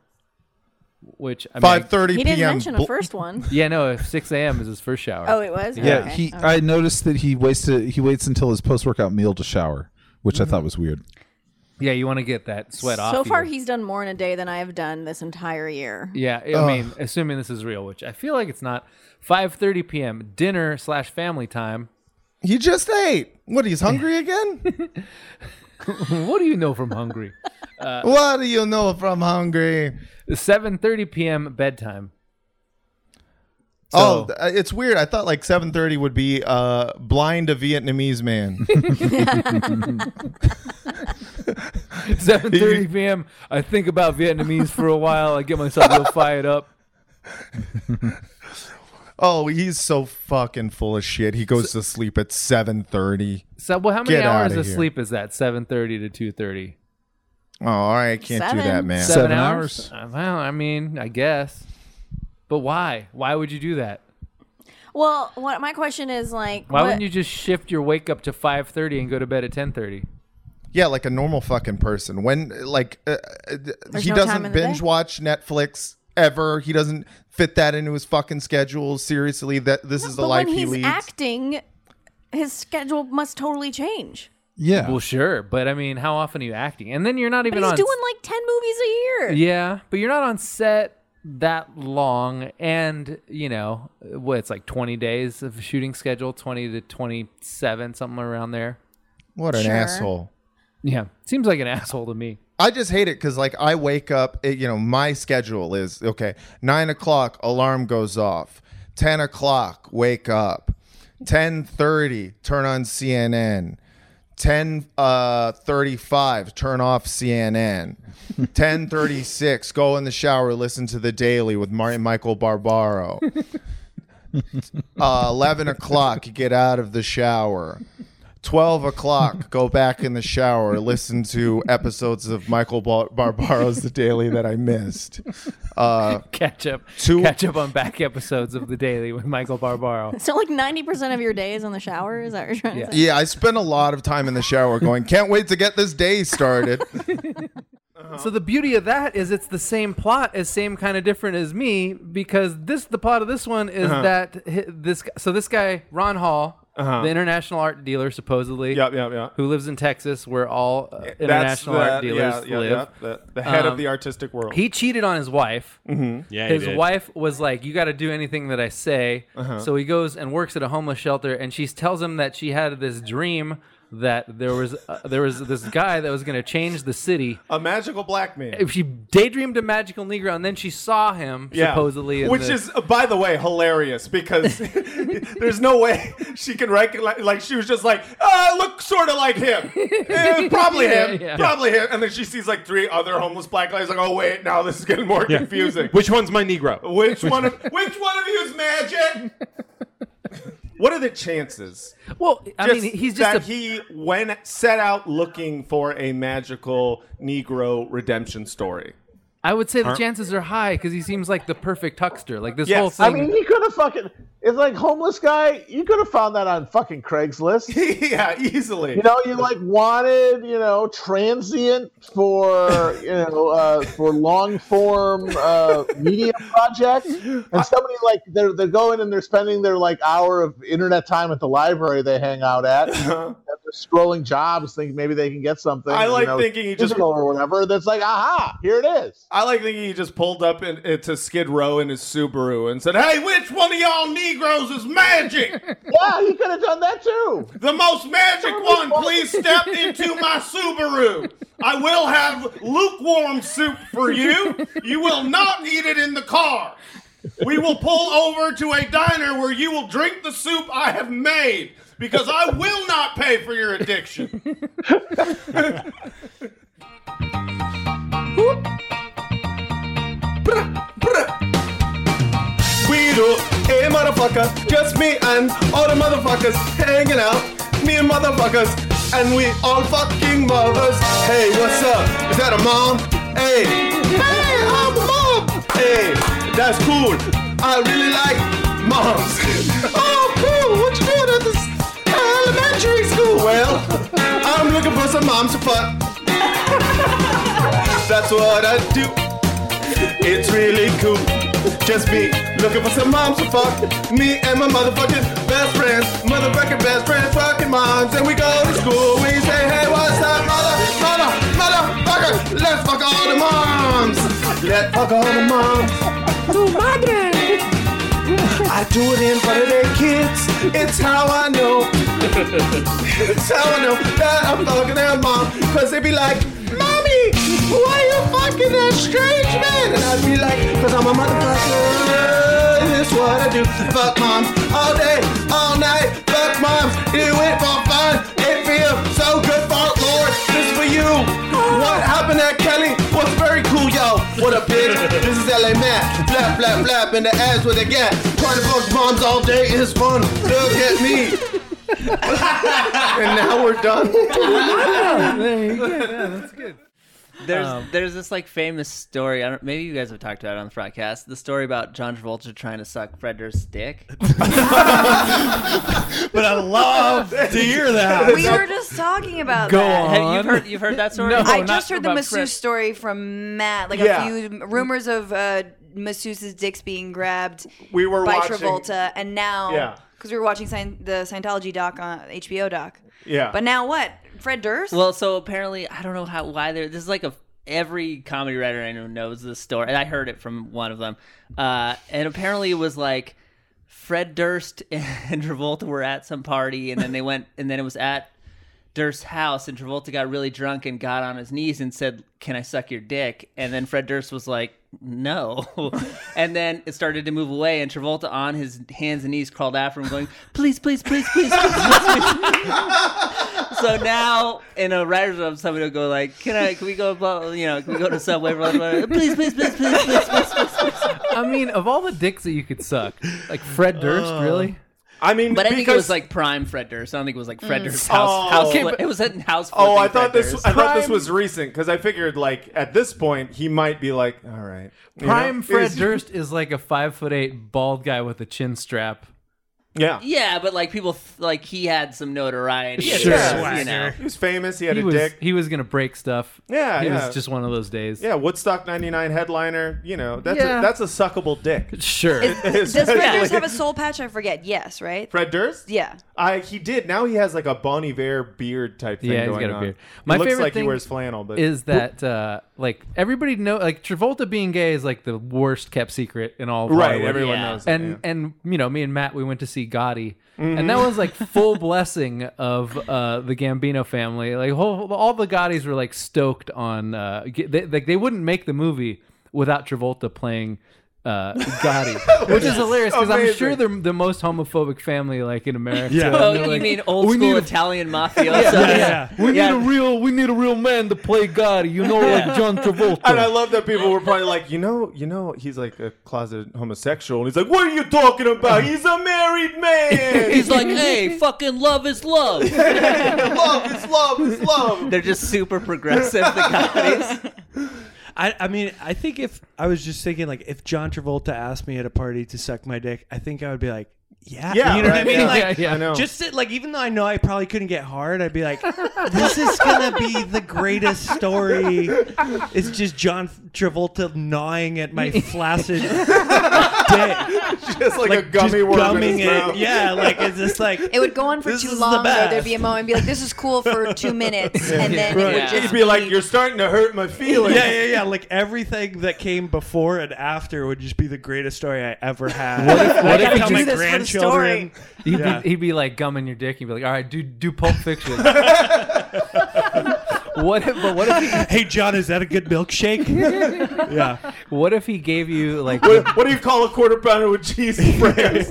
Speaker 1: which I mean,
Speaker 6: Five thirty
Speaker 28: he
Speaker 6: p.m.
Speaker 28: didn't mention the first one.
Speaker 1: Yeah, no, six a.m. is his first shower.
Speaker 28: Oh, it was?
Speaker 13: Yeah,
Speaker 28: Okay.
Speaker 13: he.
Speaker 28: Okay.
Speaker 13: I noticed that he wasted. He waits until his post-workout meal to shower, which
Speaker 1: Mm-hmm.
Speaker 13: I thought was weird.
Speaker 1: Yeah, you want to get that sweat off.
Speaker 28: So
Speaker 1: you.
Speaker 28: far, he's done more in a day than I have done this entire year.
Speaker 1: Yeah, I mean, assuming this is real, which I feel like it's not. Five thirty p.m. dinner slash family time.
Speaker 6: He just ate. What? He's hungry again?
Speaker 1: what do you know from hungry? Uh,
Speaker 6: what do you know from hungry?
Speaker 1: Seven thirty p.m. bedtime.
Speaker 6: oh, th- it's weird. I thought like seven thirty would be uh, blind a Vietnamese man.
Speaker 1: Seven thirty p.m. I think about Vietnamese for a while. I get myself real fired up.
Speaker 6: oh, he's so fucking full of shit. He goes to sleep at seven thirty.
Speaker 1: So, well, how many
Speaker 6: Get
Speaker 1: hours
Speaker 6: outta
Speaker 1: of
Speaker 6: here.
Speaker 1: sleep is that? Seven thirty to two thirty.
Speaker 6: Oh, all right, I can't do that, man.
Speaker 1: Seven, hours. Uh, Well, I mean, I guess. But why? Why would you do that?
Speaker 28: Well, what my question is like,
Speaker 1: Why
Speaker 28: what-
Speaker 1: wouldn't you just shift your wake up to 5:30 and go to bed at 10:30?
Speaker 6: Yeah, like a normal fucking person. When like uh, uh,
Speaker 1: There's
Speaker 6: he
Speaker 1: no time in
Speaker 6: doesn't
Speaker 1: the
Speaker 6: binge
Speaker 1: day.
Speaker 6: watch Netflix ever. He doesn't fit that into his fucking schedule. Seriously, that this is the
Speaker 28: but
Speaker 6: life
Speaker 28: when
Speaker 6: he
Speaker 28: he's
Speaker 6: leads.
Speaker 28: acting, his schedule must totally change.
Speaker 6: Yeah.
Speaker 1: Well, sure, but I mean, how often are you acting? And then you're not
Speaker 28: But
Speaker 1: even
Speaker 28: he's
Speaker 1: on.
Speaker 28: doing like ten movies a year.
Speaker 1: yeah, but you're not on set that long, and you know what? It's like 20 days of shooting schedule, 20 to 27, something around there.
Speaker 6: What an Sure. asshole.
Speaker 1: Yeah, seems like an asshole to me.
Speaker 6: I just hate it because like I wake up, it, you know, my schedule is okay. Nine o'clock alarm goes off. Ten o'clock wake up. Ten thirty turn on CNN. Ten uh, thirty-five turn off CNN. Ten thirty-six go in the shower, listen to the Daily with Martin Michael Barbaro. uh, 11 o'clock you get out of the shower 12 o'clock go back in the shower listen to episodes of michael Bar- barbaro's the daily that i missed uh,
Speaker 1: Catch up,
Speaker 6: Two-
Speaker 1: catch up on back episodes of the Daily with Michael Barbaro.
Speaker 28: So like ninety percent of your day is in the shower. Is that what you're trying to say?
Speaker 6: yeah i spent a lot of time in the shower going can't wait to get this day started
Speaker 3: Uh-huh.
Speaker 1: So the beauty of that is it's the same plot as same kind of different as me because this the plot of this one is
Speaker 3: Uh-huh.
Speaker 1: that hi- this so this guy Ron Hall
Speaker 3: Uh-huh.
Speaker 1: the international art dealer supposedly yep,
Speaker 2: yep, yep.
Speaker 1: who lives in Texas where all uh,
Speaker 3: That's
Speaker 1: international
Speaker 3: the-
Speaker 1: art dealers
Speaker 3: yeah, yeah,
Speaker 1: live Um,
Speaker 3: yeah, the- the head of the artistic world.
Speaker 1: he cheated on his wife
Speaker 3: Mhm. Yeah, he
Speaker 1: his
Speaker 3: did.
Speaker 1: wife was like you got to do anything that I say
Speaker 3: Uh-huh.
Speaker 1: so he goes and works at a homeless shelter and she tells him that she had this dream that there was uh, there was this guy that was going to change the city
Speaker 2: A magical black man.
Speaker 1: if she daydreamed a magical negro and then she saw him supposedly in
Speaker 2: which
Speaker 1: the-
Speaker 2: is uh, by the way hilarious because there's no way she can recognize like she was just like uh look sort of like him Eh, probably him
Speaker 3: Yeah, yeah.
Speaker 2: probably him and then she sees like three other homeless black guys like oh wait now this is getting more
Speaker 3: Yeah.
Speaker 2: confusing
Speaker 3: Which one's my Negro?
Speaker 2: which one of which one of you is magic what are the chances
Speaker 1: well I mean, he's just
Speaker 2: that
Speaker 1: a-
Speaker 2: he when set out looking for a magical negro redemption story
Speaker 1: i would say the
Speaker 2: Aren't-
Speaker 1: chances are high because he seems like the perfect huckster like this
Speaker 2: Yes.
Speaker 1: whole
Speaker 2: I
Speaker 1: thing
Speaker 14: I mean, you could have fucking. It's like homeless guy. You could have found that on fucking Craigslist.
Speaker 2: yeah, easily.
Speaker 14: You know, you like wanted, you know, transient for you know uh, for long form uh, media projects, and somebody like they're they're going and they're spending their like hour of internet time at the library they hang out at, and they're scrolling jobs, thinking maybe they can get something.
Speaker 2: Uh-huh. I
Speaker 14: you
Speaker 2: like
Speaker 14: know,
Speaker 2: thinking he just-
Speaker 14: digital or whatever. That's like, aha, here it is.
Speaker 2: Ah! I like thinking he just pulled up in, into Skid Row in his Subaru and said, "Hey, which one of y'all Negroes is magic?"
Speaker 14: yeah, he could have done that too.
Speaker 2: The most magic one, please step into my Subaru. I will have lukewarm soup for you. You will not eat it in the car. We will pull over to a diner where you will drink the soup I have made because I will not pay for your addiction.
Speaker 10: We do, hey motherfucker, just me and all the motherfuckers hanging out, me and motherfuckers, and we all fucking mothers. Hey, what's up? Is that a mom? Hey, hey, I'm a mom. Hey, that's cool. I really like moms. oh, cool. What you doing at this elementary school? Well, I'm looking for some moms to fuck. that's what I do. It's really cool. Just me looking for some moms to fuck. Me and my motherfucking best friends, motherfucking best friends, fucking moms. And we go to school. We say, hey, what's up, mother, mother, motherfucker? Let's fuck all the moms. Let's fuck all the moms. Tu madre. I do it in front of their kids. It's how I know. it's how I know that I'm fucking their mom. Cause they be like, Mommy, why you fucking that strange man? And I'd be like, cause I'm a motherfucker. It's what I do. Fuck moms all day, all night. Fuck moms. Do it for fun. It feels so good for Lord. This for you. What happened at Kelly was very cool, yo. What a bitch. This is LA Matt. Flap, flap, flap in the ass with a gat. Trying to fuck moms all day is fun. Look at me. and now we're done. There
Speaker 1: you go. Yeah, that's good.
Speaker 7: There's
Speaker 3: um,
Speaker 7: there's this like famous story. I don't. Maybe you guys have talked about it on the broadcast. The story about John Travolta trying to suck Fred Durst's dick.
Speaker 3: but I love to hear that.
Speaker 8: We were just talking about
Speaker 3: Go
Speaker 8: that.
Speaker 3: on.
Speaker 7: Have you heard? You've heard that story?
Speaker 3: No,
Speaker 8: I
Speaker 3: not
Speaker 8: just heard the
Speaker 3: about
Speaker 8: masseuse
Speaker 3: Chris.
Speaker 8: story from Matt. Like
Speaker 7: Yeah.
Speaker 8: a few rumors of uh, masseuse's dicks being grabbed
Speaker 7: We were
Speaker 8: by
Speaker 7: watching-
Speaker 8: Travolta, and now
Speaker 7: Yeah.
Speaker 8: because we were watching Scien- the Scientology doc on HBO doc.
Speaker 7: Yeah.
Speaker 8: But now what? Fred Durst.
Speaker 7: Well, so apparently, I don't know how why there. This is like a every comedy writer I know knows this story, and I heard it from one of them. Uh, and apparently, it was like Fred Durst and Travolta were at some party, and then they went, and then it was at Durst's house, and Travolta got really drunk and got on his knees and said, "Can I suck your dick?" And then Fred Durst was like. No, and then it started to move away, and Travolta on his hands and knees crawled after him, going, "Please, please, please, please, please, please, please." so now in a writer's room, somebody will go like, "Can I? Can we go? blah- You know, can we go to Subway?" Blah, blah, blah. Please, please, please, please, please, please, please, please.
Speaker 1: I mean, of all the dicks that you could suck, like Fred Durst, really?
Speaker 6: Uh, I mean,
Speaker 7: But I think it was
Speaker 6: because-
Speaker 7: like prime Fred Durst. I don't think it was like Fred
Speaker 6: Mm.
Speaker 7: Durst's house.
Speaker 6: Oh.
Speaker 7: house
Speaker 6: Okay,
Speaker 7: fli-
Speaker 6: but-
Speaker 7: it was in house.
Speaker 6: Oh, I
Speaker 7: flipping
Speaker 6: thought
Speaker 7: Fred
Speaker 6: this.
Speaker 7: Durst.
Speaker 6: I thought this was recent because I figured like at this point he might be like, all right, you know?
Speaker 1: Prime Fred
Speaker 6: Is-
Speaker 1: Durst is like a five foot eight bald guy with a chin strap.
Speaker 6: Yeah.
Speaker 7: Yeah, but like people th- like he had some notoriety.
Speaker 1: Sure.
Speaker 7: You know.
Speaker 6: He was famous. He had a
Speaker 1: was,
Speaker 6: dick.
Speaker 1: He was gonna break stuff.
Speaker 6: Yeah,
Speaker 1: It
Speaker 6: yeah.
Speaker 1: was just one of those days.
Speaker 6: Yeah, Woodstock '99 headliner. You know, that's
Speaker 8: Yeah.
Speaker 6: a, that's a suckable dick.
Speaker 1: Sure.
Speaker 8: Does Fred Durst have a soul patch? I forget. Yes, right.
Speaker 6: Fred Durst?
Speaker 8: Yeah.
Speaker 6: I he did. Now he has like a Bon Iver beard type thing
Speaker 1: yeah, he's
Speaker 6: going
Speaker 1: got a
Speaker 6: on.
Speaker 1: beard.
Speaker 6: It
Speaker 1: My
Speaker 6: looks
Speaker 1: favorite
Speaker 6: like
Speaker 1: thing
Speaker 6: he wears flannel, but
Speaker 1: is that uh, like everybody know like Travolta being gay is like the worst kept secret in all of
Speaker 6: Right,
Speaker 1: Hollywood.
Speaker 6: everyone Yeah. knows that,
Speaker 1: And and you know, me and Matt we went to see Gotti,
Speaker 6: Mhm.
Speaker 1: and that was like full blessing of uh, the Gambino family. Like whole, all the Gottis were like stoked on uh, ge- they, like they wouldn't make the movie without Travolta playing. Uh, Gotti, which is
Speaker 7: Yes.
Speaker 1: hilarious because I'm
Speaker 7: Amazing.
Speaker 1: sure they're the most homophobic family like in America. And
Speaker 7: Oh,
Speaker 1: they're
Speaker 7: you
Speaker 1: like,
Speaker 7: mean old
Speaker 1: "We
Speaker 7: school
Speaker 1: need a
Speaker 7: Italian mafioso?
Speaker 1: we need a real, we need a real man to play God. You know, like John Travolta.
Speaker 6: And I love that people were probably like, you know, you know, he's like a closet homosexual, and he's like, what are you talking about? Oh, He's a married man.
Speaker 7: He's like, hey, fucking love is love.
Speaker 6: love is love is love.
Speaker 7: They're just super progressive. The comedies.
Speaker 3: I, I mean, I think if I was just thinking, like, if John Travolta asked me at a party to suck my dick, I think I would be like, yeah,
Speaker 6: Yeah,
Speaker 3: you know
Speaker 6: right,
Speaker 3: what I mean?
Speaker 6: yeah.
Speaker 3: Like,
Speaker 6: Yeah, yeah. I know.
Speaker 3: just sit, like, even though I know I probably couldn't get hard, I'd be like, this is gonna be the greatest story. It's just John Travolta gnawing at my flaccid
Speaker 6: just like, a gummy
Speaker 3: just
Speaker 6: worm in
Speaker 3: gumming
Speaker 6: his
Speaker 3: it.
Speaker 6: mouth.
Speaker 3: Yeah, like it's just like
Speaker 8: It would go on for
Speaker 3: This
Speaker 8: too
Speaker 3: is the
Speaker 8: long. so
Speaker 3: best.
Speaker 8: there'd be a moment and be like, "This is cool for two minutes," and then it would
Speaker 3: Right.
Speaker 8: just
Speaker 3: It'd
Speaker 6: be like, you're starting to hurt my feelings.
Speaker 3: Yeah, yeah, yeah. Like everything that came before and after would just be the greatest story I ever had.
Speaker 1: What if,
Speaker 3: I
Speaker 1: what
Speaker 3: gotta
Speaker 1: if he
Speaker 3: tell
Speaker 1: just-
Speaker 3: my grandchildren?
Speaker 1: He'd,
Speaker 3: Yeah.
Speaker 1: be, he'd be like gumming your dick. He'd be like, "All right, do do Pulp Fiction." what if? But what if? He,
Speaker 3: hey, John, is that a good milkshake? yeah.
Speaker 1: What if he gave you like?
Speaker 6: What, what do you call a quarter pounder with cheese and fries?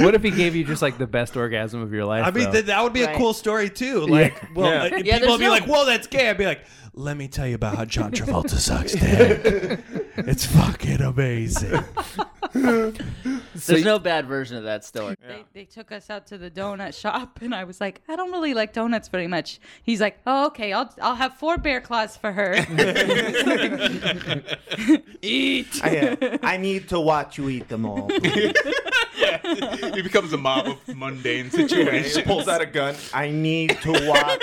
Speaker 1: what if he gave you just like the best orgasm of your life?
Speaker 3: I mean,
Speaker 1: though?
Speaker 3: th- that would be a
Speaker 1: Right.
Speaker 3: cool story too.
Speaker 1: Yeah.
Speaker 3: Like, well,
Speaker 1: Yeah.
Speaker 3: like,
Speaker 1: Yeah,
Speaker 3: people
Speaker 1: there's
Speaker 3: would be
Speaker 1: no-
Speaker 3: like, "Whoa, that's gay." I'd be like, "Let me tell you about how John Travolta sucks dick. it's fucking amazing."
Speaker 7: There's no bad version of that
Speaker 2: Oh,
Speaker 7: story.
Speaker 23: They, they took us out to the donut shop, and I was like, I don't really like donuts very much. He's like, Oh, okay, I'll I'll have four bear claws for her.
Speaker 15: Eat. uh,
Speaker 2: I need to watch you eat them all.
Speaker 10: He becomes a mob of mundane situations.
Speaker 2: He pulls out
Speaker 6: a gun.
Speaker 2: I need to watch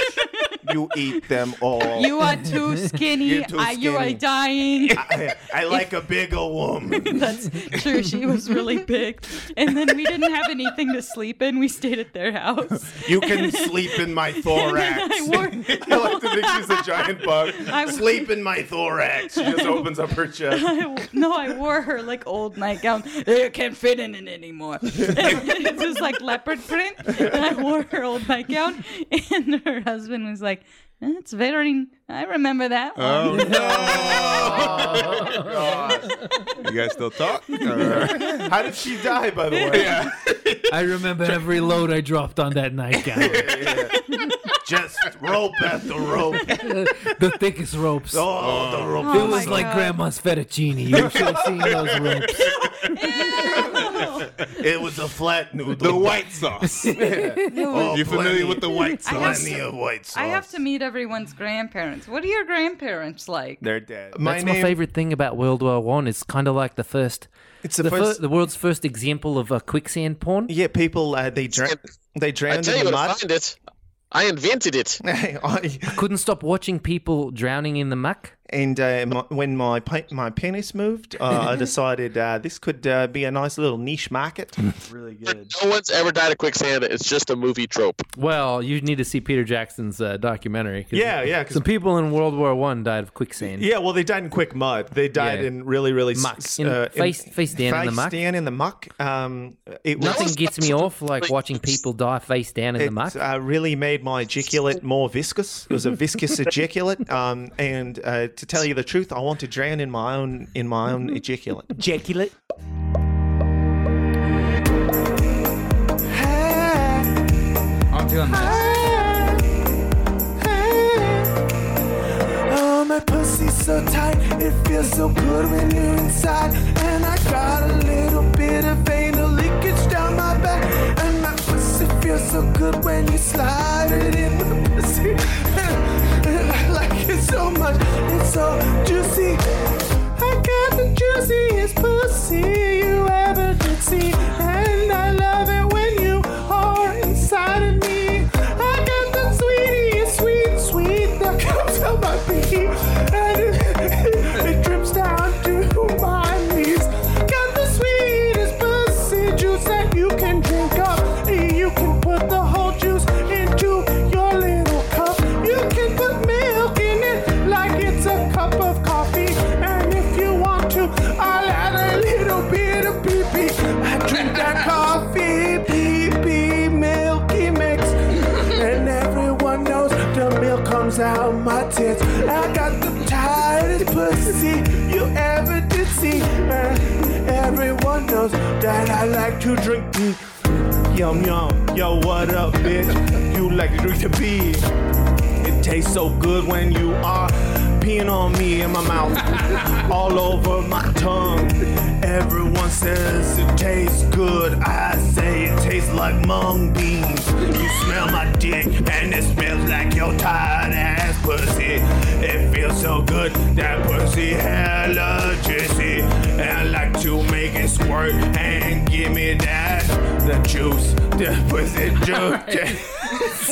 Speaker 2: you eat them all.
Speaker 23: you are too skinny.
Speaker 2: You're too
Speaker 23: I- you are
Speaker 2: skinny.
Speaker 23: dying.
Speaker 2: I, I like a bigger woman.
Speaker 23: That's true. She was really big, and then we didn't have anything to sleep in. We stayed at their house.
Speaker 2: You can sleep in my thorax.
Speaker 23: I wore
Speaker 6: I like to think she's a giant bug.
Speaker 23: I-
Speaker 2: sleep in my thorax.
Speaker 6: She just opens up her chest.
Speaker 23: I, no, I wore her like old nightgown. It can't fit in it anymore. it's just like leopard print. And I wore her old nightgown, and her husband was like, "That's very. I remember that one."
Speaker 10: Oh
Speaker 6: Oh.
Speaker 10: no! you guys still talk? Or-
Speaker 6: How did she die, by the way?
Speaker 10: Yeah.
Speaker 1: I remember every load I dropped on that nightgown.
Speaker 2: Just rope after rope.
Speaker 1: the thickest ropes.
Speaker 2: Oh, the rope.
Speaker 1: It was like grandma's fettuccine. You should have seen those ropes.
Speaker 2: It was a flat noodle.
Speaker 15: The white sauce.
Speaker 2: Oh,
Speaker 15: you familiar
Speaker 2: plenty-
Speaker 15: with the white sauce?
Speaker 2: I have Plenty to- of white
Speaker 23: I have to meet everyone's grandparents. What are your grandparents like?
Speaker 15: They're dead.
Speaker 1: That's my favorite thing about World War One. It's kind of like the first. It's
Speaker 6: the
Speaker 1: the, fir-
Speaker 6: first-
Speaker 1: the world's first example of a quicksand porn.
Speaker 6: Yeah, people uh, they drown. They drowned
Speaker 1: tell
Speaker 6: in
Speaker 1: you
Speaker 6: the
Speaker 1: to
Speaker 6: mud.
Speaker 1: find
Speaker 6: it. I invented it.
Speaker 1: I couldn't stop watching people drowning in the muck.
Speaker 6: And uh, my, when my pe- my penis moved, uh, I decided uh, this could uh, be a nice little niche market. really good.
Speaker 11: No one's ever died of quicksand. It's just a movie trope.
Speaker 1: Well, you need to see Peter Jackson's uh, documentary. 'cause
Speaker 6: Yeah, yeah, 'cause-
Speaker 1: Some people in World War One died of quicksand.
Speaker 6: Yeah, well, they died in quick mud. They died
Speaker 1: Yeah.
Speaker 6: in really, really uh,
Speaker 1: Muck. In- face- face down in the muck.
Speaker 6: Face down in the muck. Um, it was-
Speaker 1: Nothing gets me off like watching people die face down in the muck.
Speaker 6: It uh, really made my ejaculate more viscous. It was a viscous ejaculate. Um, and uh, to tell you the truth, I want to drown in my own in my own ejaculate. Ejaculate.
Speaker 24: I'm doing
Speaker 10: Oh, my pussy's so tight, it feels so good when you're inside. And I got a little bit of anal leakage down my back. And my pussy feels so good when you slide it in the pussy. And I like it so much, it's so juicy. I got the juiciest pussy you ever did see. And I love it when you are inside of me. I got the sweetest, sweet, sweet that comes out my pee. And it, it drips down to my knees. Got the sweetest pussy juice that you can drink up. You can put the whole juice into your little cup. You can put milk in it like it's a cup of coffee. And if you want to, I'll add a little bit of pee pee. I drink that coffee, pee pee, milky mix. And everyone knows the milk comes out my tits. I got the tightest pussy you ever did see. And everyone knows that I like to drink pee. Yum yum, yo, what up, bitch? You like to drink the pee. It tastes so good when you are peeing on me in my mouth, all over my tongue. Everyone says it tastes good. I say it tastes like mung beans. You smell my dick, and it smells like your tired ass pussy. It feels so good, that pussy hella juicy. And I like to make it squirt and give me that, the juice, the pussy juice.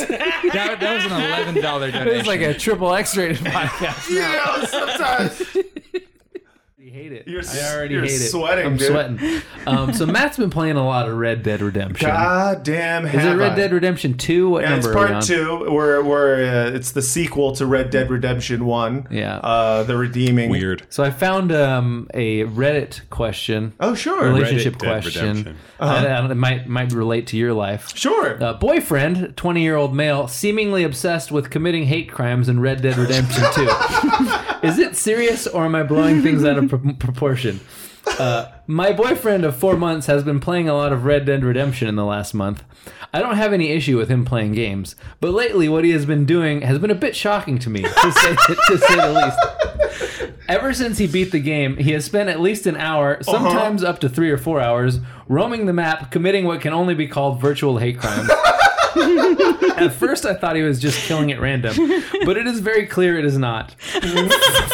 Speaker 24: that, that was an eleven dollar donation.
Speaker 10: It was like a
Speaker 24: triple X rated podcast.
Speaker 10: You know, sometimes.
Speaker 1: you hate it.
Speaker 10: You're,
Speaker 1: I already
Speaker 10: you're
Speaker 1: hate it.
Speaker 10: sweating,
Speaker 1: I'm
Speaker 10: dude.
Speaker 1: sweating. Um, so Matt's been playing a lot of Red Dead Redemption.
Speaker 6: God damn.
Speaker 1: Is it Red Dead Redemption Two? What
Speaker 6: Yeah, it's
Speaker 1: number are we on?
Speaker 6: part two. We're, we're uh, it's the sequel to Red Dead Redemption One.
Speaker 1: Yeah.
Speaker 6: Uh, the redeeming.
Speaker 1: Weird. So I found um, a Reddit question.
Speaker 6: Oh, sure.
Speaker 1: Relationship
Speaker 6: Reddit Dead
Speaker 1: question.
Speaker 6: Redemption.
Speaker 1: I
Speaker 6: Uh-huh.
Speaker 1: don't- It might might relate to your life.
Speaker 6: Sure.
Speaker 1: Uh, boyfriend, twenty year old male, seemingly obsessed with committing hate crimes in Red Dead Redemption Two. Is it serious or am I blowing things out of pro- proportion? Uh, my boyfriend of four months has been playing a lot of Red Dead Redemption in the last month. I don't have any issue with him playing games, but lately what he has been doing has been a bit shocking to me, to say, to say the least. Ever since he beat the game, he has spent at least an hour, sometimes up to three or four hours, roaming the map, committing what can only be called virtual hate crimes. At first, I thought he was just killing at random, but it is very clear it is not.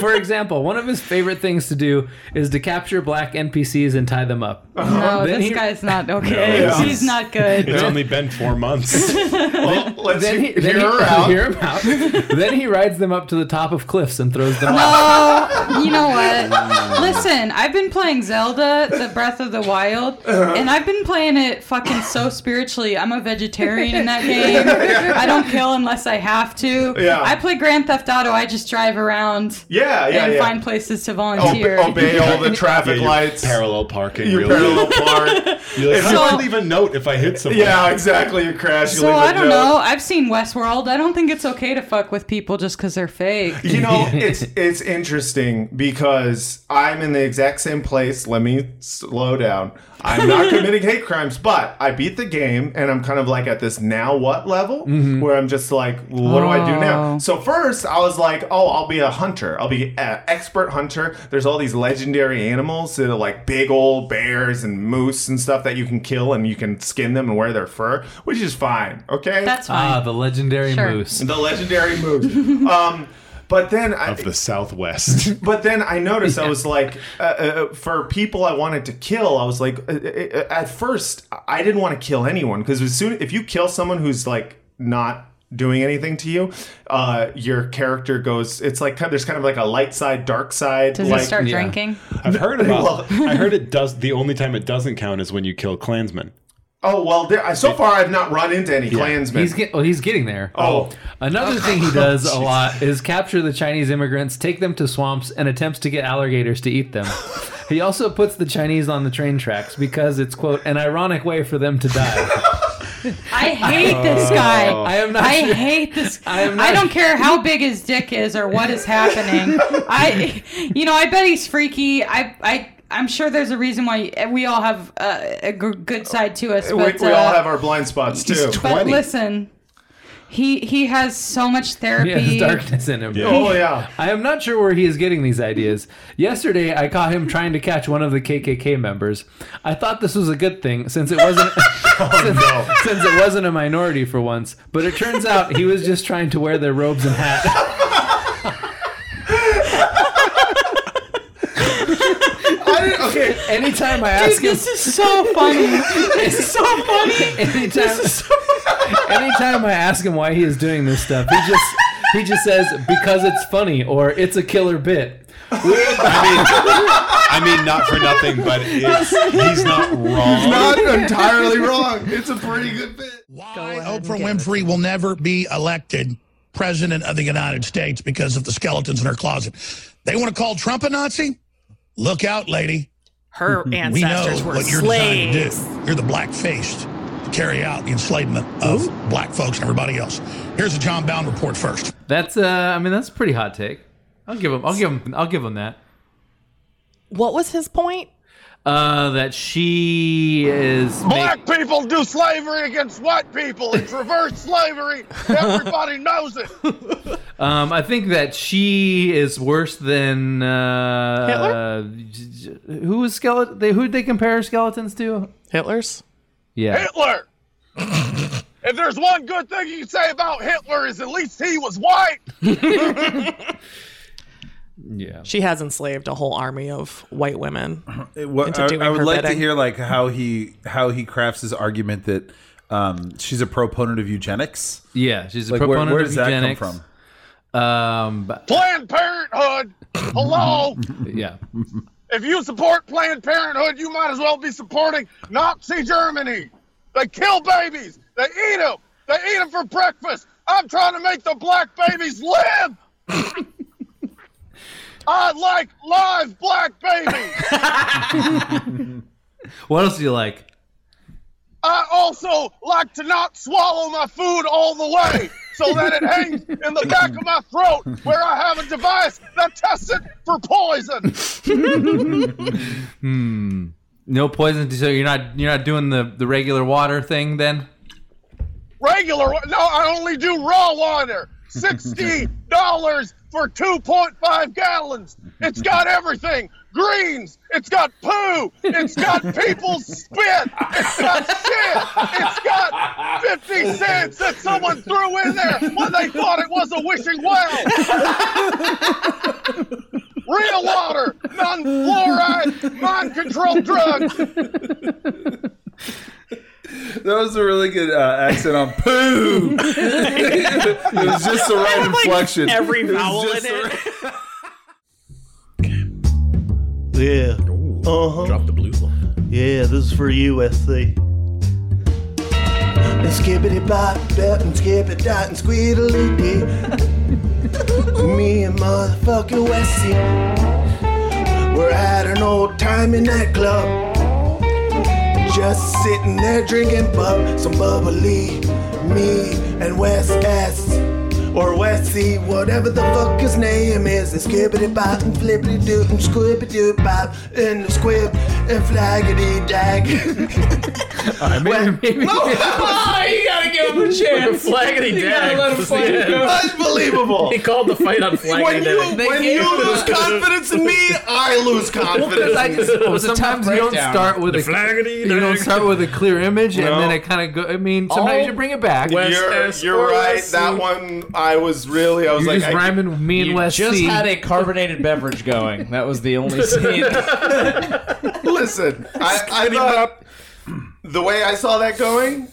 Speaker 1: For example, one of his favorite things to do is to capture black NPCs and tie them up.
Speaker 23: Uh-huh. No,
Speaker 1: Then
Speaker 23: this
Speaker 1: he-
Speaker 23: guy's not okay.
Speaker 1: No.
Speaker 23: He's not good.
Speaker 1: It's only
Speaker 15: been four months.
Speaker 6: well, let's
Speaker 1: he-
Speaker 6: hear
Speaker 1: he-
Speaker 6: her out.
Speaker 1: hear him out. then he rides them up to the top of cliffs and throws them off.
Speaker 23: No, you know what? Listen, I've been playing Zelda: The Breath of the Wild,
Speaker 6: Uh-huh.
Speaker 23: and I've been playing it fucking so spiritually. I'm a vegetarian in that game. I don't kill unless I have to.
Speaker 6: Yeah.
Speaker 23: I play Grand Theft Auto. I just drive around.
Speaker 6: Yeah, yeah,
Speaker 23: and
Speaker 6: yeah.
Speaker 23: find places to volunteer.
Speaker 6: obey all the traffic
Speaker 15: Yeah, you're
Speaker 6: lights.
Speaker 15: Parallel parking.
Speaker 6: You
Speaker 15: really.
Speaker 6: parallel park.
Speaker 15: You're like,
Speaker 6: If
Speaker 15: how do I
Speaker 6: so-
Speaker 15: leave a note if I hit someone?
Speaker 6: Yeah, exactly. You crash. You
Speaker 23: So
Speaker 6: leave a
Speaker 23: I don't
Speaker 6: note.
Speaker 23: know. I've seen Westworld. I don't think it's okay to fuck with people just because they're fake.
Speaker 6: You know, it's it's interesting because I'm in the exact same place. Let me slow down. I'm not committing hate crimes, but I beat the game and I'm kind of like at this now what level where I'm just like, what do I do now?
Speaker 2: Oh.
Speaker 6: So first, I was like, oh, I'll be a hunter. I'll be an expert hunter. There's all these legendary animals that are like big old bears and moose and stuff that you can kill and you can skin them and wear their fur, which is fine. Okay,
Speaker 23: that's
Speaker 1: Ah, the legendary moose.
Speaker 6: the legendary moose. Um, but then I, of the Southwest. But then I noticed I was like, uh, uh, for people I wanted to kill, I was like, uh, uh, uh, at first I didn't want to kill anyone because as soon if you kill someone who's like not doing anything to you, uh, your character goes. It's like kind- there's kind of like a light side, dark side.
Speaker 23: Does
Speaker 6: like,
Speaker 23: he start drinking?
Speaker 35: I've heard
Speaker 6: Well-
Speaker 35: about. I heard it does. The only time it doesn't count is when you kill Klansmen.
Speaker 6: Oh well, there, I- so far I've not run into any Klansmen.
Speaker 1: He's get, well, he's getting there.
Speaker 6: Oh.
Speaker 1: another thing he does a lot is capture the Chinese immigrants, take them to swamps, and attempts to get alligators to eat them. he also puts the Chinese on the train tracks because it's quote an ironic way for them to die.
Speaker 23: I hate this guy.
Speaker 1: I am not
Speaker 23: I
Speaker 1: sure-
Speaker 23: hate this.
Speaker 1: I
Speaker 23: I,
Speaker 1: am not
Speaker 23: don't
Speaker 1: sure-
Speaker 23: care how big his dick is or what is happening. I, you know, I bet he's freaky. I, I, I'm sure there's a reason why we all have uh, a g- good side to us.
Speaker 6: we,
Speaker 23: But,
Speaker 6: we all
Speaker 23: uh,
Speaker 6: have our blind spots too.
Speaker 23: But listen, he he has so much therapy.
Speaker 1: Yeah, there's darkness in him.
Speaker 6: Yeah. Oh, yeah.
Speaker 1: I am not sure where he is getting these ideas. Yesterday, I caught him trying to catch one of the KKK members. I thought this was a good thing since it wasn't
Speaker 35: Oh,
Speaker 1: since, since it wasn't a minority for once. But it turns out he was just trying to wear their robes and hat.
Speaker 6: I didn't, okay.
Speaker 1: Anytime I ask
Speaker 23: Dude,
Speaker 1: him,
Speaker 23: this is so funny. This is so funny.
Speaker 1: Anytime,
Speaker 23: This is
Speaker 1: anytime I ask him why he is doing this stuff, he just he just says because it's funny or it's a killer bit.
Speaker 35: I mean, not for nothing, but it's, he's not wrong.
Speaker 6: He's not entirely wrong. It's a pretty good bit.
Speaker 31: Oprah Winfrey will never be elected president of the United States because of the skeletons in her closet. They want to call Trump a Nazi? Look out, lady.
Speaker 4: Her ancestors
Speaker 31: we know
Speaker 4: were
Speaker 31: what you're designed to do. You're the black faced to carry out the enslavement of black folks and everybody else. Here's a John Bound report first.
Speaker 1: That's uh, I mean that's a pretty hot take. I'll give him. I'll give him. I'll give him that.
Speaker 4: What was his point?
Speaker 1: Uh, that she is.
Speaker 2: Black people do slavery against white people. It's reverse slavery. Everybody knows it.
Speaker 1: Um, I think that she is worse than uh, Hitler. Who is skeleton? They, who'd they compare skeletons to?
Speaker 4: Hitler's.
Speaker 1: Yeah.
Speaker 2: Hitler. if there's one good thing you can say about Hitler is at least he was white.
Speaker 1: Yeah.
Speaker 4: She has enslaved a whole army of white women.
Speaker 13: Uh-huh. It wa-
Speaker 4: into
Speaker 13: I,
Speaker 4: doing
Speaker 13: I would
Speaker 4: her
Speaker 13: like
Speaker 4: bidding.
Speaker 13: to hear like how he how he crafts his argument that um, she's a proponent of eugenics.
Speaker 1: Yeah, she's a
Speaker 13: Like,
Speaker 1: proponent
Speaker 13: where, where
Speaker 1: of
Speaker 13: does
Speaker 1: eugenics.
Speaker 13: that come
Speaker 1: from? Um, but-
Speaker 2: Planned Parenthood. Hello.
Speaker 1: yeah.
Speaker 2: If you support Planned Parenthood, you might as well be supporting Nazi Germany. They kill babies. They eat them. They eat them for breakfast. I'm trying to make the black babies live. I like live black babies.
Speaker 1: What else do you like?
Speaker 2: I also like to not swallow my food all the way so that it hangs in the back of my throat where I have a device that tests it for poison.
Speaker 1: Hmm. No poison. So you're not you're not doing the the regular water thing then?
Speaker 2: regular wa- no i only do raw water $60 for 2.5 gallons it's got everything greens it's got poo it's got people's spit it's got shit it's got 50 cents that someone threw in there when they thought it was a wishing well real water non-fluoride mind-controlled drugs
Speaker 13: from? That was a really good uh, accent on poo. it was just the right inflection.
Speaker 2: every
Speaker 13: was
Speaker 2: vowel in
Speaker 13: just the
Speaker 2: it.
Speaker 13: right-
Speaker 10: Yeah. Uh huh. Drop the blue one. Yeah, this is for you, SC. And skippity bop, bop, and skip it dot, and squiddly dee. Me and motherfucking Westy. We're at an old timey nightclub. Just sitting there drinking bub, some bubbly. Me and Wes S.
Speaker 36: or Westy, whatever the fuck his name is. And skibbity bop and flippity doop and squibbity doop bop and the squib and flaggity dag.
Speaker 31: No, Oh, you gotta give him a chance.
Speaker 36: Flaggity
Speaker 31: You gotta
Speaker 36: Dag
Speaker 31: let him
Speaker 36: was
Speaker 31: fight
Speaker 36: the
Speaker 31: it
Speaker 36: end.
Speaker 31: out.
Speaker 6: Unbelievable.
Speaker 31: He called the fight on
Speaker 6: When
Speaker 31: Flaggity
Speaker 6: you,
Speaker 31: Dag. They
Speaker 6: when
Speaker 31: gave
Speaker 6: you
Speaker 31: him-
Speaker 6: lose confidence in me, I lose confidence.
Speaker 1: Well, sometimes you don't start with a you don't start with a clear image, and
Speaker 6: No.
Speaker 1: then it kind of go. I mean, sometimes
Speaker 6: All
Speaker 1: you bring it back.
Speaker 6: You're, you're right. That one, I was really, I was
Speaker 1: You're
Speaker 6: like,
Speaker 1: just
Speaker 6: I-
Speaker 1: rhyming with me and
Speaker 24: You
Speaker 1: West
Speaker 24: just
Speaker 1: C.
Speaker 24: had a carbonated beverage going. That was the only scene.
Speaker 6: Listen, I, I thought the way I saw that going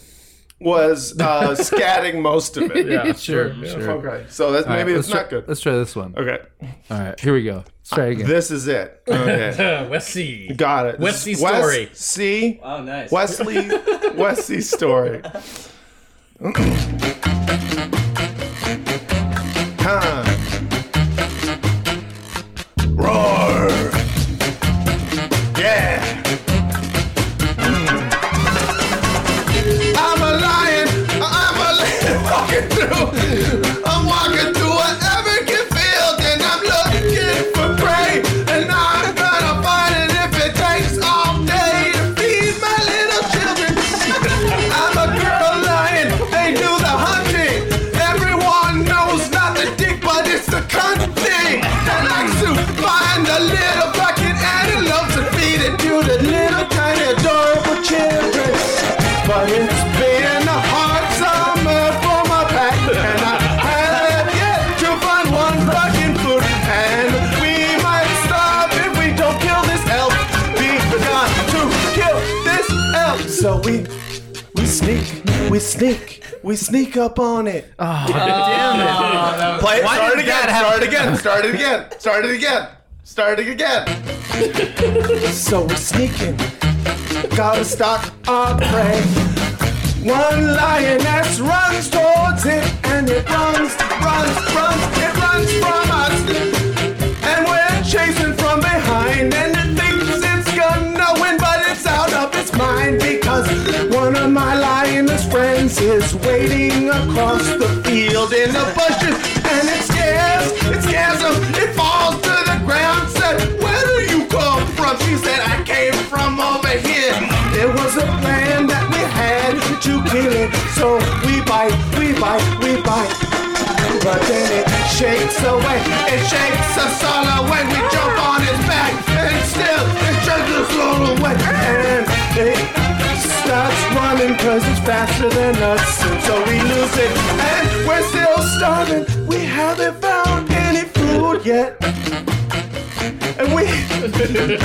Speaker 6: was uh, scatting most of it.
Speaker 1: Yeah, sure, sure.
Speaker 6: Okay, so that's
Speaker 1: All right,
Speaker 6: maybe
Speaker 1: let's
Speaker 6: it's not
Speaker 1: try-
Speaker 6: good.
Speaker 1: Let's try this one.
Speaker 6: Okay. Uh,
Speaker 1: All right, here we go. Let's try again.
Speaker 6: This is it. Okay.
Speaker 2: West C.
Speaker 6: Got it.
Speaker 2: West C
Speaker 6: This is West
Speaker 2: story.
Speaker 6: C.
Speaker 2: Oh, nice.
Speaker 6: Wesley. West C story. huh.
Speaker 31: Roar! Yeah!
Speaker 6: I'm a lion. I'm a lion walking through. I'm walking through an American field and I'm looking for prey. And I'm gonna find it if it takes all day to feed my little children. I'm a girl lion. They do the hunting. Everyone knows not the dick, but it's the cunt thing that likes to find the little bucket and it loves to feed it to the little tiny adorable children. But it's been a hard summer for my pack, and I haven't yet to find one fucking food. And we might starve if we don't kill this elf. We've got to kill this elf.
Speaker 10: So we we sneak, we sneak, we sneak up on it. Oh,
Speaker 6: damn it. Play it, start it again, start it again, start it again, start it again, start it again.
Speaker 10: So we're sneaking. Gotta stalk our prey. One lioness runs towards it, and it runs, runs, runs, it runs from us.
Speaker 6: And we're chasing from behind, and it thinks it's gonna win, but it's out of its mind because
Speaker 10: One of my lioness friends is waiting across the field in the bushes, and
Speaker 6: it scares, it scares him, it falls to the ground. Said, Where do you come from? She said, I came from over here.
Speaker 10: It was a plan that we had to kill it, so we bite, we bite, we bite. But then it shakes away,
Speaker 6: It shakes us all away. We jump on its back, and still it shakes us all away.
Speaker 10: and it starts running cause it's faster than us, and so we lose it. And we're still starving, we haven't found any food yet. And we,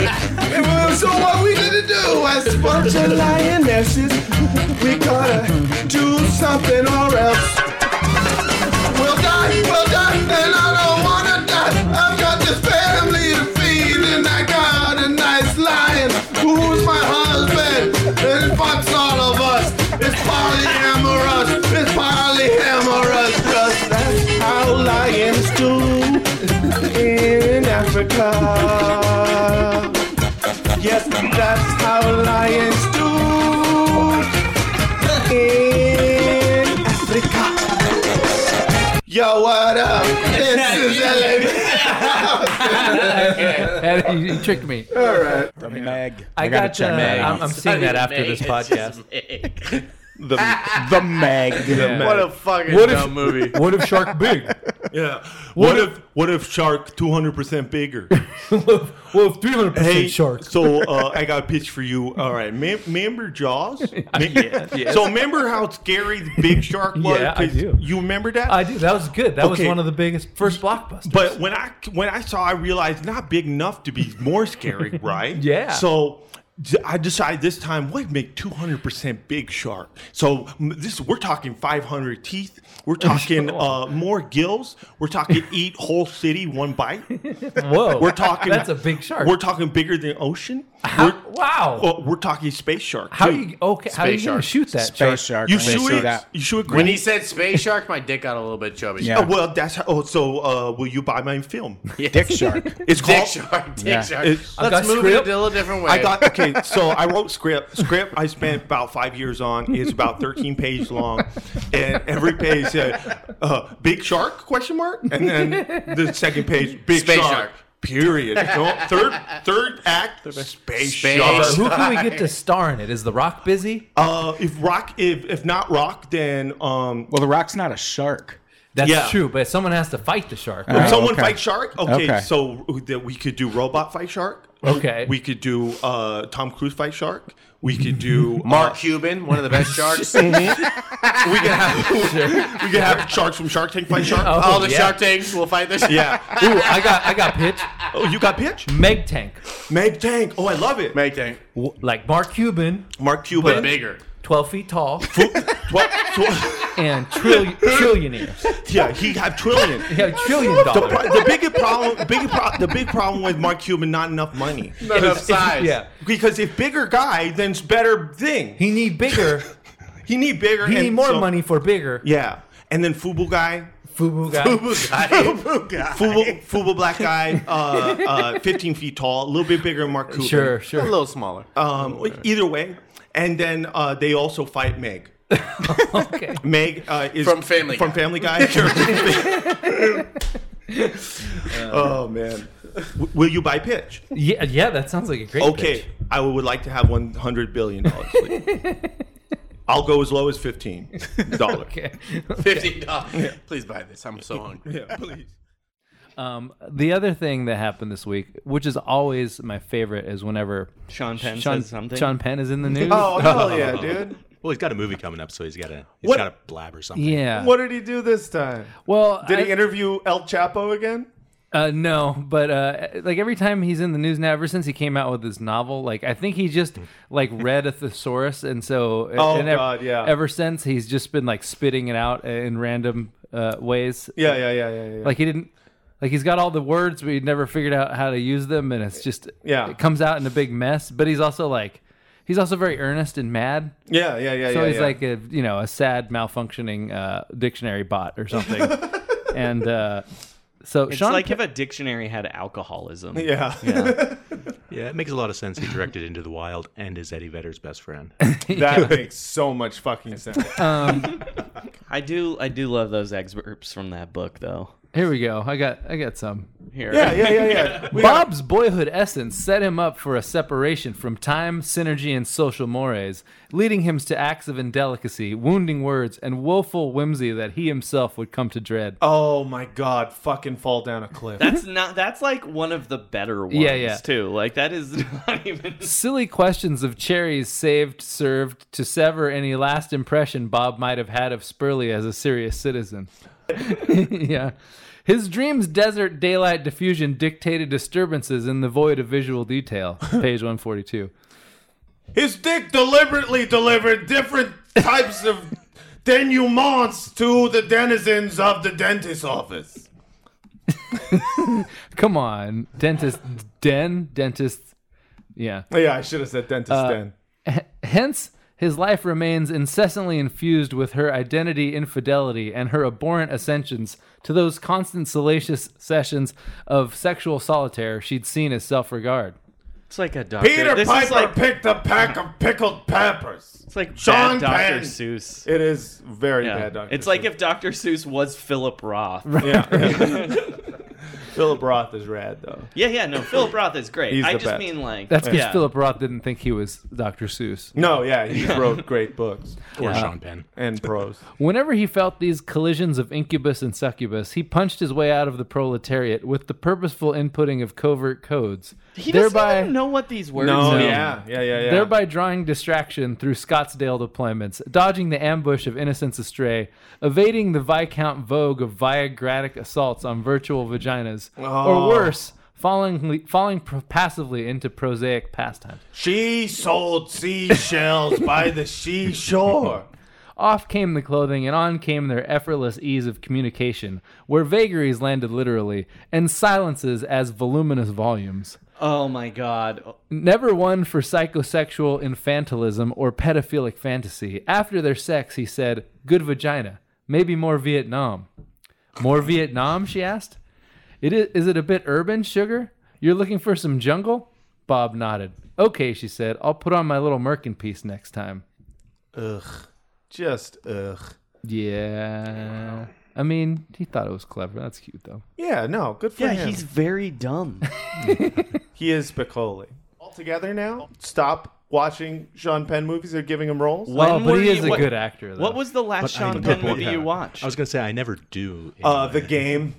Speaker 6: And well, so what we gonna do? I
Speaker 10: bunch
Speaker 6: suppose
Speaker 10: of lionesses, we gotta do something or else.
Speaker 6: We'll die, we'll die, and I don't wanna die. I've got this family to feed, and I got a nice lion who's my husband, and it fucks all of us. It's polyamorous, it's polyamorous, cause that's how lions do.
Speaker 10: in Africa. Yes, that's how lions do in Africa.
Speaker 6: Yo, what up? This is
Speaker 1: Ed, you, you tricked me.
Speaker 6: All right.
Speaker 1: Dummy
Speaker 24: Meg.
Speaker 1: I,
Speaker 24: I gotta
Speaker 1: got.
Speaker 24: check
Speaker 1: uh,
Speaker 24: Meg.
Speaker 1: I'm, I'm
Speaker 24: It's
Speaker 1: seeing
Speaker 24: not
Speaker 1: that
Speaker 24: even
Speaker 1: after
Speaker 24: Meg,
Speaker 1: this
Speaker 24: it's just
Speaker 1: podcast.
Speaker 6: The,
Speaker 24: the Meg.
Speaker 6: What a fucking
Speaker 1: What if-
Speaker 6: dumb movie.
Speaker 1: what if Shark Big?
Speaker 6: Yeah.
Speaker 1: What
Speaker 6: What, if what if shark two hundred percent bigger?
Speaker 1: well, three hundred
Speaker 6: hey,
Speaker 1: percent shark.
Speaker 6: So uh, I got a pitch for you. All right, Mem- remember Jaws?
Speaker 1: yes.
Speaker 6: So remember how scary the big shark was?
Speaker 1: Yeah, I do.
Speaker 6: You remember that?
Speaker 1: I do. That was good. That was
Speaker 6: Okay.
Speaker 1: one of the biggest first blockbusters.
Speaker 6: But when I when I saw, I realized not big enough to be more scary, right?
Speaker 1: Yeah.
Speaker 6: So d- I decided this time, what make two hundred percent big shark? So m- this we're talking five hundred teeth.
Speaker 1: Oh,
Speaker 6: We're talking uh, more gills. We're talking eat whole city one bite.
Speaker 1: Whoa.
Speaker 6: We're talking.
Speaker 1: That's a big shark.
Speaker 6: We're talking bigger than ocean. We're-
Speaker 1: wow.
Speaker 6: well, we're talking space shark.
Speaker 1: How
Speaker 6: too.
Speaker 1: you okay? How are you gonna shoot that?
Speaker 6: You shoot it. You shoot it.
Speaker 12: When he said space shark, my dick got a little bit chubby.
Speaker 6: Yeah. well, that's how. Oh, so uh, will you buy my film?
Speaker 12: Yes. Dick Shark.
Speaker 6: It's
Speaker 12: Dick
Speaker 6: called
Speaker 12: Shark. Dick
Speaker 6: Yeah.
Speaker 12: Shark.
Speaker 6: It's-
Speaker 12: Let's move it a little different way.
Speaker 6: I got okay. okay, so I wrote script. Script I spent about five years on is about thirteen pages long, and every page said uh, "Big Shark?" question mark, and then the second page "Big
Speaker 11: Space
Speaker 6: Shark."
Speaker 11: Shark.
Speaker 6: Period. No, third third act space, shark.
Speaker 1: Who can we get to star in it? Is The Rock busy?
Speaker 6: Uh, if Rock, if if not Rock, then um.
Speaker 1: Well, The Rock's not a shark. That's
Speaker 6: Yeah.
Speaker 1: true, but someone has to fight the shark.
Speaker 11: Uh,
Speaker 6: Would someone fight shark? Okay,
Speaker 1: Okay.
Speaker 6: so that we could do robot fight shark.
Speaker 1: Okay.
Speaker 6: we could do uh, Tom Cruise fight shark. We could do
Speaker 11: Mark
Speaker 6: uh, Mm-hmm.
Speaker 11: Cuban, one of the best sharks.
Speaker 6: We could have we could have sharks from Shark Tank fight shark.
Speaker 11: All the Shark Tanks will fight this.
Speaker 6: Yeah.
Speaker 1: Oh, Ooh, I got I got pitch.
Speaker 6: Oh, you got pitch?
Speaker 1: Meg Tank.
Speaker 6: Meg Tank. Oh, I love it.
Speaker 11: Meg Tank.
Speaker 1: Like Mark Cuban.
Speaker 6: Mark Cuban.
Speaker 1: but
Speaker 11: bigger.
Speaker 1: Twelve feet tall.
Speaker 6: and
Speaker 1: trillion trillionaires.
Speaker 6: Yeah, he have trillion.
Speaker 1: He have trillion
Speaker 6: The,
Speaker 1: dollars.
Speaker 6: pro- the bigger problem, bigger pro- the big problem with Mark Cuban, not enough money,
Speaker 1: Not enough
Speaker 6: If- if-
Speaker 1: size.
Speaker 6: yeah, because if bigger guy, then it's better thing. He
Speaker 1: need bigger.
Speaker 6: he need bigger.
Speaker 1: He
Speaker 6: and
Speaker 1: need more
Speaker 6: so-
Speaker 1: money for bigger.
Speaker 6: Yeah, and then Fubu guy.
Speaker 1: Fubu guy.
Speaker 6: Fubu guy.
Speaker 1: Fubu
Speaker 6: guy. Fubu, Fubu black guy. Uh, uh, Fifteen feet tall, a little bit bigger than Mark Cuban.
Speaker 1: Sure, sure. A little
Speaker 11: smaller.
Speaker 6: Um, either way, and then uh, they also fight Meg. okay. Meg uh, is
Speaker 11: From Family
Speaker 6: from
Speaker 11: Guy.
Speaker 6: Family Guy. Sure. oh man, W- will you buy pitch?
Speaker 1: Yeah, yeah, that sounds like a great.
Speaker 6: okay,
Speaker 1: pitch.
Speaker 6: I would like to have one hundred billion dollars. I'll go as low as fifteen dollars.
Speaker 1: okay.
Speaker 11: Fifteen dollars. Please buy this. I'm so hungry.
Speaker 6: Yeah, please.
Speaker 1: Um, the other thing that happened this week, which is always my favorite, is whenever
Speaker 5: Sean Penn
Speaker 1: Sean,
Speaker 5: says something.
Speaker 1: Sean Penn is in
Speaker 6: Oh,
Speaker 1: the news.
Speaker 5: Well, he's got a movie coming up, so he's got to he's
Speaker 1: What-
Speaker 5: got to blab or something.
Speaker 1: Yeah.
Speaker 31: What did he do this time?
Speaker 1: Well,
Speaker 31: did he
Speaker 1: I-
Speaker 31: interview El Chapo again?
Speaker 1: Uh, no, but uh, like every time he's in the news now, ever since he came out with his novel, like I think he just like read a thesaurus, and so uh,
Speaker 31: Oh,
Speaker 1: and ev-
Speaker 31: God, yeah.
Speaker 1: Ever since he's just been like spitting it out in random uh, ways.
Speaker 31: Yeah, yeah, yeah, yeah, yeah.
Speaker 1: Like he didn't. Like he's got all the words, but he never figured out how to use them, and it's just
Speaker 31: Yeah.
Speaker 1: it comes out in a big mess. But he's also like, he's also very earnest and mad.
Speaker 31: Yeah, yeah, yeah,
Speaker 1: So
Speaker 31: yeah,
Speaker 1: he's
Speaker 31: yeah.
Speaker 1: like a you know a sad malfunctioning uh, dictionary bot or something, and uh, so
Speaker 5: It's
Speaker 1: Sean
Speaker 5: like
Speaker 1: Penn-
Speaker 5: if a dictionary had alcoholism.
Speaker 1: Yeah.
Speaker 5: yeah. Yeah, it makes a lot of sense. He directed Into the Wild and is Eddie Vedder's best friend.
Speaker 1: Yeah.
Speaker 31: makes so much fucking sense.
Speaker 1: Um,
Speaker 5: I do I do love those excerpts from that book though.
Speaker 1: Here we go. I got I got some.
Speaker 5: Here.
Speaker 31: Yeah, yeah, yeah, yeah. We got-
Speaker 1: Bob's boyhood essence set him up for a separation from time, synergy, and social mores, leading him to acts of indelicacy, wounding words, and woeful whimsy that he himself would come to dread.
Speaker 31: Oh my god, fucking fall down a cliff.
Speaker 5: That's not that's like one of the better ones
Speaker 1: Yeah, yeah.
Speaker 5: too. Like that is not even
Speaker 1: Silly questions of cherries saved served to sever any last impression Bob might have had of Spurley as a serious citizen. yeah. His dream's desert daylight diffusion dictated disturbances in the void of visual detail. Page 142.
Speaker 31: His dick deliberately delivered different types of denouements to the denizens of the dentist's office.
Speaker 1: Come on, dentist den dentist. Yeah.
Speaker 31: Yeah, I should have said dentist
Speaker 1: Uh,
Speaker 31: den.
Speaker 1: h- hence, his life remains incessantly infused with her identity infidelity and her abhorrent ascensions to those constant salacious sessions of sexual solitaire she'd seen as self-regard.
Speaker 5: It's like a doctor.
Speaker 31: Peter
Speaker 5: this
Speaker 31: Piper
Speaker 5: is like
Speaker 31: picked a pack of pickled peppers.
Speaker 5: It's like
Speaker 31: Sean
Speaker 5: bad Dr.
Speaker 31: Penn.
Speaker 5: Seuss.
Speaker 31: It is very
Speaker 5: yeah.
Speaker 31: bad, Doctor.
Speaker 5: It's like if Dr. Seuss was Philip Roth.
Speaker 31: Yeah. Philip Roth is rad though.
Speaker 5: Yeah, yeah, no, Philip Roth is great.
Speaker 31: He's
Speaker 5: I
Speaker 31: the
Speaker 5: just
Speaker 31: best.
Speaker 5: mean like
Speaker 1: That's because
Speaker 5: yeah.
Speaker 1: Philip Roth didn't think he was Dr. Seuss.
Speaker 31: No, yeah, he wrote great books.
Speaker 1: Or Yeah. Sean
Speaker 5: Penn.
Speaker 31: And prose.
Speaker 1: Whenever he felt these collisions of incubus and succubus, he punched his way out of the proletariat with the purposeful inputting of covert codes.
Speaker 5: He
Speaker 1: thereby,
Speaker 5: doesn't even know what these words
Speaker 31: No,
Speaker 5: are.
Speaker 31: yeah, yeah, yeah, yeah.
Speaker 1: Thereby drawing distraction through Scottsdale deployments, dodging the ambush of innocents astray, evading the Viscount vogue of Viagratic assaults on virtual vaginas,
Speaker 31: Oh.
Speaker 1: or worse, falling, falling pro- passively into prosaic pastimes.
Speaker 31: She sold seashells by the seashore.
Speaker 1: Off came the clothing, and on came their effortless ease of communication, where vagaries landed literally, and silences as voluminous volumes.
Speaker 5: Oh my god.
Speaker 1: Never one for psychosexual infantilism or pedophilic fantasy. After their sex, he said, Good vagina. Maybe more Vietnam. More Vietnam? She asked. It is, is it a bit urban, sugar? You're looking for some jungle? Bob nodded. Okay, she said. I'll put on my little merkin piece next time.
Speaker 6: Ugh. Just ugh.
Speaker 1: Yeah. I mean, he thought it was clever. That's cute, though.
Speaker 6: Yeah, no, good for
Speaker 1: Yeah,
Speaker 6: him.
Speaker 1: he's
Speaker 6: very dumb. he is Piccoli. All together now? Stop watching Sean Penn movies. They're giving him roles.
Speaker 1: Oh,
Speaker 12: were you- what- What was the last Sean Penn movie you watched?
Speaker 2: I was gonna say I never do.
Speaker 6: Uh, the game.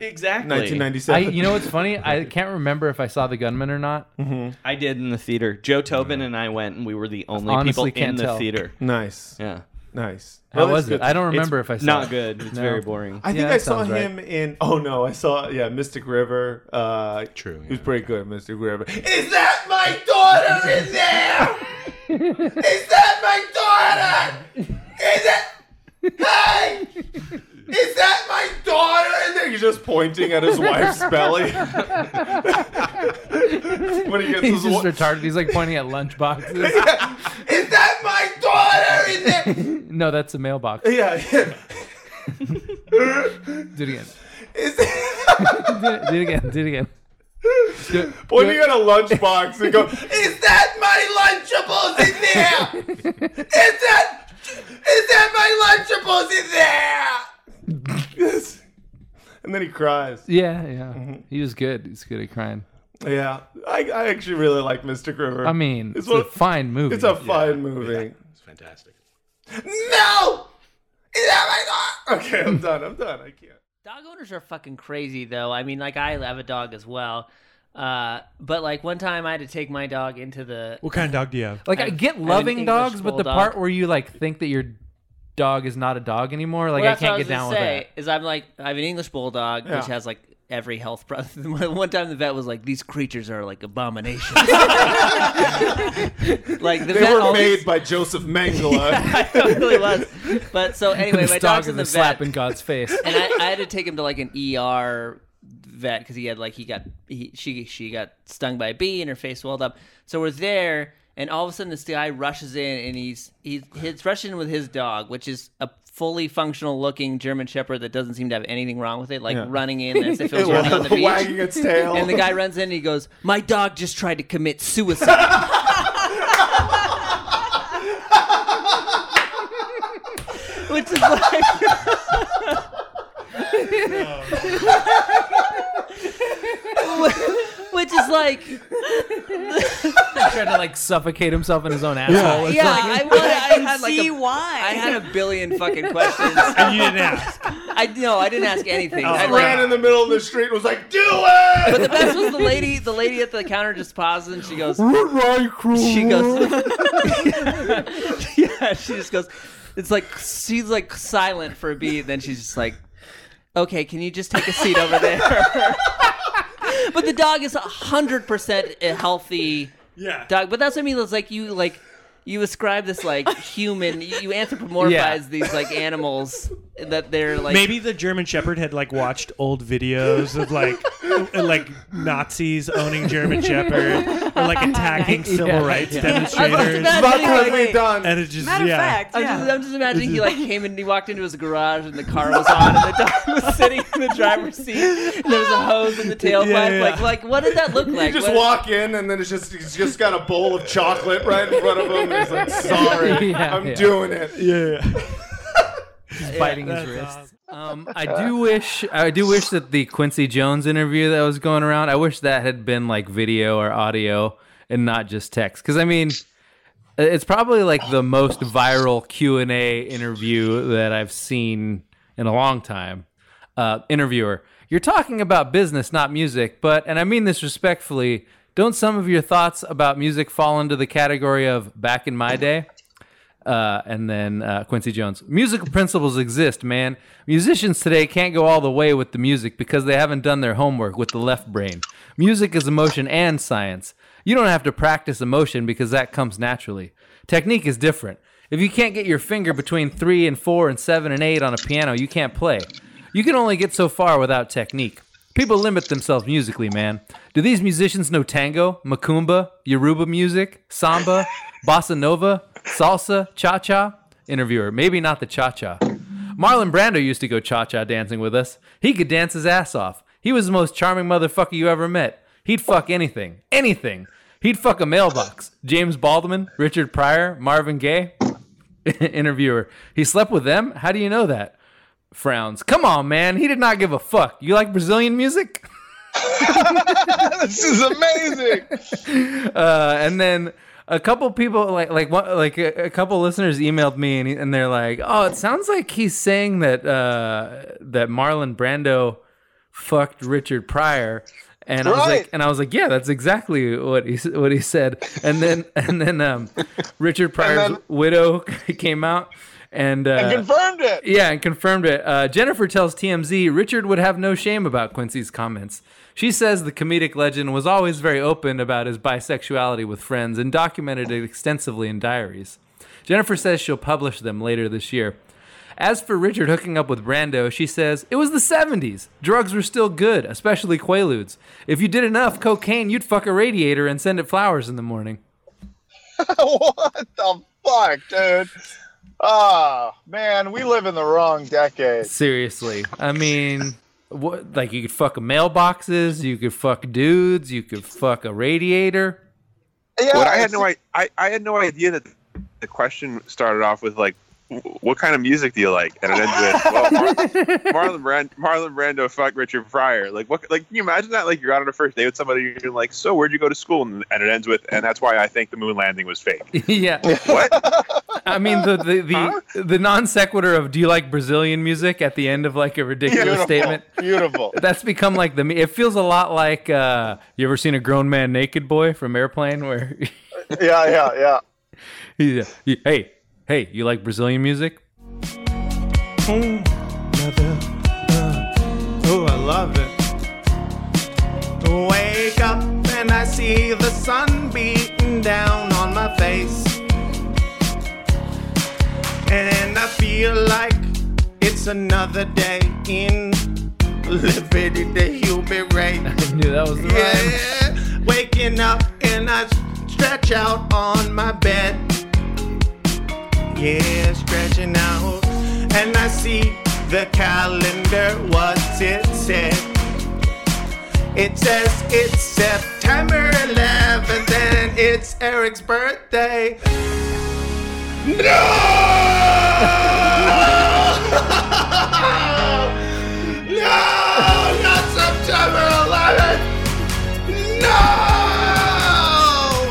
Speaker 12: Exactly.
Speaker 1: I, you know what's funny? I can't remember if I saw The Gunman or not.
Speaker 12: Mm-hmm. I did in the theater. Joe Tobin and I went, and we were the only
Speaker 1: honestly
Speaker 12: people in
Speaker 1: can't
Speaker 12: the
Speaker 1: tell.
Speaker 12: theater.
Speaker 6: Nice.
Speaker 12: Yeah.
Speaker 6: Nice.
Speaker 1: How
Speaker 6: Well, that's
Speaker 1: was it?
Speaker 6: good.
Speaker 1: I don't
Speaker 6: It's
Speaker 1: remember if I saw.
Speaker 12: not
Speaker 1: it.
Speaker 12: good. It's very boring.
Speaker 6: I think I saw him in. Oh no, I saw yeah, Mystic River. Uh, True. He was pretty good, Mystic River. Is that my daughter in there? Is that my daughter? Is it? Hey! Is that my daughter in there? He's just pointing at his wife's belly. when he gets
Speaker 1: He's
Speaker 6: his
Speaker 1: just
Speaker 6: wa-
Speaker 1: retarded. He's like pointing at lunchboxes.
Speaker 6: Is that my daughter in there?
Speaker 1: no, that's a mailbox.
Speaker 6: Yeah.
Speaker 1: Do it again. do, it, do it again. Do it again. Do it-
Speaker 6: Pointing at a lunchbox and go, Is that my Lunchables in there? Is that is that my Lunchables in there? Yes. and then he cries.
Speaker 1: Yeah, yeah. Mm-hmm. He was good. He's good at crying.
Speaker 6: Yeah, I, I actually really like Mystic River.
Speaker 1: I mean, it's a
Speaker 6: one-
Speaker 1: fine movie.
Speaker 6: It's a
Speaker 1: Yeah.
Speaker 6: fine movie.
Speaker 2: It's fantastic.
Speaker 6: No! Is that my God? Okay, I'm done. I'm done. I can't.
Speaker 7: Dog owners are fucking crazy, though. I mean, like I have a dog as well, uh, but like one time I had to take my dog into the.
Speaker 1: What kind of
Speaker 7: dog
Speaker 1: do you have? Like, I get
Speaker 7: an
Speaker 1: loving
Speaker 7: English
Speaker 1: dogs, but the
Speaker 7: bulldog.
Speaker 1: part where you like think that your dog is not a dog anymore, like
Speaker 7: Well,
Speaker 1: I
Speaker 7: that's what
Speaker 1: can't
Speaker 7: was
Speaker 1: get down
Speaker 7: gonna
Speaker 1: with
Speaker 7: say,
Speaker 1: that.
Speaker 7: Is I'm like I have an English bulldog,
Speaker 1: Yeah.
Speaker 7: which has like every health problem. One time the vet was like, "These creatures are like abominations." like the
Speaker 6: they
Speaker 7: vet
Speaker 6: were
Speaker 7: always-
Speaker 6: made by Joseph Mangala.
Speaker 7: it really was. But so anyway,
Speaker 1: This
Speaker 7: my
Speaker 1: dog
Speaker 7: dog's
Speaker 1: is
Speaker 7: in
Speaker 1: a
Speaker 7: the
Speaker 1: slap
Speaker 7: vet,
Speaker 1: in God's face.
Speaker 7: and I, I had to take him to like an ER vet because he had like he got he, she she got stung by a bee and her face swelled up. So we're there, and all of a sudden this guy rushes in and he's he's he's rushing in with his dog, which is a fully functional looking German Shepherd that doesn't seem to have anything wrong with it, like
Speaker 6: Yeah.
Speaker 7: running in as if it was
Speaker 6: It
Speaker 7: running on
Speaker 6: was
Speaker 7: the beach,
Speaker 6: wagging its tail.
Speaker 7: and the guy runs in and he goes, "My dog just tried to commit suicide." Which is like. Which is like,
Speaker 1: He's trying to like suffocate himself in his own
Speaker 7: yeah,
Speaker 1: asshole. It's
Speaker 7: I,
Speaker 1: like-
Speaker 7: wanted- I
Speaker 19: can
Speaker 7: had like
Speaker 19: see
Speaker 7: a,
Speaker 19: why.
Speaker 7: I had a billion fucking questions,
Speaker 1: And you didn't ask. Oh,
Speaker 7: I no, I didn't ask anything. I
Speaker 6: Just
Speaker 7: like-
Speaker 6: ran in the middle of the street and was like, "Do it!"
Speaker 7: but the best was the lady. The lady at the counter just pauses and she goes,
Speaker 6: She
Speaker 7: goes, yeah, she just goes. It's like she's like silent for a beat, then she's just like, "Okay, can you just take a seat over there?" but the dog is hundred percent a healthy
Speaker 6: Yeah.
Speaker 7: dog. But that's what I mean. It's like you like you ascribe this like human. You, you anthropomorphize
Speaker 3: Yeah.
Speaker 7: these like animals that they're like
Speaker 3: Maybe the German Shepherd had like watched old videos of like uh, like Nazis owning German Shepherd or like attacking civil
Speaker 7: Yeah.
Speaker 3: rights
Speaker 7: Yeah.
Speaker 3: demonstrators.
Speaker 7: I was imagining, like- Properly
Speaker 6: done.
Speaker 3: And it just
Speaker 7: Matter of
Speaker 3: yeah.
Speaker 7: fact, I'm, just, I'm just imagining he like came and he walked into his garage and the car was on and the dog was sitting in the driver's seat and there was a hose in the tailpipe.
Speaker 6: Yeah, yeah.
Speaker 7: Like, like what did that look
Speaker 6: You
Speaker 7: like?
Speaker 6: just
Speaker 7: What-
Speaker 6: walk in, and then it's just he's just got a bowl of chocolate right in front of him. And he's like, "Sorry,
Speaker 1: Yeah,
Speaker 6: I'm
Speaker 1: yeah.
Speaker 6: doing it."
Speaker 3: Yeah.
Speaker 1: He's biting his wrist. Um, I do wish I do wish that the Quincy Jones interview that was going around, I wish that had been like video or audio and not just text. Because I mean, it's probably like the most viral Q and A interview that I've seen in a long time. Uh, interviewer, you're talking about business, not music, but and I mean this respectfully. Don't some of your thoughts about music fall into the category of back in my day? Uh, and then uh, Quincy Jones. Musical principles exist, man. Musicians today can't go all the way with the music because they haven't done their homework with the left brain. Music is emotion and science. You don't have to practice emotion because that comes naturally. Technique is different. If you can't get your finger between three and four and seven and eight on a piano, you can't play. You can only get so far without technique. People limit themselves musically, man. Do these musicians know tango, macumba, Yoruba music, samba, bossa nova, salsa, cha cha? Interviewer, maybe not the cha cha. Marlon Brando used to go cha cha dancing with us. He could dance his ass off. He was the most charming motherfucker you ever met. He'd fuck anything, anything. He'd fuck a mailbox. James Baldwin, Richard Pryor, Marvin Gaye. Interviewer. He slept with them? How do you know that? Frowns. Come on, man. He did not give a fuck. You like Brazilian music?
Speaker 13: this is amazing.
Speaker 1: uh, and then a couple people like like one, like a, a couple listeners emailed me and, he- and they're like, "Oh, it sounds like he's saying that uh, that Marlon Brando fucked Richard Pryor." And I was
Speaker 10: Right.
Speaker 1: like, and I was like, yeah, that's exactly what he s- what he said. And then and then um, Richard Pryor's widow came out and, uh,
Speaker 13: And confirmed it.
Speaker 1: Yeah, and confirmed it. Uh, Jennifer tells TMZ Richard would have no shame about Quincy's comments. She says the comedic legend was always very open about his bisexuality with friends and documented it extensively in diaries. Jennifer says she'll publish them later this year. As for Richard hooking up with Brando, she says, It was the 70s. Drugs were still good, especially Quaaludes. If you did enough cocaine, you'd fuck a radiator and send it flowers in the morning.
Speaker 13: what the fuck, dude? Ah, man, we live in the wrong decade.
Speaker 1: Seriously. I mean, what, like you could fuck mailboxes, you could fuck dudes, you could fuck a radiator.
Speaker 2: what I had no I, I I had no idea that the question started off with like, "Wh- what kind of music do you like? And it ended with, well, Mar- Marlon, Brand- Marlon Brando fucked Richard Pryor. Like what? Like can you imagine that? Like you're out on a first date with somebody, you're like, so where'd you go to school? And, and it ends with, and that's why I think the moon landing was fake.
Speaker 1: yeah. I mean the the the, the non sequitur of do you like Brazilian music at the end of like a ridiculous
Speaker 13: Beautiful.
Speaker 1: statement.
Speaker 13: Beautiful.
Speaker 1: That's become like the me- it feels a lot like uh you ever seen a grown man naked boy from Airplane where
Speaker 13: yeah, yeah, yeah.
Speaker 1: he's, uh, hey, hey, you like Brazilian music?
Speaker 6: Oh, I love it.
Speaker 10: Wake up and I see the sun beating down on my face. And I feel like it's another day in liberty, the human race. I
Speaker 1: knew that was the
Speaker 10: yeah. Waking up and I stretch out on my bed. Yeah, stretching out. And I see the calendar, what it said. It says it's September 11th and it's Eric's birthday. No!
Speaker 13: No, not September 11th.
Speaker 10: No!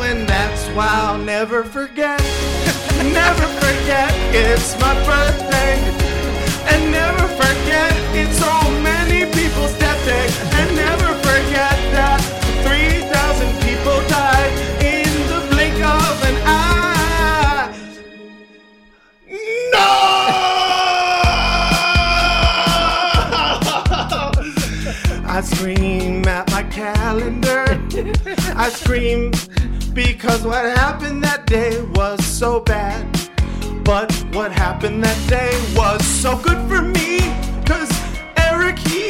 Speaker 10: And that's why I'll never forget. never forget it's my birthday. And never forget it's so many people's death day. And never forget that 3,000 people died in the blink of an eye. I scream at my calendar. I scream because what happened that day was so bad. But what happened that day was so good for me. Cause Eric, he,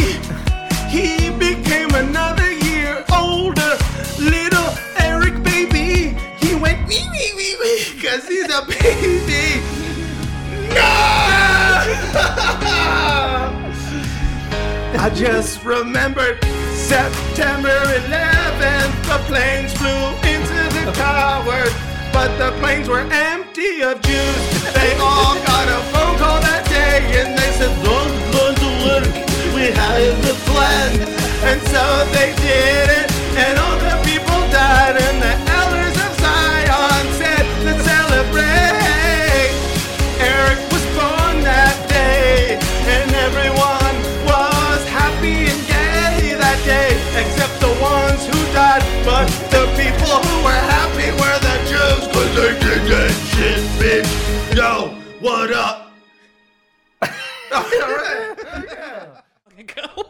Speaker 10: he became another year older. Little Eric, baby. He went wee wee wee wee because he's a baby. No! I just remembered September 11th. The planes flew into the towers, but the planes were empty of Jews. They all got a phone call that day, and they said, "Don't go to work. We have the plan." And so they did it, and all the people died, and the elders of Zion said, "Let's celebrate." Eric was born that day, and everyone was happy and gay that day, except the ones who died. But the people who were happy were the Jews, cause they did that shit, bitch. Yo, what up?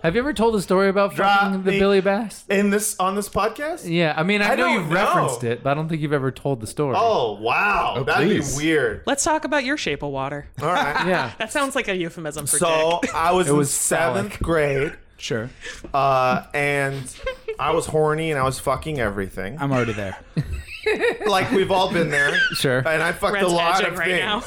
Speaker 1: Have you ever told a story about fucking the Billy Bass?
Speaker 6: In this on this podcast?
Speaker 1: Yeah, I mean
Speaker 6: I
Speaker 1: I, know
Speaker 6: don't
Speaker 1: you've
Speaker 6: know.
Speaker 1: referenced it, but I don't think you've ever told the story.
Speaker 6: Oh wow,
Speaker 1: Oh,
Speaker 6: that'd
Speaker 1: please.
Speaker 6: be weird.
Speaker 4: Let's talk about your shape of water.
Speaker 6: All right.
Speaker 4: Yeah. that sounds like a euphemism for
Speaker 6: So
Speaker 4: dick.
Speaker 6: I was
Speaker 4: It
Speaker 6: in
Speaker 4: was
Speaker 6: seventh
Speaker 4: phallic.
Speaker 6: grade. Sure. Uh, and I was horny and I was fucking everything. I'm already there. like we've all been there.
Speaker 1: Sure.
Speaker 6: And I fucked
Speaker 4: Red's
Speaker 6: a lot
Speaker 4: hedging
Speaker 6: of
Speaker 4: right
Speaker 6: things.
Speaker 4: now.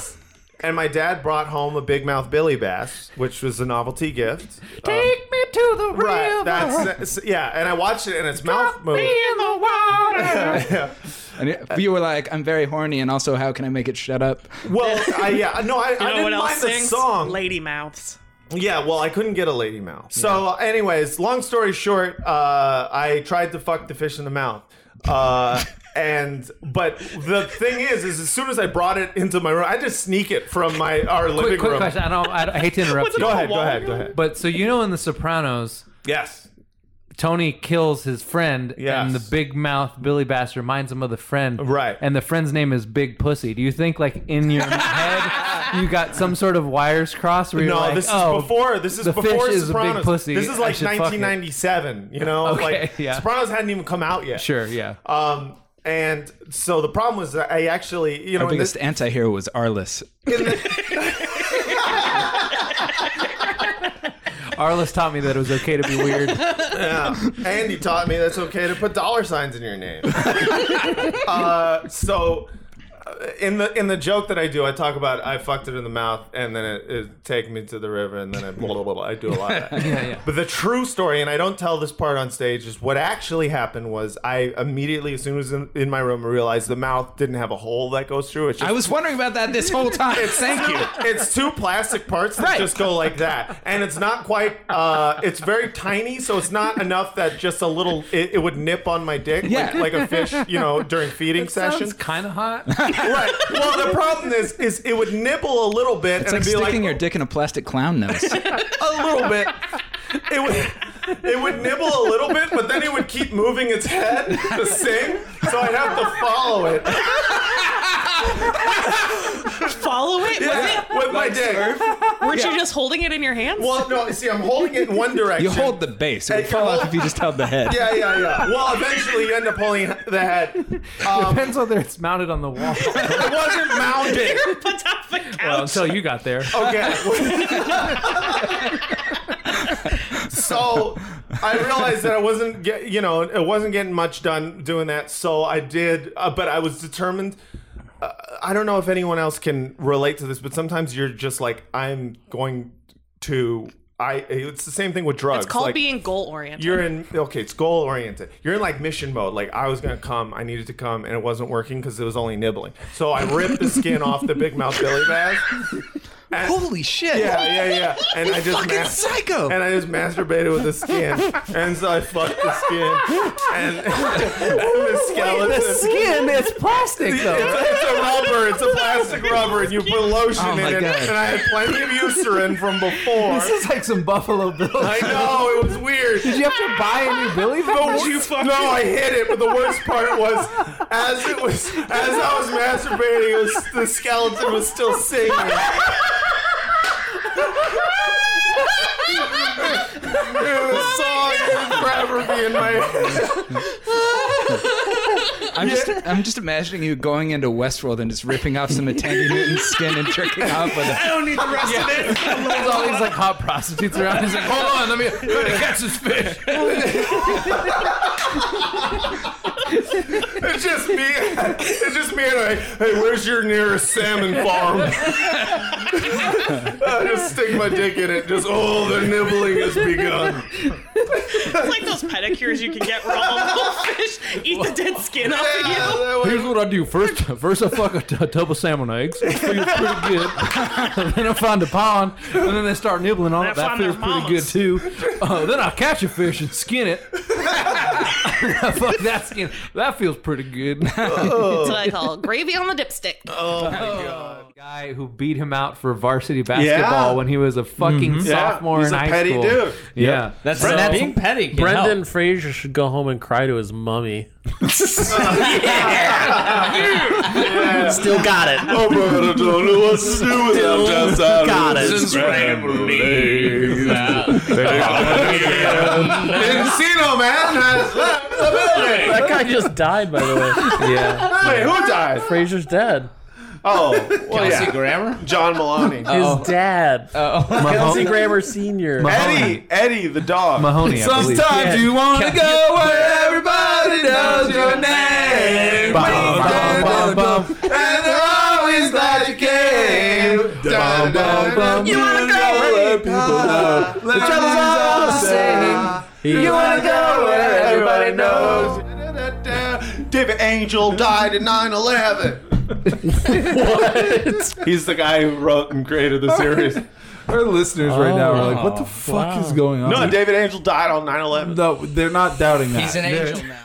Speaker 6: And my dad brought home a big mouth Billy Bass, which was a novelty gift. Um,
Speaker 4: Take me
Speaker 1: to the river.
Speaker 6: Right, that's yeah, and I watched it and its mouth moved.
Speaker 1: in the water.
Speaker 2: And if you were like, I'm very horny, and also, how can I make it shut up?
Speaker 6: Well, I, yeah, no, I,
Speaker 4: You
Speaker 6: I
Speaker 4: know
Speaker 6: didn't
Speaker 4: what else
Speaker 6: mind the
Speaker 4: sings?
Speaker 6: song.
Speaker 4: Lady mouths.
Speaker 6: Yeah, well, I couldn't get a lady mouth. So, anyways, long story short, uh, I tried to fuck the fish in the mouth. Uh, and but the thing is, is as soon as I brought it into my room, I just sneak it from my our
Speaker 1: quick,
Speaker 6: living
Speaker 1: quick
Speaker 6: room.
Speaker 1: question. I don't. I, I hate to interrupt
Speaker 6: What's
Speaker 1: you.
Speaker 6: it Go ahead, called? go ahead, go ahead.
Speaker 1: But so you know, in The Sopranos,
Speaker 6: yes,
Speaker 1: Tony kills his friend, and the big mouth Billy Bass reminds him of the friend,
Speaker 6: right?
Speaker 1: And the friend's name is Big Pussy. Do you think, like in your head, you got some sort of wires crossed? Where you're
Speaker 6: no,
Speaker 1: like,
Speaker 6: this is
Speaker 1: oh,
Speaker 6: before. This is
Speaker 1: the
Speaker 6: before
Speaker 1: fish
Speaker 6: Sopranos.
Speaker 1: is a big pussy.
Speaker 6: This is
Speaker 1: I
Speaker 6: like
Speaker 1: should fuck it."
Speaker 6: 1997. You know,
Speaker 1: Okay,
Speaker 6: like
Speaker 1: yeah.
Speaker 6: Sopranos hadn't even come out yet.
Speaker 1: Sure, yeah.
Speaker 6: Um, and so the problem was that I actually, you know,
Speaker 2: Our
Speaker 6: in
Speaker 2: biggest anti-hero was Arliss.
Speaker 1: Arliss taught me that it was okay to be weird.
Speaker 6: yeah. And you taught me that's okay to put dollar signs in your name. uh, so uh, in the in the joke that I do, I talk about I fucked it in the mouth and then it, it take me to the river and then I blah, blah, blah, blah. I do a lot of that.
Speaker 1: Yeah, yeah.
Speaker 6: But the true story, and I don't tell this part on stage, is what actually happened was I immediately, as soon as in, in my room, realized the mouth didn't have a hole that goes through it.
Speaker 2: I was wondering about that this whole time. Thank you.
Speaker 6: It's two plastic parts that just go like that, and it's not quite. Uh, it's very tiny, so it's not enough that just a little it, it would nip on my dick,
Speaker 1: Yeah.
Speaker 6: like, like a fish, you know, during feeding sessions.
Speaker 1: Sounds kind of hot.
Speaker 6: right. Well, the problem is, is it would nipple a little bit
Speaker 2: It's
Speaker 6: and
Speaker 2: like
Speaker 6: it'd be
Speaker 2: sticking
Speaker 6: like
Speaker 2: your dick in a plastic clown nose.
Speaker 6: a little bit. It would it would nibble a little bit, but then it would keep moving its head to sing, so I'd have to follow it.
Speaker 4: Follow it?
Speaker 6: Yeah, with my dick.
Speaker 4: Weren't
Speaker 6: Yeah.
Speaker 4: you just holding it in your hands?
Speaker 6: Well, no, see, I'm holding it in one direction.
Speaker 2: You hold the base. It would fall off if you just held the head.
Speaker 6: Yeah, yeah, yeah. Well, eventually you end up holding the head. Um,
Speaker 1: Depends whether it's mounted on the wall.
Speaker 6: it wasn't mounted.
Speaker 1: well, until you got there.
Speaker 6: Oh. Okay. so I realized that I wasn't, get, you know, it wasn't getting much done doing that. So I did, uh, but I was determined. Uh, I don't know if anyone else can relate to this, but sometimes you're just like, I'm going to. I. It's the same thing with drugs.
Speaker 4: it's called
Speaker 6: like,
Speaker 4: being goal oriented.
Speaker 6: you're in okay, it's goal oriented. You're in like mission mode. Like I was gonna come, I needed to come, and it wasn't working because it was only nibbling. So I ripped the skin off the big mouth billy bag.
Speaker 2: Holy shit!
Speaker 6: Yeah, yeah, yeah. And
Speaker 2: You
Speaker 6: I just
Speaker 2: fucking psycho.
Speaker 6: And I just masturbated with the skin, and so I fucked the skin and, and the skeleton.
Speaker 1: the skin, it's plastic, though.
Speaker 6: It's, it's a rubber. It's a plastic rubber, and you put lotion
Speaker 1: Oh
Speaker 6: in
Speaker 1: my
Speaker 6: it.
Speaker 1: God.
Speaker 6: And I had plenty of Eucerin from before.
Speaker 1: This is like some Buffalo Bills.
Speaker 6: I know it was weird.
Speaker 1: Did you have to buy a new Billy
Speaker 6: The
Speaker 1: bag?
Speaker 6: worst- no, I hit it, but the worst part was as it was as I was masturbating, it was, the skeleton was still singing. the song would forever be in my
Speaker 2: I'm just, I'm just imagining you going into Westworld and just ripping off some attendant Newton's skin and jerking off with it.
Speaker 4: I don't need the rest of it.
Speaker 1: There's all these like hot prostitutes around. He's like, hold on, let me, let me catch this fish.
Speaker 6: It's just me. It's just me. And I, hey, where's your nearest salmon farm? I just stick my dick in it. Just oh, the nibbling has begun.
Speaker 4: It's like those pedicures you can get raw fish, eat the dead skin off of you.
Speaker 1: Here's what I do. First, first I fuck a t- a tub of salmon eggs. It feels pretty good. And then I find a pond, and then they start nibbling on it.
Speaker 4: They
Speaker 1: That
Speaker 4: find
Speaker 1: feels
Speaker 4: their
Speaker 1: pretty good
Speaker 4: mamas.
Speaker 1: too. Uh, then I catch a fish and skin it. I fuck that skin. That feels pretty good.
Speaker 4: It's what I call gravy on the dipstick.
Speaker 6: Oh my god.
Speaker 1: guy who beat him out for varsity basketball
Speaker 3: Yeah.
Speaker 1: when he was a fucking
Speaker 3: Mhm. Yeah.
Speaker 1: sophomore
Speaker 3: He's
Speaker 1: in
Speaker 3: a
Speaker 1: high
Speaker 3: petty
Speaker 1: school.
Speaker 3: dude.
Speaker 1: Yeah,
Speaker 3: That's
Speaker 1: So-
Speaker 3: that's- Brendan Fraser should go home and cry to his mummy.
Speaker 2: Ah.
Speaker 10: Still got it.
Speaker 6: Oh, but I don't know what to do with
Speaker 10: Still
Speaker 6: them. Just out
Speaker 10: got
Speaker 6: of
Speaker 10: it.
Speaker 6: scrambled eggs.
Speaker 10: Encino
Speaker 6: man has left the building.
Speaker 3: That guy just died, by the way.
Speaker 6: Yeah. Wait, who died?
Speaker 3: Fraser's dead.
Speaker 6: Oh, well, yeah.
Speaker 3: Grammer?
Speaker 6: John Maloney.
Speaker 3: His dad.
Speaker 2: Oh.
Speaker 3: Kelsey Grammer Senior.
Speaker 6: Eddie, Eddie the dog.
Speaker 3: Mahoney, I believe.
Speaker 10: Sometimes you wanna go where everybody knows your name. And they're always glad you came. You wanna go where people know. The troubles are the same. You wanna go where everybody knows.
Speaker 6: David Angel died in 9 11. what? He's the guy who wrote and created the series.
Speaker 2: Our listeners right now Oh, are like, what the fuck is going on?
Speaker 6: No, David Angel died on 9 11.
Speaker 2: No, they're not doubting that.
Speaker 6: He's an
Speaker 2: They're-
Speaker 6: angel now.